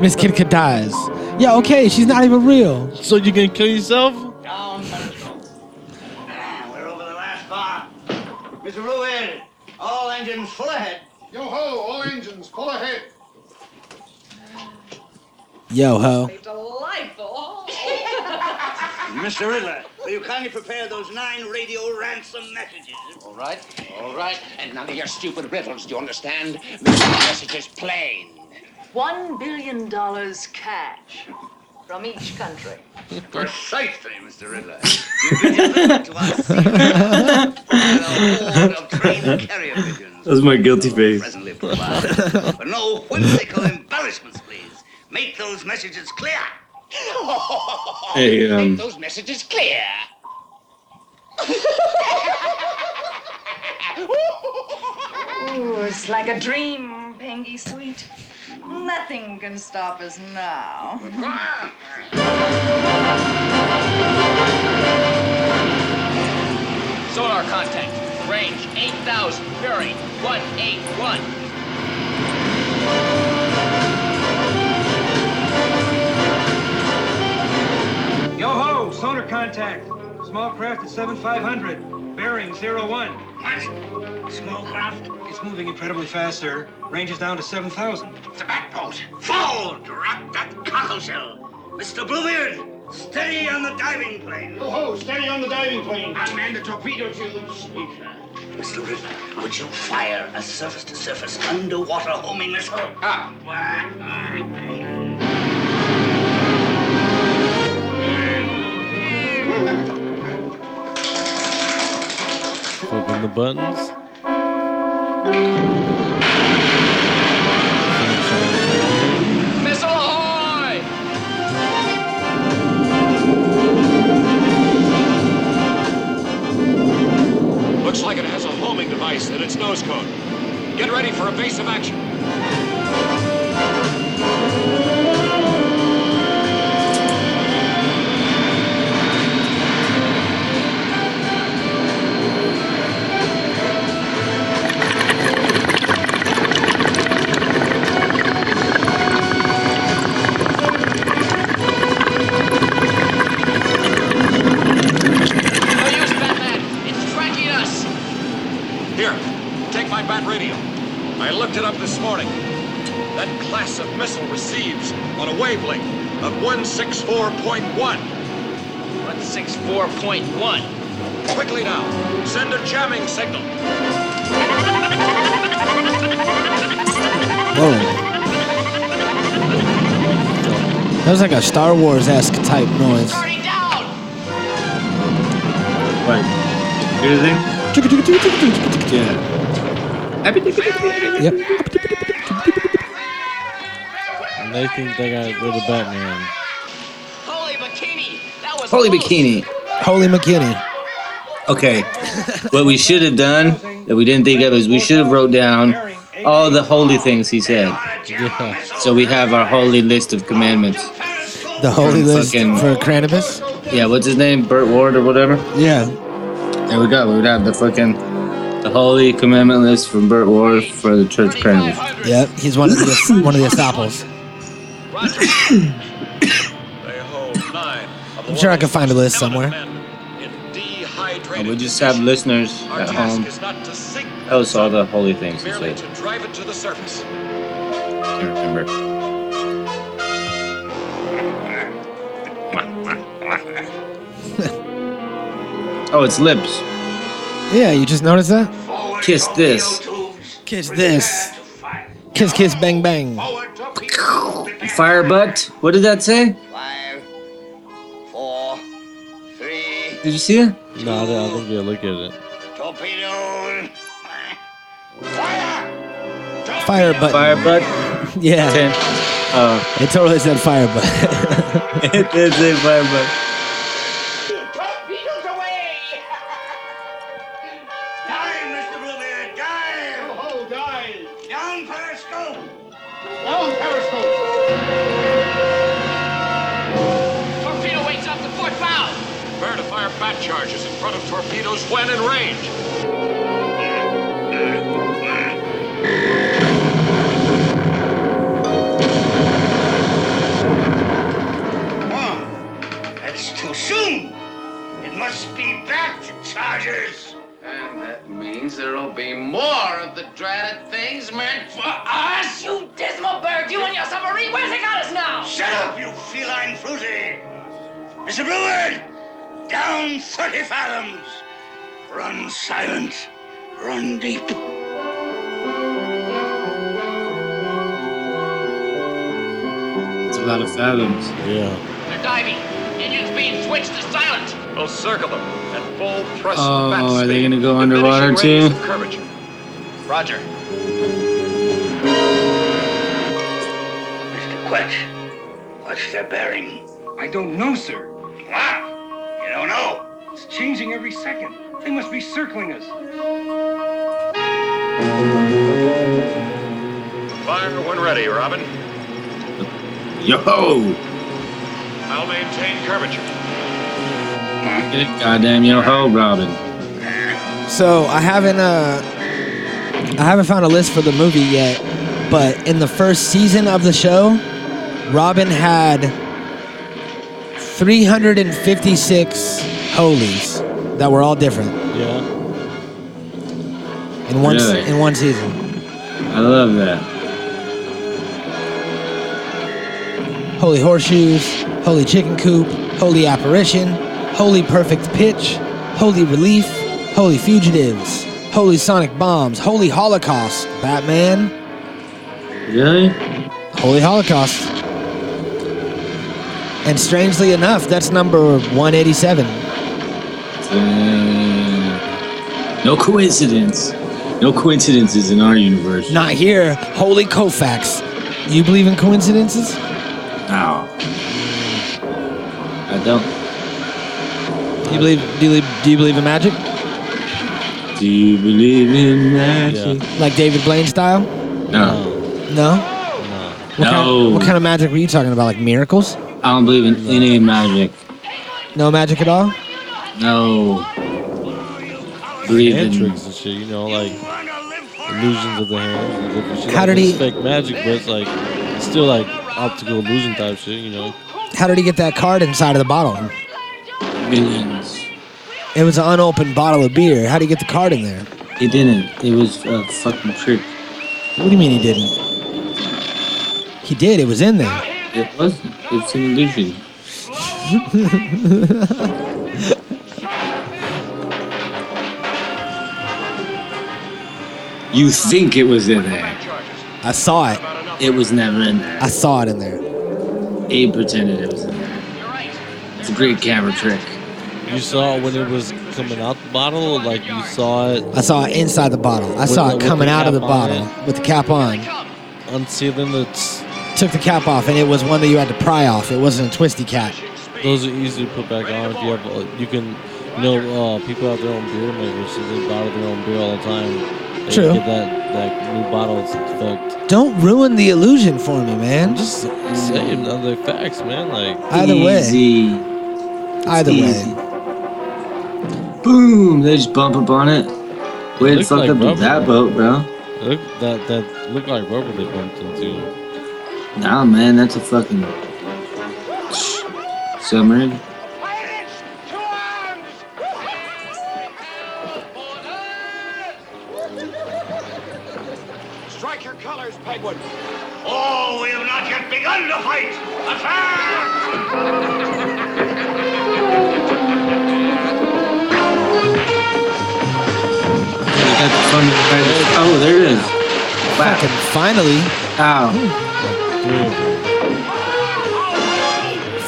Speaker 2: Miss Kitka dies. Yeah, okay, she's not even real.
Speaker 1: so you gonna kill yourself?
Speaker 5: Mr. Ruin, all engines full ahead. Yo ho, all engines full ahead.
Speaker 2: Yo ho.
Speaker 5: Delightful. Mr. Riddler, will you kindly prepare those nine radio ransom messages?
Speaker 7: All right, all right. And none of your stupid riddles, do you understand? Make the messages plain.
Speaker 12: One billion dollars cash from each country.
Speaker 7: Precisely, Mr. Riddler. You did your best to us.
Speaker 3: that was my guilty face.
Speaker 5: But no whimsical embarrassments, please. Make those messages clear.
Speaker 3: Hey, um,
Speaker 5: Make those messages clear.
Speaker 12: Ooh, it's like a dream, Pingy Sweet. Nothing can stop us now.
Speaker 28: Sonar contact. Range 8,000. Bearing 181.
Speaker 29: Yo ho, sonar contact. Small craft at 7500, bearing 01. What? Small craft? It's moving incredibly fast, sir. Range is down to 7000. It's a back boat.
Speaker 5: Fall, drop that cockle shell. Mr. Bluebeard, steady on the diving plane. Oh ho, steady on the diving plane. I'll man the torpedo tubes. Mr. Riddler, would you fire a surface-to-surface underwater homing missile? Ah.
Speaker 1: Flipping the buttons.
Speaker 7: Missile ahoy!
Speaker 9: Looks like it has a homing device in its nose cone. Get ready for evasive action.
Speaker 28: It's tracking us.
Speaker 9: Here, take my bat radio. I looked it up this morning. That class of missile receives on a wavelength of 164.1. 164.1. Quickly now, send a jamming signal.
Speaker 2: Whoa. That was like a Star Wars esque type noise.
Speaker 3: What? You do the thing? Yeah.
Speaker 2: Yep.
Speaker 1: And they think they got rid of Batman.
Speaker 3: Holy bikini.
Speaker 2: Holy McKinney.
Speaker 3: Okay. what we should have done that we didn't think of is we should have wrote down all the holy things he said. So we have our holy list of commandments.
Speaker 2: The holy
Speaker 3: From
Speaker 2: list
Speaker 3: fucking-
Speaker 2: for Cranibus?
Speaker 3: Yeah, what's his name? Burt Ward or whatever?
Speaker 2: Yeah.
Speaker 3: There we go. We would have the fucking the holy commandment list from Burt Ward for the church Cranibus.
Speaker 2: Yep, he's one of the one of the Estapos.
Speaker 22: Roger. they hold nine of the
Speaker 2: I'm sure I can find a list somewhere.
Speaker 3: Uh, we just have listeners at home. Tell us all the holy things you say.
Speaker 22: drive it to the surface.
Speaker 3: Remember. oh, it's lips.
Speaker 2: Yeah, you just noticed that?
Speaker 3: Kiss this.
Speaker 2: Kiss this. Kiss, kiss, bang, bang.
Speaker 3: Fire butt. What did that say? Did you see it?
Speaker 1: No, I don't I don't get a look at it.
Speaker 2: Fire button.
Speaker 3: Fire butt.
Speaker 2: yeah.
Speaker 3: Ten. Uh,
Speaker 2: It totally said fire button.
Speaker 3: it did say fire butt.
Speaker 7: Torpedo weights up to four pounds.
Speaker 22: Prepare to fire bat charges in front of torpedoes when in range.
Speaker 12: That's too soon. It must be back to Chargers. And that means there'll be more of the dratted things meant for us.
Speaker 7: You dismal bird, you and your submarine, where's it got us now?
Speaker 12: Shut up, you feline fruity. Mr. Bluebird, down 30 fathoms. Run silent, run deep.
Speaker 3: It's a lot of fathoms.
Speaker 1: Yeah.
Speaker 7: They're diving. Engines being switched to silent.
Speaker 22: We'll circle them at full thrust bat
Speaker 3: Oh, are they
Speaker 22: speed,
Speaker 3: gonna go underwater
Speaker 22: diminishing
Speaker 3: too?
Speaker 22: radius of curvature. Roger.
Speaker 12: What? What's their bearing?
Speaker 30: I don't know, sir.
Speaker 12: What? You don't know?
Speaker 30: It's changing every second. They must be circling us.
Speaker 22: Fire when ready, Robin.
Speaker 3: Yo ho!
Speaker 22: I'll maintain curvature.
Speaker 3: Get it, goddamn yo ho, Robin.
Speaker 2: So I haven't uh I haven't found a list for the movie yet, but in the first season of the show, Robin had 356 holies that were all different
Speaker 1: Yeah.
Speaker 2: in one se-
Speaker 3: Really?
Speaker 2: in one season.
Speaker 3: I love that.
Speaker 2: Holy horseshoes, holy chicken coop, holy apparition, holy perfect pitch, holy relief, holy fugitives, holy sonic bombs, holy holocaust, Batman,
Speaker 3: Really?
Speaker 2: Holy Holocaust. And strangely enough, that's number 187.
Speaker 3: Damn. No coincidence. No coincidences in our universe.
Speaker 2: Not here. Holy Kofax. You believe in coincidences?
Speaker 3: No. I don't.
Speaker 2: Do you believe do you believe, do you believe in magic?
Speaker 3: Do you believe in magic?
Speaker 2: Like David Blaine style?
Speaker 3: No.
Speaker 2: No? What, Kind
Speaker 3: No.
Speaker 2: of, what kind of magic were you talking about? Like miracles?
Speaker 3: I don't believe in any magic.
Speaker 2: No magic at all?
Speaker 3: No. Believe
Speaker 1: hand
Speaker 3: in
Speaker 1: tricks and shit, you know, like illusions of the hands and different shit. like,
Speaker 2: How did
Speaker 1: it's
Speaker 2: he-
Speaker 1: fake magic, but it's like it's still like optical illusion type shit, you know.
Speaker 2: How did he get that card inside of the bottle?
Speaker 3: millions.
Speaker 2: It was an unopened bottle of beer. How did he get the card in there?
Speaker 3: It didn't. It was a fucking trick.
Speaker 2: What do you mean he didn't? He did. It was in there.
Speaker 3: It wasn't. It's an illusion. You think it was in there.
Speaker 2: I saw it.
Speaker 3: It was never in there.
Speaker 2: I saw it in there.
Speaker 3: Abe pretended it was in there. It's a great camera trick.
Speaker 1: You saw it when it was coming out the bottle, like you saw it
Speaker 2: I saw it inside the bottle. I
Speaker 1: With
Speaker 2: saw
Speaker 1: the-
Speaker 2: it
Speaker 1: with
Speaker 2: coming
Speaker 1: the
Speaker 2: out of the
Speaker 1: cap on
Speaker 2: bottle with the cap on.
Speaker 1: unsealing its
Speaker 2: Took the cap off, and it was one that you had to pry off. It wasn't a twisty cap.
Speaker 1: those are easy to put back on if you have uh, you can you know uh, people have their own beer makers so they bottle their own beer all the time. They
Speaker 2: True.
Speaker 1: Get that that new bottle it's fucked.
Speaker 2: Don't ruin the illusion for me, man.
Speaker 1: Just saying other facts, man. Like
Speaker 2: Either way.
Speaker 3: Easy.
Speaker 2: Either
Speaker 3: easy.
Speaker 2: way,
Speaker 3: Boom! They just bump up on it. Way to
Speaker 1: Looks
Speaker 3: fuck
Speaker 1: like
Speaker 3: up
Speaker 1: rubber.
Speaker 3: that boat, bro.
Speaker 1: look that that looked like rubber they bumped into.
Speaker 3: Nah, man, that's a fucking submarine.
Speaker 22: Strike your colors, Penguin.
Speaker 5: Oh, we have not yet begun to fight! Attack!
Speaker 3: They got the fun part of- Oh, there it is. Wow.
Speaker 2: finally.
Speaker 3: Ow.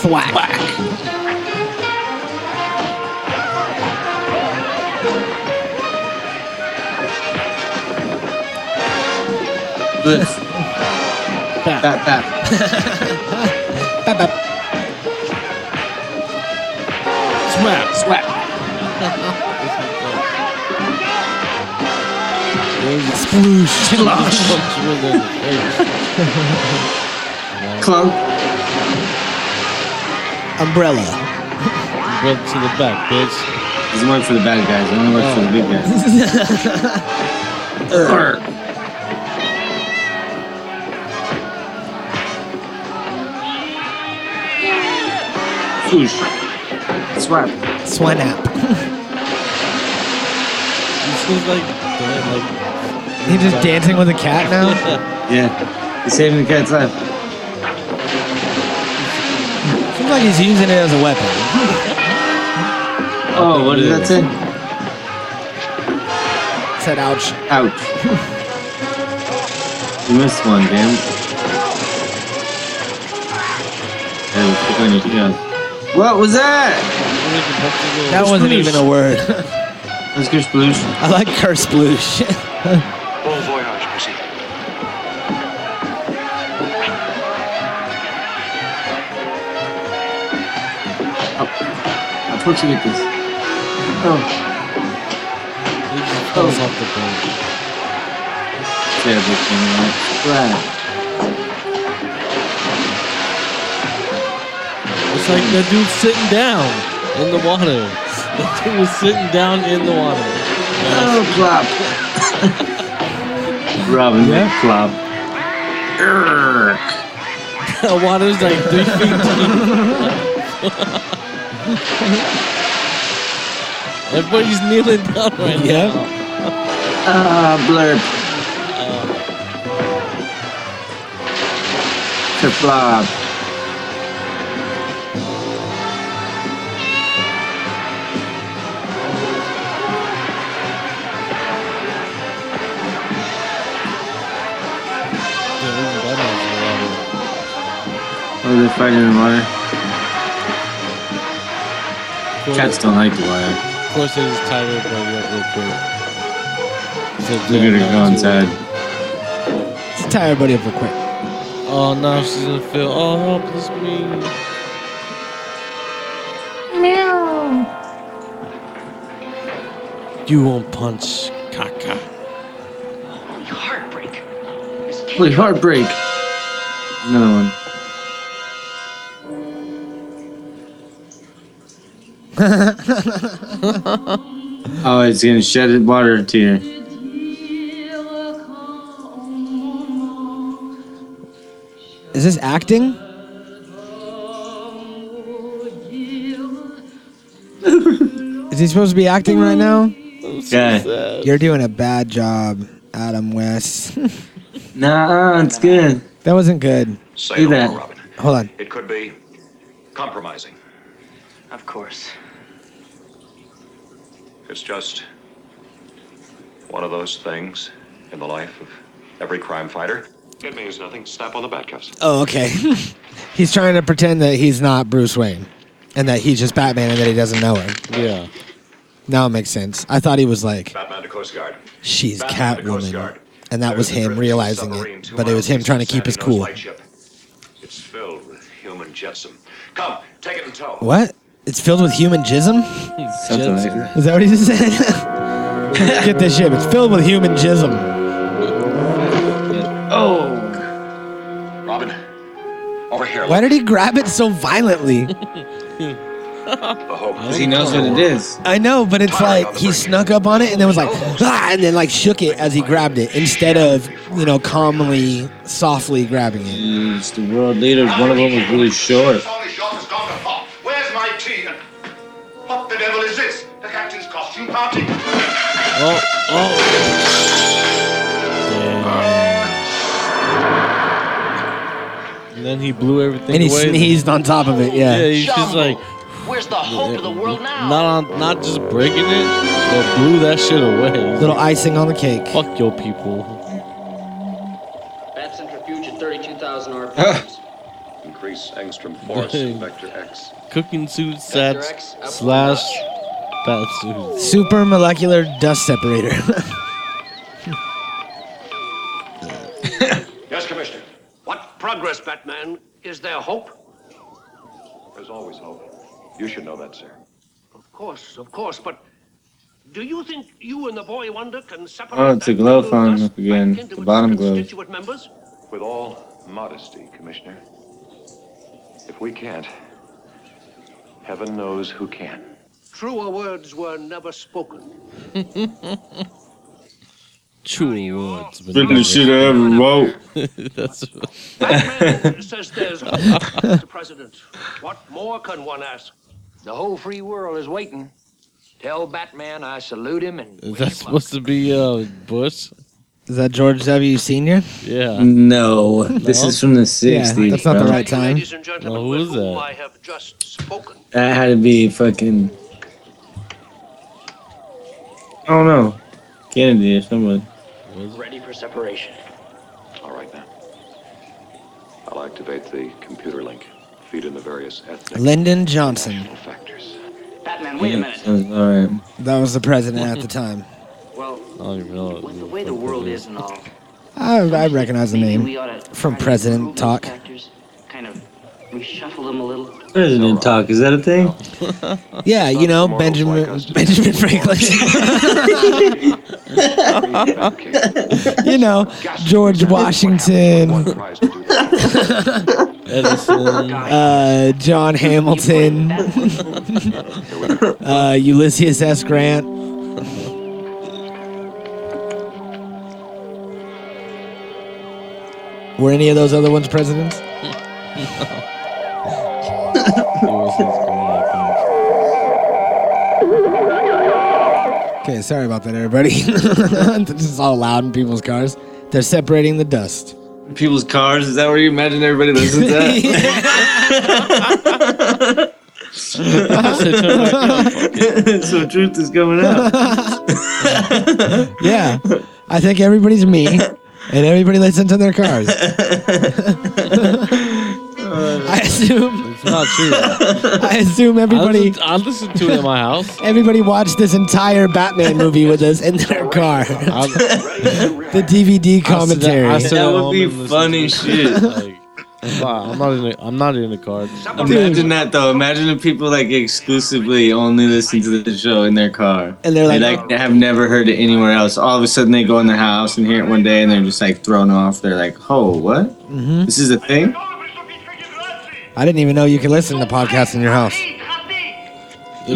Speaker 2: Thwack.
Speaker 3: Bliss.
Speaker 2: Bap.
Speaker 3: Bap, bap.
Speaker 2: Bap, bap.
Speaker 1: Swap,
Speaker 3: swap.
Speaker 2: Sploosh.
Speaker 3: Clunk.
Speaker 2: Umbrella.
Speaker 1: Went to the back, bitch.
Speaker 3: This one for the bad guys. I don't work for the big guys. Urgh. Swoosh. Swap.
Speaker 2: Swanap.
Speaker 1: This is like, damn, like
Speaker 2: He just dancing with a cat now?
Speaker 3: Yeah. He's saving the cat's life.
Speaker 2: Seems like he's using it as a weapon.
Speaker 3: Oh, what did that say?
Speaker 2: Said ouch.
Speaker 3: Ouch. you missed one, damn. Hey, pick on your toes. What was that?
Speaker 2: That wasn't even a word.
Speaker 3: Let's go sploosh.
Speaker 2: I like curse bloosh.
Speaker 9: Bon voyage, proceed.
Speaker 3: I'll put you with this. Oh,
Speaker 1: He just falls off the boat.
Speaker 3: terrible thing, right? Wow.
Speaker 1: It's like that dude sitting down in the water. That dude was sitting down in the water.
Speaker 3: Oh, flop. Robin, yeah. flop. Urgh.
Speaker 1: the water's like three feet deep. Everybody's kneeling down right
Speaker 2: Yeah.
Speaker 1: now.
Speaker 3: Ah, blurb. Kerplop. Oh, they're fighting in the water. Cats don't like the water.
Speaker 1: Of course, they just tied it buddy up real quick. So
Speaker 3: Look at her
Speaker 1: damn,
Speaker 3: go
Speaker 1: not too-
Speaker 3: inside.
Speaker 2: Let's tie everybody up real quick.
Speaker 1: Oh, now she's gonna feel. Oh, helpless me.
Speaker 23: Meow.
Speaker 1: You won't punch, Kaka.
Speaker 7: Heartbreak.
Speaker 3: Holy heartbreak. Another one. Oh, it's gonna shed its water to you.
Speaker 2: Is this acting? Is he supposed to be acting right now?
Speaker 3: Yeah.
Speaker 2: You're doing a bad job, Adam West.
Speaker 3: Nah, it's good.
Speaker 2: that wasn't good.
Speaker 3: Do that.
Speaker 9: Robin.
Speaker 2: Hold on.
Speaker 9: It could be compromising.
Speaker 12: Of course.
Speaker 9: It's just one of those things in the life of every crime fighter. It means nothing. Snap on the bat cuffs.
Speaker 2: Oh, okay. he's trying to pretend that he's not Bruce Wayne and that he's just Batman and that he doesn't know her.
Speaker 1: Yeah.
Speaker 2: Now it makes sense. I thought he was like,
Speaker 9: Batman to Coast Guard.
Speaker 2: she's
Speaker 9: Batman to Coast
Speaker 2: Catwoman.
Speaker 9: Guard.
Speaker 2: And that was him realizing
Speaker 9: Submarine
Speaker 2: it.
Speaker 9: two
Speaker 2: But it was
Speaker 9: miles
Speaker 2: him trying to keep his
Speaker 9: east of
Speaker 2: cool.
Speaker 9: Sandy Kno's lightship. It's filled with human jetsam. Come, take it in tow.
Speaker 2: What? It's filled with human jism?
Speaker 3: Something like that.
Speaker 2: Is that what he just said? Get this ship. It's filled with human jism.
Speaker 3: Oh.
Speaker 9: Robin, over here.
Speaker 2: Why did he grab it so violently?
Speaker 3: Because he knows what it is.
Speaker 2: I know, but it's like he snuck up on it and then was like, ah, and then like shook it as he grabbed it instead of, you know, calmly, softly grabbing it.
Speaker 3: It's the world leaders. One of them was really short.
Speaker 27: Where's my tea? And what the devil is this? The captain's costume party?
Speaker 1: Oh, oh. And then he blew everything
Speaker 2: And he
Speaker 1: away.
Speaker 2: sneezed on top of it, yeah.
Speaker 1: Yeah, he's just
Speaker 2: Jumbo,
Speaker 1: like.
Speaker 7: Where's the hope of the world now?
Speaker 1: Not on, not just breaking it, but blew that shit away.
Speaker 2: Little icing on the cake.
Speaker 1: Fuck your people.
Speaker 12: Bat centrifuge at 32,000
Speaker 9: Increase angstrom force in vector X.
Speaker 1: Cooking suit sets
Speaker 7: uh,
Speaker 1: slash bat suit.
Speaker 2: Super molecular dust separator.
Speaker 15: Yes, Commissioner. What progress, Batman? Is there hope?
Speaker 9: There's always hope. You should know that, sir.
Speaker 15: Of course, of course, but do you think you and the boy wonder can separate
Speaker 3: Oh, it's a glove falling up again. The bottom glove.
Speaker 15: constituent members?
Speaker 9: With all modesty, Commissioner, if we can't, heaven knows who can.
Speaker 15: Truer words were never spoken.
Speaker 1: True words. but
Speaker 3: Freaking shit I ever wrote.
Speaker 1: That's.
Speaker 15: Batman says there's hope, Mr. President. What more can one ask?
Speaker 12: The whole free world is waiting. Tell Batman I salute him and
Speaker 1: Is that supposed to be uh, Bush?
Speaker 2: Is that George W. Senior?
Speaker 1: Yeah.
Speaker 3: No, this
Speaker 1: No?
Speaker 3: is from the 60s.
Speaker 2: Yeah, that's not
Speaker 3: bro.
Speaker 2: the right time.
Speaker 1: No, who is that?
Speaker 3: That had to be fucking. I don't know. Kennedy or someone.
Speaker 12: ready for separation.
Speaker 9: All right, now. I'll activate the computer link. Feed in the various ethnic
Speaker 2: Lyndon Johnson.
Speaker 9: factors.
Speaker 12: Batman, wait a minute.
Speaker 3: Alright.
Speaker 2: That was the president at the time.
Speaker 12: Well,
Speaker 1: I don't even know.
Speaker 12: with the way the world is and all,
Speaker 2: I, I recognize the
Speaker 12: we
Speaker 2: name
Speaker 12: ought to
Speaker 2: from President Talk.
Speaker 12: kind of reshuffle them a little.
Speaker 3: President talk, is that a thing?
Speaker 2: Yeah, you know Benjamin Benjamin Franklin. you know George Washington,
Speaker 1: Edison.
Speaker 2: uh, John Hamilton, uh, Ulysses S. Grant. Were any of those other ones presidents? Okay, sorry about that, everybody. this is all loud in people's cars. They're separating the dust.
Speaker 3: People's cars, is that where you imagine everybody listens to that? so truth is coming out.
Speaker 2: Yeah, I think everybody's me, and everybody listens to their cars. I assume.
Speaker 1: It's not true.
Speaker 2: I assume
Speaker 1: I
Speaker 2: everybody.
Speaker 1: listen, I listen to it in my house.
Speaker 2: Everybody watched this entire Batman movie with us in their car.
Speaker 1: I,
Speaker 2: the DVD commentary.
Speaker 1: I sit at
Speaker 3: That would
Speaker 1: home
Speaker 3: be
Speaker 1: and listen
Speaker 3: funny
Speaker 1: to
Speaker 3: shit.
Speaker 1: it. Like, wow, I'm not in. A, I'm not in the car.
Speaker 3: Imagine that though. Imagine if people like exclusively only listen to the show in their car.
Speaker 2: And they're like-
Speaker 3: they, like they have never heard it anywhere else. All of a sudden they go in their house and hear it one day and they're just like thrown off. They're like, oh, what?
Speaker 2: Mhm.
Speaker 3: This is a thing?
Speaker 2: I didn't even know you could listen to podcasts in your house.
Speaker 3: Yeah, I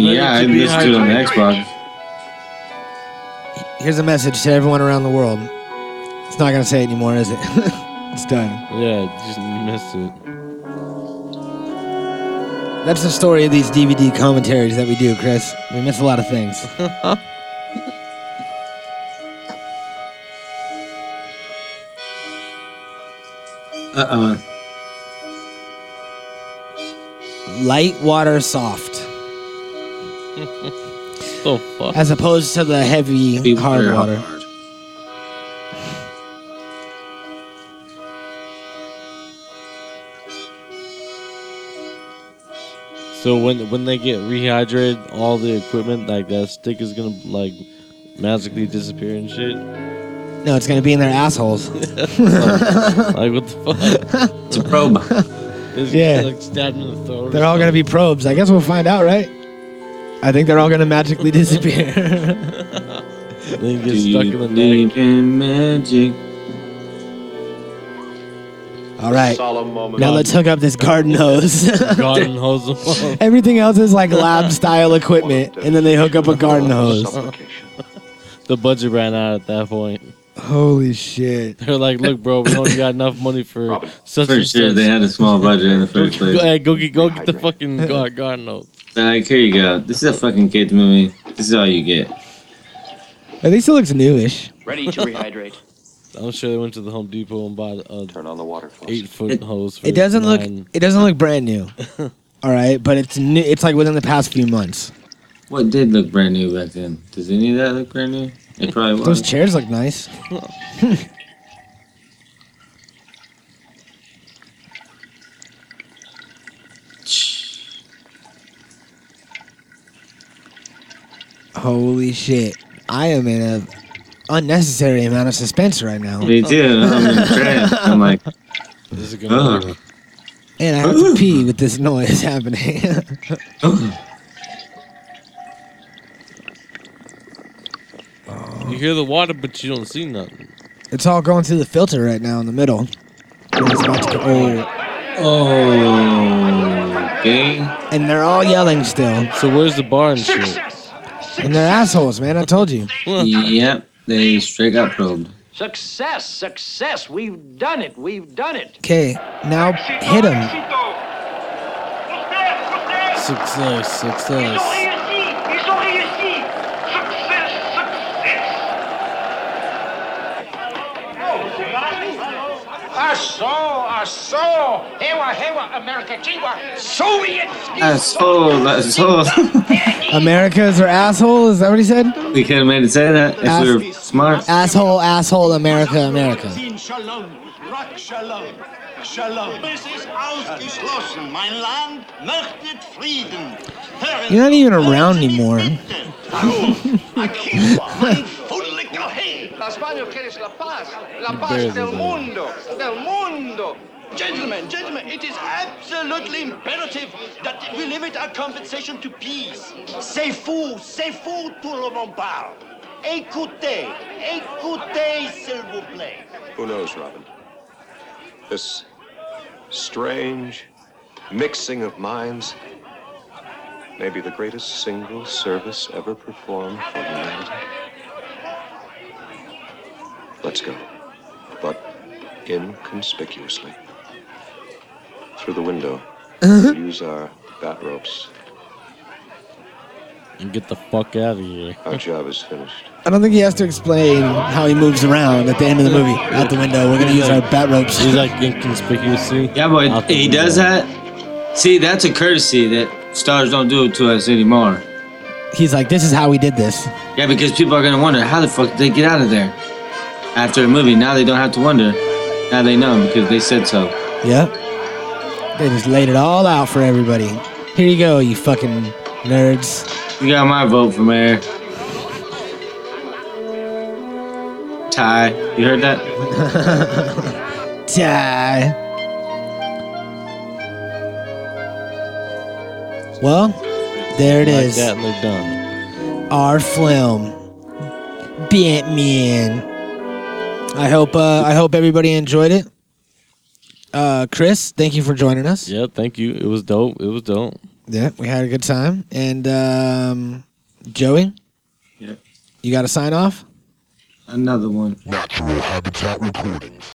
Speaker 3: listen to it on the Xbox.
Speaker 2: Here's a message to everyone around the world. It's not gonna say it anymore, is it? it's done.
Speaker 1: Yeah, just you missed it.
Speaker 2: That's the story of these DVD commentaries that we do, Chris. We miss a lot of things.
Speaker 3: Uh oh.
Speaker 2: Light water, soft,
Speaker 1: So fuck.
Speaker 2: as opposed to the heavy, hard water.
Speaker 1: So when when they get rehydrated, all the equipment like that stick is gonna like magically disappear and shit.
Speaker 2: No, it's gonna be in their assholes.
Speaker 1: like what the fuck?
Speaker 3: It's a probe.
Speaker 1: It's
Speaker 2: Yeah.
Speaker 1: like stabbed in the throat. or
Speaker 2: They're all gonna be probes. I guess we'll find out, right? I think they're all gonna magically disappear.
Speaker 1: Then you get stuck in the neck.
Speaker 3: in magic.
Speaker 2: All All right.
Speaker 22: Solemn moment.
Speaker 2: Now let's hook up this garden hose.
Speaker 1: Garden hose.
Speaker 2: Everything else is like lab style equipment, and then they hook up a garden hose.
Speaker 1: the budget ran out at that point.
Speaker 2: Holy shit.
Speaker 1: They're like, look, bro, we only got enough money for such
Speaker 3: For
Speaker 1: and
Speaker 3: sure,
Speaker 1: such."
Speaker 3: they had a small budget in the first
Speaker 1: Go,
Speaker 3: place.
Speaker 1: hey, go get go get the fucking gar- garden hose.
Speaker 3: They're like, here you go. This is a fucking kids movie. This is all you get.
Speaker 2: At least it looks newish.
Speaker 1: Ready to rehydrate. I'm sure they went to the Home Depot and bought a turn on the water eight foot hose. For
Speaker 2: It doesn't look.
Speaker 1: nine-
Speaker 2: It doesn't look brand new. All right, but it's new. It's like within the past few months.
Speaker 3: What did look brand new back then? Does any of that look brand new? It probably
Speaker 2: Those
Speaker 3: was.
Speaker 2: chairs look nice. Holy shit! I am in a unnecessary amount of suspense right now.
Speaker 3: Me too. I'm in trance. I'm like, oh.
Speaker 1: this is
Speaker 3: gonna
Speaker 1: be
Speaker 2: And I have to pee with this noise happening.
Speaker 1: You hear the water, but you don't see nothing.
Speaker 2: it's all going through the filter right now in the middle. And it's about to go- oh.
Speaker 3: Oh,
Speaker 2: And they're all yelling still.
Speaker 1: So where's the bar and shit?
Speaker 2: And they're assholes, man. I told you.
Speaker 3: yep, they straight got probed.
Speaker 4: Success, success. We've done it. We've done it.
Speaker 2: Okay, now hit him.
Speaker 1: Success, success.
Speaker 4: Our soul, our soul. Hewa, hewa, America, Chiwa, Soviet.
Speaker 3: Asshole, that's all.
Speaker 2: America's are asshole. Is that what he said?
Speaker 3: we could have made it say that if we were smart.
Speaker 2: Asshole, asshole, America, America.
Speaker 12: Shalom, rock shalom, shalom. This is ausgeschlossen, mein Land möchtet Frieden.
Speaker 2: You're not even around anymore.
Speaker 12: La España quieres la paz, la
Speaker 2: paz Barely del there.
Speaker 12: mundo, del mundo. Gentlemen, gentlemen, it is absolutely imperative that we limit our conversation to peace. C'est fou, c'est fou, tout le monde parle. Écoutez, écoutez, s'il vous plaît.
Speaker 9: Who knows, Robin? This strange mixing of minds may be the greatest single service ever performed for humanity. Let's go, but inconspicuously. Through the window, we'll use our bat ropes.
Speaker 1: And get the fuck out of here.
Speaker 9: Our job is finished.
Speaker 2: I don't think he has to explain how he moves around at the end of the movie. Out the window, we're gonna use our bat ropes.
Speaker 1: He's like inconspicuously.
Speaker 3: Yeah, but he does that. See, that's a courtesy that stars don't do to us anymore.
Speaker 2: He's like, this is how we did this.
Speaker 3: Yeah, because people are gonna wonder how the fuck did they get out of there after a movie. Now they don't have to wonder. Now they know because they said so.
Speaker 2: Yep. They just laid it all out for everybody. Here you go, you fucking nerds.
Speaker 3: You got my vote for mayor. Ty, you heard that?
Speaker 2: Die. Well, there it
Speaker 1: like
Speaker 2: is.
Speaker 1: That and they're done.
Speaker 2: our film Batman. I hope uh, I hope everybody enjoyed it. Uh, Chris, thank you for joining us.
Speaker 1: Yeah, thank you. It was dope. It was dope.
Speaker 2: Yeah, we had a good time. And um, Joey,
Speaker 3: Yeah.
Speaker 2: you got to sign off.
Speaker 3: Another one.
Speaker 27: Natural Habitat Recordings.